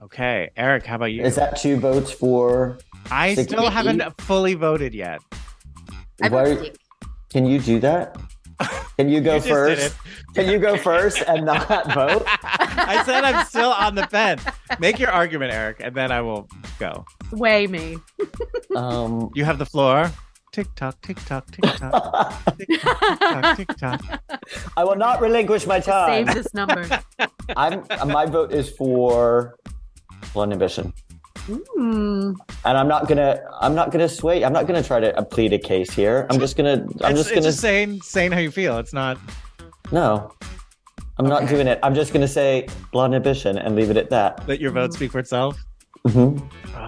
Speaker 5: Okay, Eric, how about you?
Speaker 4: Is that two votes for?
Speaker 5: I
Speaker 4: Six-
Speaker 5: still haven't fully voted yet.
Speaker 6: I
Speaker 4: Why-
Speaker 6: voted Deke.
Speaker 4: can you do that? Can you go
Speaker 5: You just did
Speaker 4: first?
Speaker 5: it.
Speaker 4: Can you go first and not vote?
Speaker 5: I said I'm still on the fence. Make your argument, Eric, and then I will go.
Speaker 6: sway me.
Speaker 4: Um,
Speaker 5: You have the floor. Tick tock, tick tock, tick tock, tick tock, tick tock.
Speaker 4: I will not relinquish my time.
Speaker 6: Save this number.
Speaker 4: I'm my vote is for Blonde Ambition,
Speaker 6: Hmm.
Speaker 4: and I'm not gonna I'm not gonna sway. I'm not gonna try to uh, plead a case here. I'm just gonna I'm
Speaker 5: it's,
Speaker 4: just
Speaker 5: it's
Speaker 4: gonna
Speaker 5: just saying, saying how you feel. It's not.
Speaker 4: no. I'm not doing it. I'm just gonna say Blonde Ambition and leave it at that.
Speaker 5: Let your vote speak for itself.
Speaker 4: hmm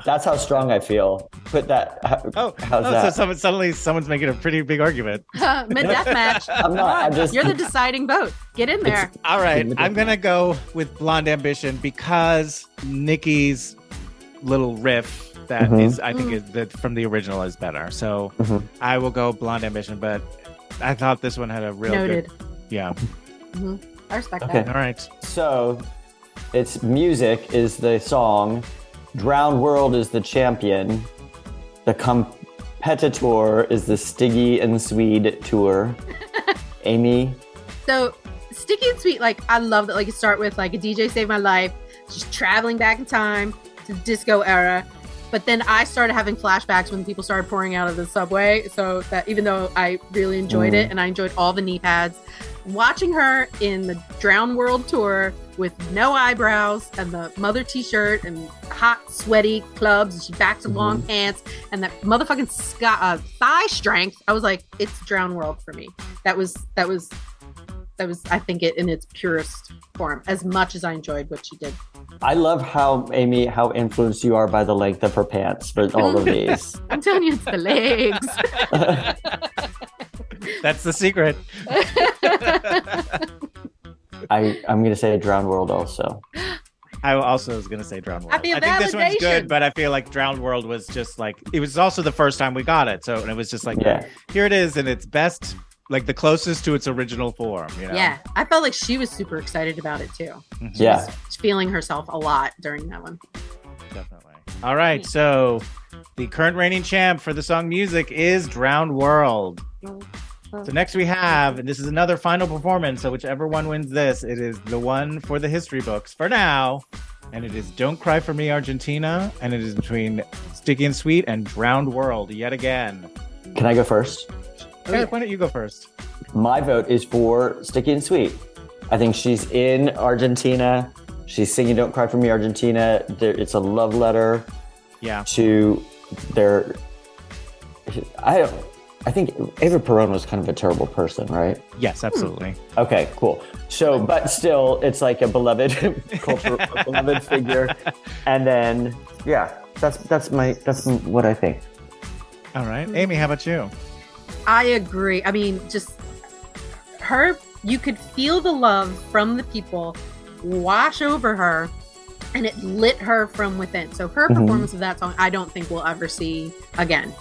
Speaker 4: That's how strong I feel. Put that. How,
Speaker 5: Oh,
Speaker 4: how's
Speaker 5: oh, so
Speaker 4: that?
Speaker 5: someone, suddenly someone's making a pretty big argument.
Speaker 6: Mid death match.
Speaker 4: I'm not. I'm just.
Speaker 6: You're the deciding vote. Get in there.
Speaker 5: All right,
Speaker 4: Look at
Speaker 5: I'm gonna go with Blonde Ambition because Nikki's little riff that is,
Speaker 4: Mhm.
Speaker 5: I think, is, that from the original is better. So
Speaker 4: Mm-hmm.
Speaker 5: I will go Blonde Ambition, but I thought this one had a real
Speaker 6: Noted.
Speaker 5: good. Yeah.
Speaker 6: I respect
Speaker 4: Okay.
Speaker 5: All
Speaker 6: that.
Speaker 5: right.
Speaker 4: So, it's music is the song, Drowned World is the champion, the competitor is the Stiggy and Swede tour. Amy,
Speaker 6: So sticky and sweet. Like I love that. Like you start with like a DJ saved my life. She's traveling back in time to the disco era. But then I started having flashbacks when people started pouring out of the subway. So that even though I really enjoyed it and I enjoyed all the knee pads, watching her in the Drown World tour with no eyebrows and the mother t-shirt and hot sweaty clubs and she backed to long pants and that motherfucking sky, uh, thigh strength i was like it's drown world for me that was that was that was i think it in its purest form as much as i enjoyed what she did
Speaker 4: I love how Amy how influenced you are by the length of her pants for all of these.
Speaker 6: i'm telling you it's the legs
Speaker 5: That's the secret.
Speaker 4: I I'm gonna say Drowned World also.
Speaker 5: I also was gonna say Drowned World.
Speaker 6: Happy
Speaker 5: I think this one's
Speaker 6: validation.
Speaker 5: good, but I feel like Drowned World was just like it was also the first time we got it. So and it was just like
Speaker 4: Yeah.
Speaker 5: here it is in its best, like the closest to its original form. You know?
Speaker 6: yeah i felt like she was super excited about it too
Speaker 4: Yeah.
Speaker 6: She's feeling herself a lot during that one
Speaker 5: Definitely. All right. So the current reigning champ for the song music is Drowned World. So next we have, and this is another final performance. So whichever one wins this, it is the one for the history books for now. And it is Don't Cry for Me, Argentina. And it is between Sticky and Sweet and Drowned World yet again.
Speaker 4: Can I go first?
Speaker 5: Eric, why don't you go first?
Speaker 4: My vote is for Sticky and Sweet. I think she's in Argentina. She's singing "Don't Cry for Me, Argentina." There, it's a love letter
Speaker 5: Yeah.
Speaker 4: to their. I don't. I think Ava Perón was kind of a terrible person, right?
Speaker 5: Yes, absolutely.
Speaker 4: Okay, cool. So, but still, it's like a beloved culture, a beloved figure, and then yeah, that's that's my that's what I think.
Speaker 5: All right. Amy, how about you?
Speaker 6: I agree. I mean, just her, you could feel the love from the people wash over her and it lit her from within. So her
Speaker 4: Mhm.
Speaker 6: performance of that song, I don't think we'll ever see again.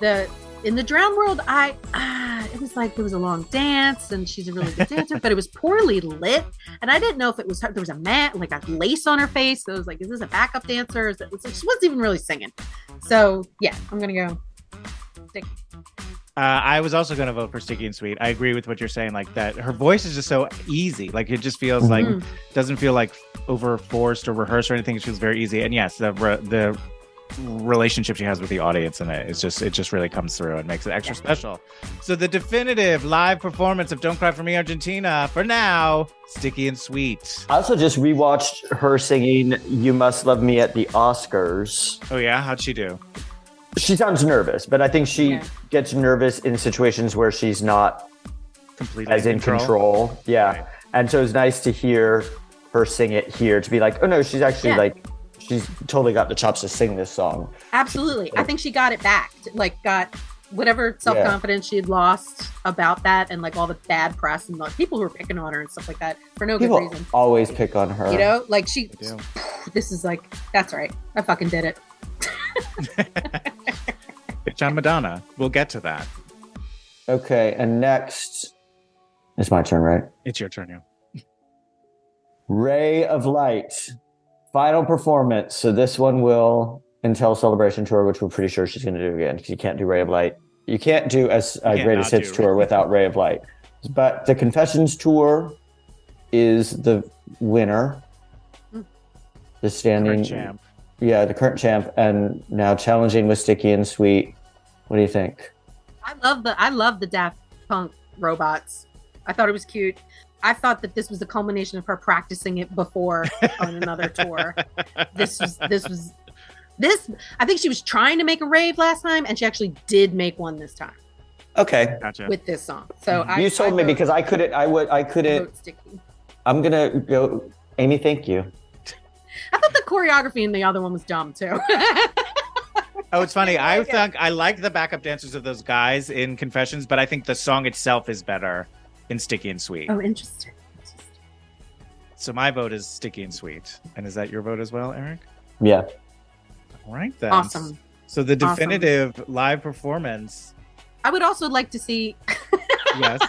Speaker 6: The in the drown world, I ah, it was like there was a long dance, and she's a really good dancer, but it was poorly lit, and I didn't know if it was her. There was a mat, like a lace on her face. So I was like, is this a backup dancer? Is it, she wasn't even really singing. So yeah, I'm gonna go.
Speaker 5: Uh, I was also going to vote for Sticky and Sweet. I agree with what you're saying. Like that, her voice is just so easy. Like it just feels like
Speaker 6: Mhm.
Speaker 5: doesn't feel like over forced or rehearsed or anything. It feels very easy. And yes, the re- the relationship she has with the audience in it is just it just really comes through and makes it extra special. So the definitive live performance of "Don't Cry for Me, Argentina" for now, Sticky and Sweet.
Speaker 4: I also just rewatched her singing "You Must Love Me" at the Oscars.
Speaker 5: Oh yeah, how'd she do?
Speaker 4: She sounds nervous, but I think she
Speaker 6: Yeah.
Speaker 4: gets nervous in situations where she's not
Speaker 5: Completely
Speaker 4: as in control. Yeah,
Speaker 5: Right.
Speaker 4: and so it's nice to hear her sing it here to be like, oh no, she's actually
Speaker 6: Yeah.
Speaker 4: like, she's totally got the chops to sing this song.
Speaker 6: Absolutely. I think she got it back. Like got whatever self confidence she had lost about that and like all the bad press and like people who were picking on her and stuff like that for no
Speaker 4: People
Speaker 6: good reason.
Speaker 4: always pick on her.
Speaker 6: You know? Like she
Speaker 5: They do.
Speaker 6: this is like that's right. I fucking did it.
Speaker 5: Bitch, I'm Madonna. We'll get to that.
Speaker 4: Okay, and next, it's my turn, right?
Speaker 5: It's your turn, you.
Speaker 4: Ray of Light, final performance. So this one will Intel Celebration Tour, which we're pretty sure she's going to do again because you can't do Ray of Light. You can't do as
Speaker 5: You
Speaker 4: a
Speaker 5: can't
Speaker 4: greatest
Speaker 5: not
Speaker 4: hits
Speaker 5: do.
Speaker 4: tour without Ray of Light. But the Confessions Tour is the winner. The standing,
Speaker 5: Hmm. Current champ.
Speaker 4: yeah, the current champ, and now challenging with Sticky and Sweet. What do you think?
Speaker 6: I love the I love the Daft Punk robots. I thought it was cute. I thought that this was the culmination of her practicing it before on another tour. This was this was this I think she was trying to make a rave last time and she actually did make one this time.
Speaker 4: Okay,
Speaker 5: Gotcha.
Speaker 6: with this song. So
Speaker 5: Mm-hmm.
Speaker 6: I,
Speaker 4: you sold
Speaker 6: I
Speaker 4: me
Speaker 6: vote-
Speaker 4: because I couldn't. I would. I
Speaker 6: I
Speaker 4: couldn't.
Speaker 6: vote Sticky.
Speaker 4: I'm gonna go. Amy, thank you.
Speaker 6: I thought the choreography in the other one was dumb too.
Speaker 5: Oh, it's funny. I
Speaker 6: like it.
Speaker 5: think I like the backup dancers of those guys in Confessions, but I think the song itself is better in Sticky and Sweet.
Speaker 6: oh, interesting.
Speaker 5: So my vote is Sticky and Sweet. And is that your vote as well, Eric?
Speaker 4: Yeah.
Speaker 5: All right then.
Speaker 6: Awesome.
Speaker 5: So the
Speaker 6: Awesome.
Speaker 5: definitive live performance.
Speaker 6: I would also like to see.
Speaker 5: Yes.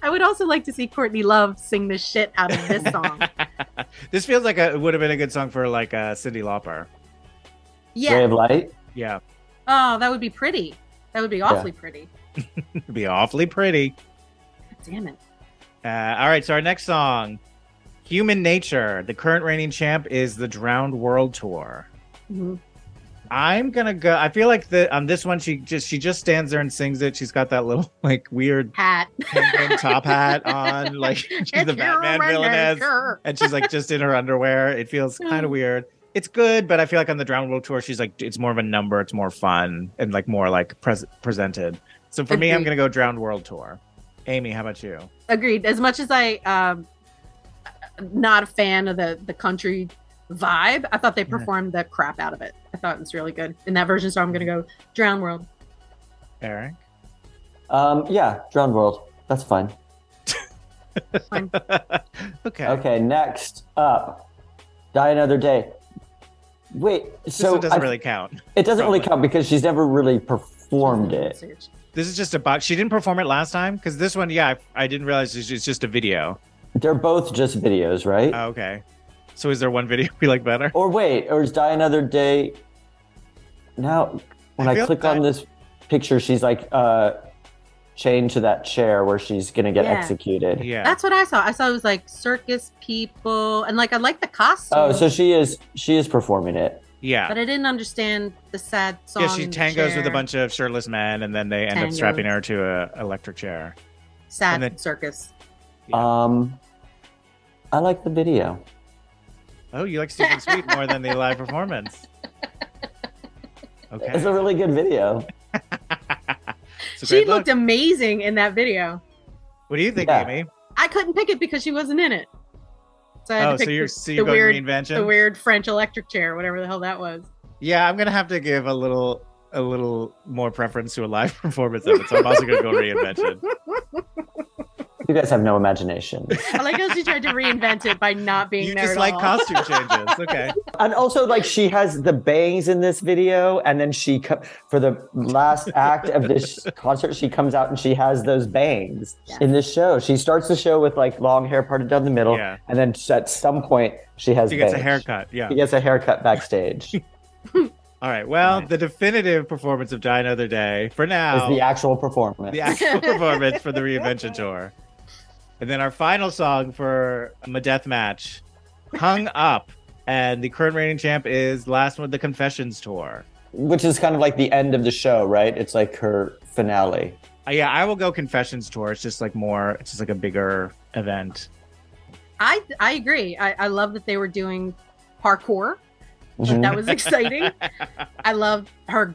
Speaker 6: I would also like to see Courtney Love sing the shit out of this song.
Speaker 5: this feels like a, it would have been a good song for like a Cindy Lauper.
Speaker 4: Ray
Speaker 6: Yeah.
Speaker 4: of Light.
Speaker 5: Yeah,
Speaker 6: Oh, that would be pretty. That would be awfully pretty.
Speaker 5: it'd be awfully pretty.
Speaker 6: Damn it.
Speaker 5: Uh, all right, so our next song, "Human Nature." The current reigning champ is the Drowned World Tour.
Speaker 6: Mhm.
Speaker 5: I'm gonna go. I feel like the on this one, she just she just stands there and sings it. She's got that little like weird
Speaker 6: Hat.
Speaker 5: penguin top hat on, like she's the
Speaker 6: It's your
Speaker 5: Batman
Speaker 6: window,
Speaker 5: villainess,
Speaker 6: sure.
Speaker 5: and she's like just in her underwear. It feels kind of weird. It's good, but I feel like on the Drowned World Tour, she's like it's more of a number. It's more fun and like more like pres- presented. So for me, I'm gonna
Speaker 6: Agreed.
Speaker 5: go Drowned World Tour. Amy, how about you?
Speaker 6: Agreed. As much as I um not a fan of the the country vibe, I thought they
Speaker 5: Yeah.
Speaker 6: performed the crap out of it. I thought it was really good in that version. So I'm gonna go Drown World.
Speaker 5: Eric.
Speaker 4: Um, yeah, Drowned World. That's fine.
Speaker 6: Um,
Speaker 5: okay.
Speaker 4: Okay, next up, Die Another Day. Wait,
Speaker 5: So
Speaker 4: so
Speaker 5: it doesn't
Speaker 4: I-
Speaker 5: really count.
Speaker 4: it doesn't really
Speaker 5: probably.
Speaker 4: count because she's never really performed it.
Speaker 5: This is just a box. She didn't perform it last time because this one, yeah, I, I didn't realize it's just, it's just a video.
Speaker 4: They're both just videos, right?
Speaker 5: Oh, okay. So is there one video we like better?
Speaker 6: Oh,
Speaker 4: or wait, or is Die Another Day? Now, when
Speaker 5: I
Speaker 4: I,
Speaker 5: feel
Speaker 4: click
Speaker 5: like-
Speaker 4: on this picture, she's like uh, chained to that chair where she's gonna get
Speaker 6: Yeah.
Speaker 4: executed.
Speaker 5: Yeah.
Speaker 6: That's what I saw. I saw it was like circus people, and like I like the costume.
Speaker 4: Oh, so she is she is performing it.
Speaker 5: yeah.
Speaker 6: but I didn't understand the sad song.
Speaker 5: Yeah, she
Speaker 6: in the
Speaker 5: tangos with a
Speaker 6: chair.
Speaker 5: bunch of shirtless men, and then they end up
Speaker 6: Tango.
Speaker 5: strapping her to a electric chair.
Speaker 6: sad
Speaker 5: and then-
Speaker 6: circus.
Speaker 4: Um, I like the video.
Speaker 5: Oh, you like Stephen Sweet more than the live performance.
Speaker 4: It's
Speaker 5: Okay.
Speaker 4: a really good video.
Speaker 5: It's a
Speaker 6: She
Speaker 5: great
Speaker 6: looked
Speaker 5: look.
Speaker 6: amazing in that video.
Speaker 5: What do you think,
Speaker 4: Yeah.
Speaker 5: Amy?
Speaker 6: I couldn't pick it because she wasn't in it. So I had
Speaker 5: Oh,
Speaker 6: to pick
Speaker 5: so you're
Speaker 6: the,
Speaker 5: so
Speaker 6: the
Speaker 5: you're going
Speaker 6: weird,
Speaker 5: reinvention.
Speaker 6: the weird French electric chair, whatever the hell that was.
Speaker 5: Yeah, I'm gonna have to give a little a little more preference to a live performance of it. So I'm also gonna go reinvention.
Speaker 4: You You guys have no imagination.
Speaker 6: I like how she tried to reinvent it by not being
Speaker 5: you
Speaker 6: there
Speaker 5: just
Speaker 6: at
Speaker 5: like
Speaker 6: all.
Speaker 5: costume changes. Okay.
Speaker 4: And also, like, she has the bangs in this video, and then she, co- for the last act of this concert, she comes out and she has those bangs in this show. She starts the show with like long hair parted down the middle,
Speaker 5: Yeah.
Speaker 4: and then at some point she has.
Speaker 5: She gets a
Speaker 4: bangs.
Speaker 5: haircut. Yeah.
Speaker 4: She gets a haircut backstage.
Speaker 5: All right. Well, the definitive performance of Die Another Day for now
Speaker 4: Is the actual performance.
Speaker 5: the actual performance for the reinvention tour. And then our final song for my death match, Hung Up. And the current reigning champ is last one, the Confessions tour.
Speaker 4: Which is kind of like the end of the show, right? It's like her finale.
Speaker 5: Uh, yeah, I will go Confessions tour. It's just like more, it's just like a bigger event.
Speaker 6: I I agree. I, I love that they were doing parkour.
Speaker 5: Mm-hmm.
Speaker 4: Mm-hmm.
Speaker 6: Like, that was exciting. I love her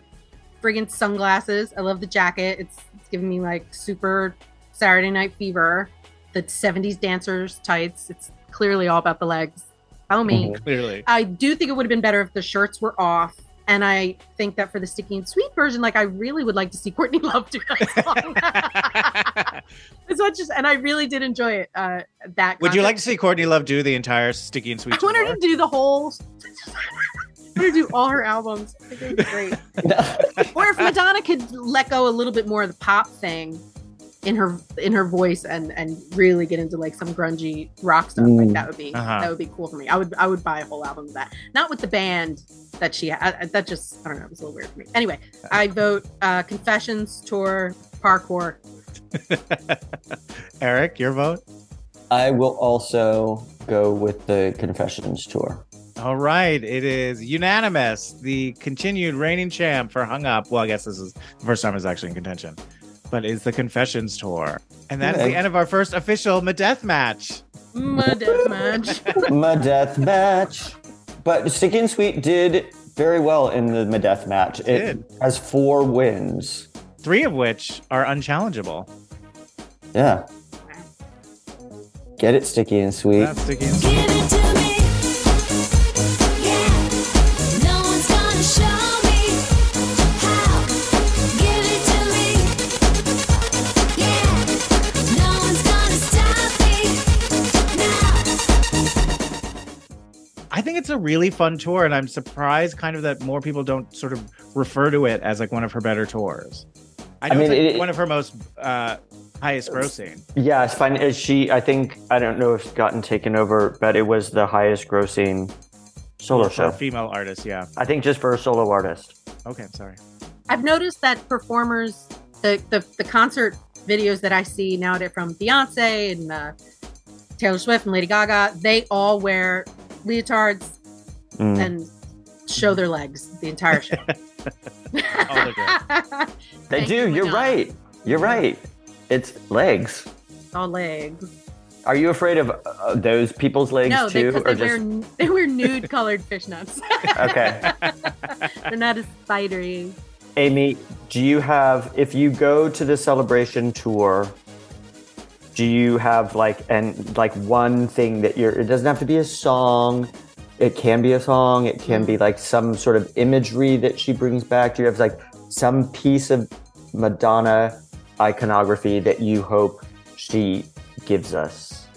Speaker 6: friggin' sunglasses. I love the jacket. It's, it's giving me like super Saturday Night Fever. The '70s dancers tights. It's clearly all about the legs. Oh me.
Speaker 5: Clearly.
Speaker 6: I do think it would have been better if the shirts were off. And I think that for the sticky and sweet version, like I really would like to see Courtney Love do that song. as much as, and I really did enjoy it. Uh, that
Speaker 5: Would you
Speaker 6: concept.
Speaker 5: like to see Courtney Love do the entire Sticky and Sweet
Speaker 6: I want her
Speaker 5: tour?
Speaker 6: to do the whole. I want her to do all her albums. I think it'd be great. or if Madonna could let go a little bit more of the pop thing in her in her voice and and really get into like some grungy rock stuff, like
Speaker 4: Mm.
Speaker 6: that would be
Speaker 5: Uh-huh.
Speaker 6: that would be cool for me. I would I would buy a whole album of that. Not with the band that she had. That just I don't know. It was a little weird for me. Anyway, I vote uh, Confessions tour parkour.
Speaker 5: Eric, your vote?
Speaker 4: I will also go with the Confessions tour.
Speaker 5: All right, it is unanimous. The continued reigning champ for Hung Up. Well, I guess this is the first time it's actually in contention, but is the Confessions tour, and that is the
Speaker 4: Okay.
Speaker 5: end of our first official Death match.
Speaker 6: My deathmatch.
Speaker 4: my death match. But Sticky and Sweet did very well in the my death match. It
Speaker 5: Did.
Speaker 4: has four wins.
Speaker 5: Three of which are unchallengeable.
Speaker 4: Yeah. Get it, Sticky and Sweet.
Speaker 5: That's sticky and sweet.
Speaker 2: Give it to me, yeah. No one's gonna show me how. Give it to me, yeah. No one's gonna stop me now.
Speaker 5: I think it's a really fun tour, and I'm surprised kind of that more people don't sort of refer to it as like one of her better tours. I, know
Speaker 4: mean,
Speaker 5: it's like
Speaker 4: it-
Speaker 5: one of her most uh, highest grossing.
Speaker 4: Yeah, it's fine. Uh, She, I think, I don't know if it's gotten taken over, but it was the highest grossing solo
Speaker 5: for a
Speaker 4: show.
Speaker 5: female artist. Yeah.
Speaker 4: I think just for a solo artist.
Speaker 5: Okay, I'm sorry.
Speaker 6: I've noticed that performers, the, the, the concert videos that I see nowadays from Beyonce and uh, Taylor Swift and Lady Gaga, they all wear leotards
Speaker 4: Mm.
Speaker 6: and show their legs the entire show.
Speaker 5: All the girls.
Speaker 4: they
Speaker 6: Thank
Speaker 4: do.
Speaker 6: you,
Speaker 4: You're
Speaker 6: Madonna.
Speaker 4: right. You're right. It's legs.
Speaker 6: all legs.
Speaker 4: Are you afraid of uh, those people's legs
Speaker 6: no, they,
Speaker 4: too,
Speaker 6: 'cause
Speaker 4: or
Speaker 6: they wear
Speaker 4: just
Speaker 6: n- they wear nude colored fishnets.
Speaker 4: okay?
Speaker 6: They're not as spidery.
Speaker 4: Amy, do you have if you go to the celebration tour, do you have like and like one thing that you're it doesn't have to be a song. It can be a song, it can be like some sort of imagery that she brings back. Do you have like some piece of Madonna iconography that you hope she gives us?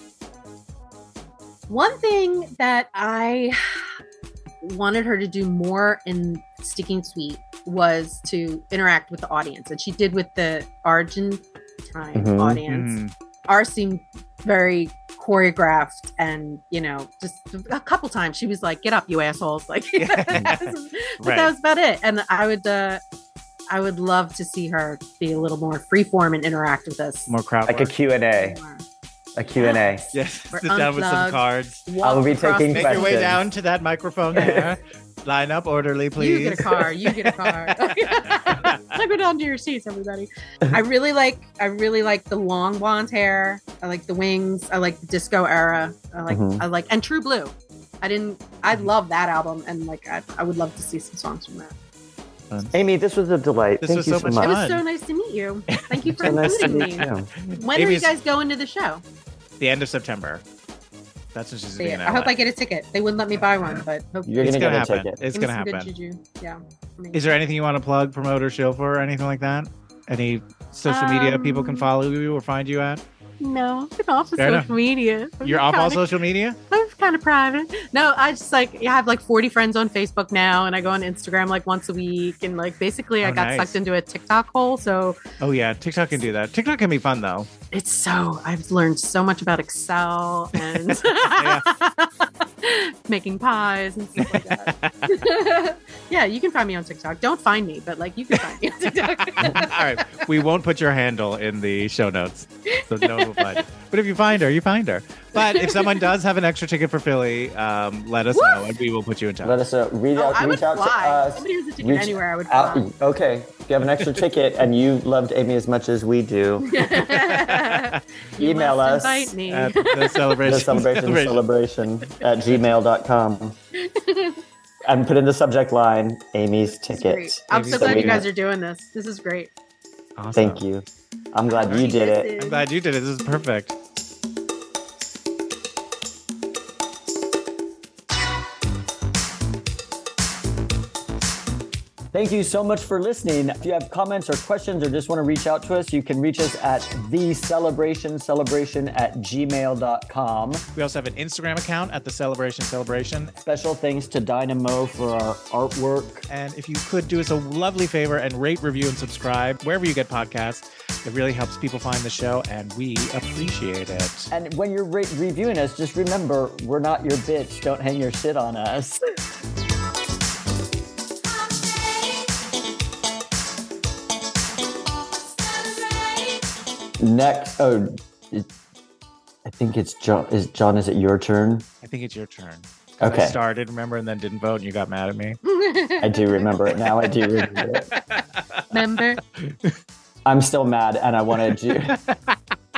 Speaker 6: One thing that I wanted her to do more in Sticking Sweet was to interact with the audience, and she did with the Argentine
Speaker 4: Mhm.
Speaker 5: Mm.
Speaker 6: audience.
Speaker 5: Hmm,
Speaker 6: Ours seemed very choreographed, and you know, just a couple times she was like, "Get up, you assholes!" Like, but
Speaker 5: Right.
Speaker 6: that was about it. And I would, uh, I would love to see her be a little more freeform and interact with us.
Speaker 5: More crowd.
Speaker 4: Like a
Speaker 5: work.
Speaker 4: Q&A,
Speaker 6: more.
Speaker 4: a Q&A.
Speaker 5: Yes,
Speaker 6: We're
Speaker 5: sit down with some
Speaker 6: unplugged.
Speaker 5: cards.
Speaker 4: I will be
Speaker 6: Walk across
Speaker 4: taking
Speaker 6: the
Speaker 5: Make your way
Speaker 4: Questions.
Speaker 5: down to that microphone there. Line up orderly, please.
Speaker 6: You get a car. You get a car. Slip it onto your seats, everybody. I really like. I really like the long blonde hair. I like the wings. I like the disco era. I like.
Speaker 4: Mhm.
Speaker 6: I like and True Blue. I didn't. I love that album, and like I, I would love to see some songs from that.
Speaker 4: Amy, this was a delight.
Speaker 5: This
Speaker 4: Thank
Speaker 5: was
Speaker 4: you
Speaker 5: so
Speaker 4: so
Speaker 5: much
Speaker 4: much.
Speaker 6: It was
Speaker 5: Fun.
Speaker 6: so nice to meet you. Thank you for
Speaker 4: So nice to meet
Speaker 6: including me.
Speaker 4: you.
Speaker 6: When are you
Speaker 5: Amy's-
Speaker 6: guys going to the show?
Speaker 5: the end of September. That's when she's
Speaker 6: See
Speaker 5: being
Speaker 6: it. I hope I get a ticket. They wouldn't let me buy one, but hopefully
Speaker 4: You're
Speaker 5: It's
Speaker 4: gonna
Speaker 5: gonna
Speaker 4: get a
Speaker 5: happen.
Speaker 4: ticket.
Speaker 5: It's
Speaker 6: Give
Speaker 5: gonna
Speaker 6: me some
Speaker 5: happen.
Speaker 6: Good juju. Yeah. for me.
Speaker 5: Is there anything you want to plug, promote, or show for, or anything like that? Any social media people can
Speaker 6: Um,
Speaker 5: follow you or find you at?
Speaker 6: no, I'm off of
Speaker 5: Fair
Speaker 6: social
Speaker 5: enough.
Speaker 6: media. I'm
Speaker 5: You're off all
Speaker 6: kinda-
Speaker 5: social media?
Speaker 6: I'm kind of private. No, I just like yeah, I have like 40 friends on Facebook now, and I go on Instagram like once a week, and like basically I
Speaker 5: Oh,
Speaker 6: got
Speaker 5: nice.
Speaker 6: sucked into a TikTok hole. So
Speaker 5: Oh yeah, TikTok can do that. TikTok can be fun though.
Speaker 6: it's so I've learned so much about Excel and making pies and stuff like that. yeah, you can find me on TikTok. Don't find me, but like you can find me on
Speaker 5: All
Speaker 6: TikTok.
Speaker 5: right. We won't put your handle in the show notes. So no one will find it. But if you find her, you find her. But if someone does have an extra ticket for Philly, um, let us know and we will put you in touch.
Speaker 4: Let us know. Reach
Speaker 6: Oh,
Speaker 4: out,
Speaker 6: I would
Speaker 4: reach out to
Speaker 6: fly.
Speaker 4: us.
Speaker 6: Somebody who's a ticket
Speaker 4: reach
Speaker 6: anywhere, I would
Speaker 4: out-
Speaker 6: fly.
Speaker 4: okay, if you have an extra ticket and you loved Amy as much as we do,
Speaker 6: You
Speaker 4: Email
Speaker 6: must
Speaker 4: us
Speaker 6: Invite me.
Speaker 5: At the celebration.
Speaker 4: the celebration, celebration at gmail.com and put in the subject line Amy's
Speaker 6: Great.
Speaker 4: ticket.
Speaker 6: I'm
Speaker 5: Maybe
Speaker 6: so glad you
Speaker 5: somebody-
Speaker 6: guys are doing this. This is great.
Speaker 5: Awesome.
Speaker 4: Thank you. I'm glad you did it.
Speaker 5: I'm glad you did it. This is perfect.
Speaker 4: Thank you so much for listening. If you have comments or questions or just want to reach out to us, you can reach us at the celebration celebration at gmail.com.
Speaker 5: We also have an Instagram account at the celebration celebration.
Speaker 4: Special thanks to Dynamo for our artwork.
Speaker 5: And if you could do us a lovely favor and rate, review, and subscribe wherever you get podcasts, it really helps people find the show and we appreciate it.
Speaker 4: And when you're re- reviewing us, just remember we're not your bitch. Don't hang your shit on us. Next, oh, it, I think it's John. Is John? Is it your turn?
Speaker 5: I think it's your turn. 'Cause I
Speaker 4: Okay,
Speaker 5: started, remember, and then didn't vote and you got mad at me.
Speaker 4: I do remember it now. I do remember it.
Speaker 6: Remember?
Speaker 4: I'm still mad, and I wanted you.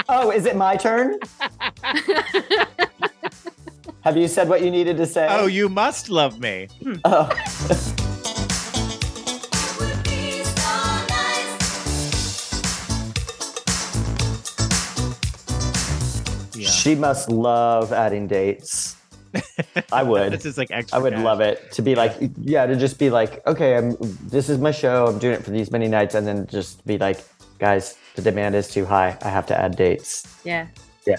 Speaker 4: oh, is it my turn? Have you said what you needed to say?
Speaker 5: Oh, you must love me. Hmm.
Speaker 4: Oh.
Speaker 5: Yeah.
Speaker 4: She must love adding dates. I would.
Speaker 5: This is like extra.
Speaker 4: I would love it to be like, yeah, to just be like, okay, I'm. This is my show. I'm doing it for these many nights, and then just be like, guys, the demand is too high. I have to add dates.
Speaker 6: Yeah.
Speaker 4: Yeah.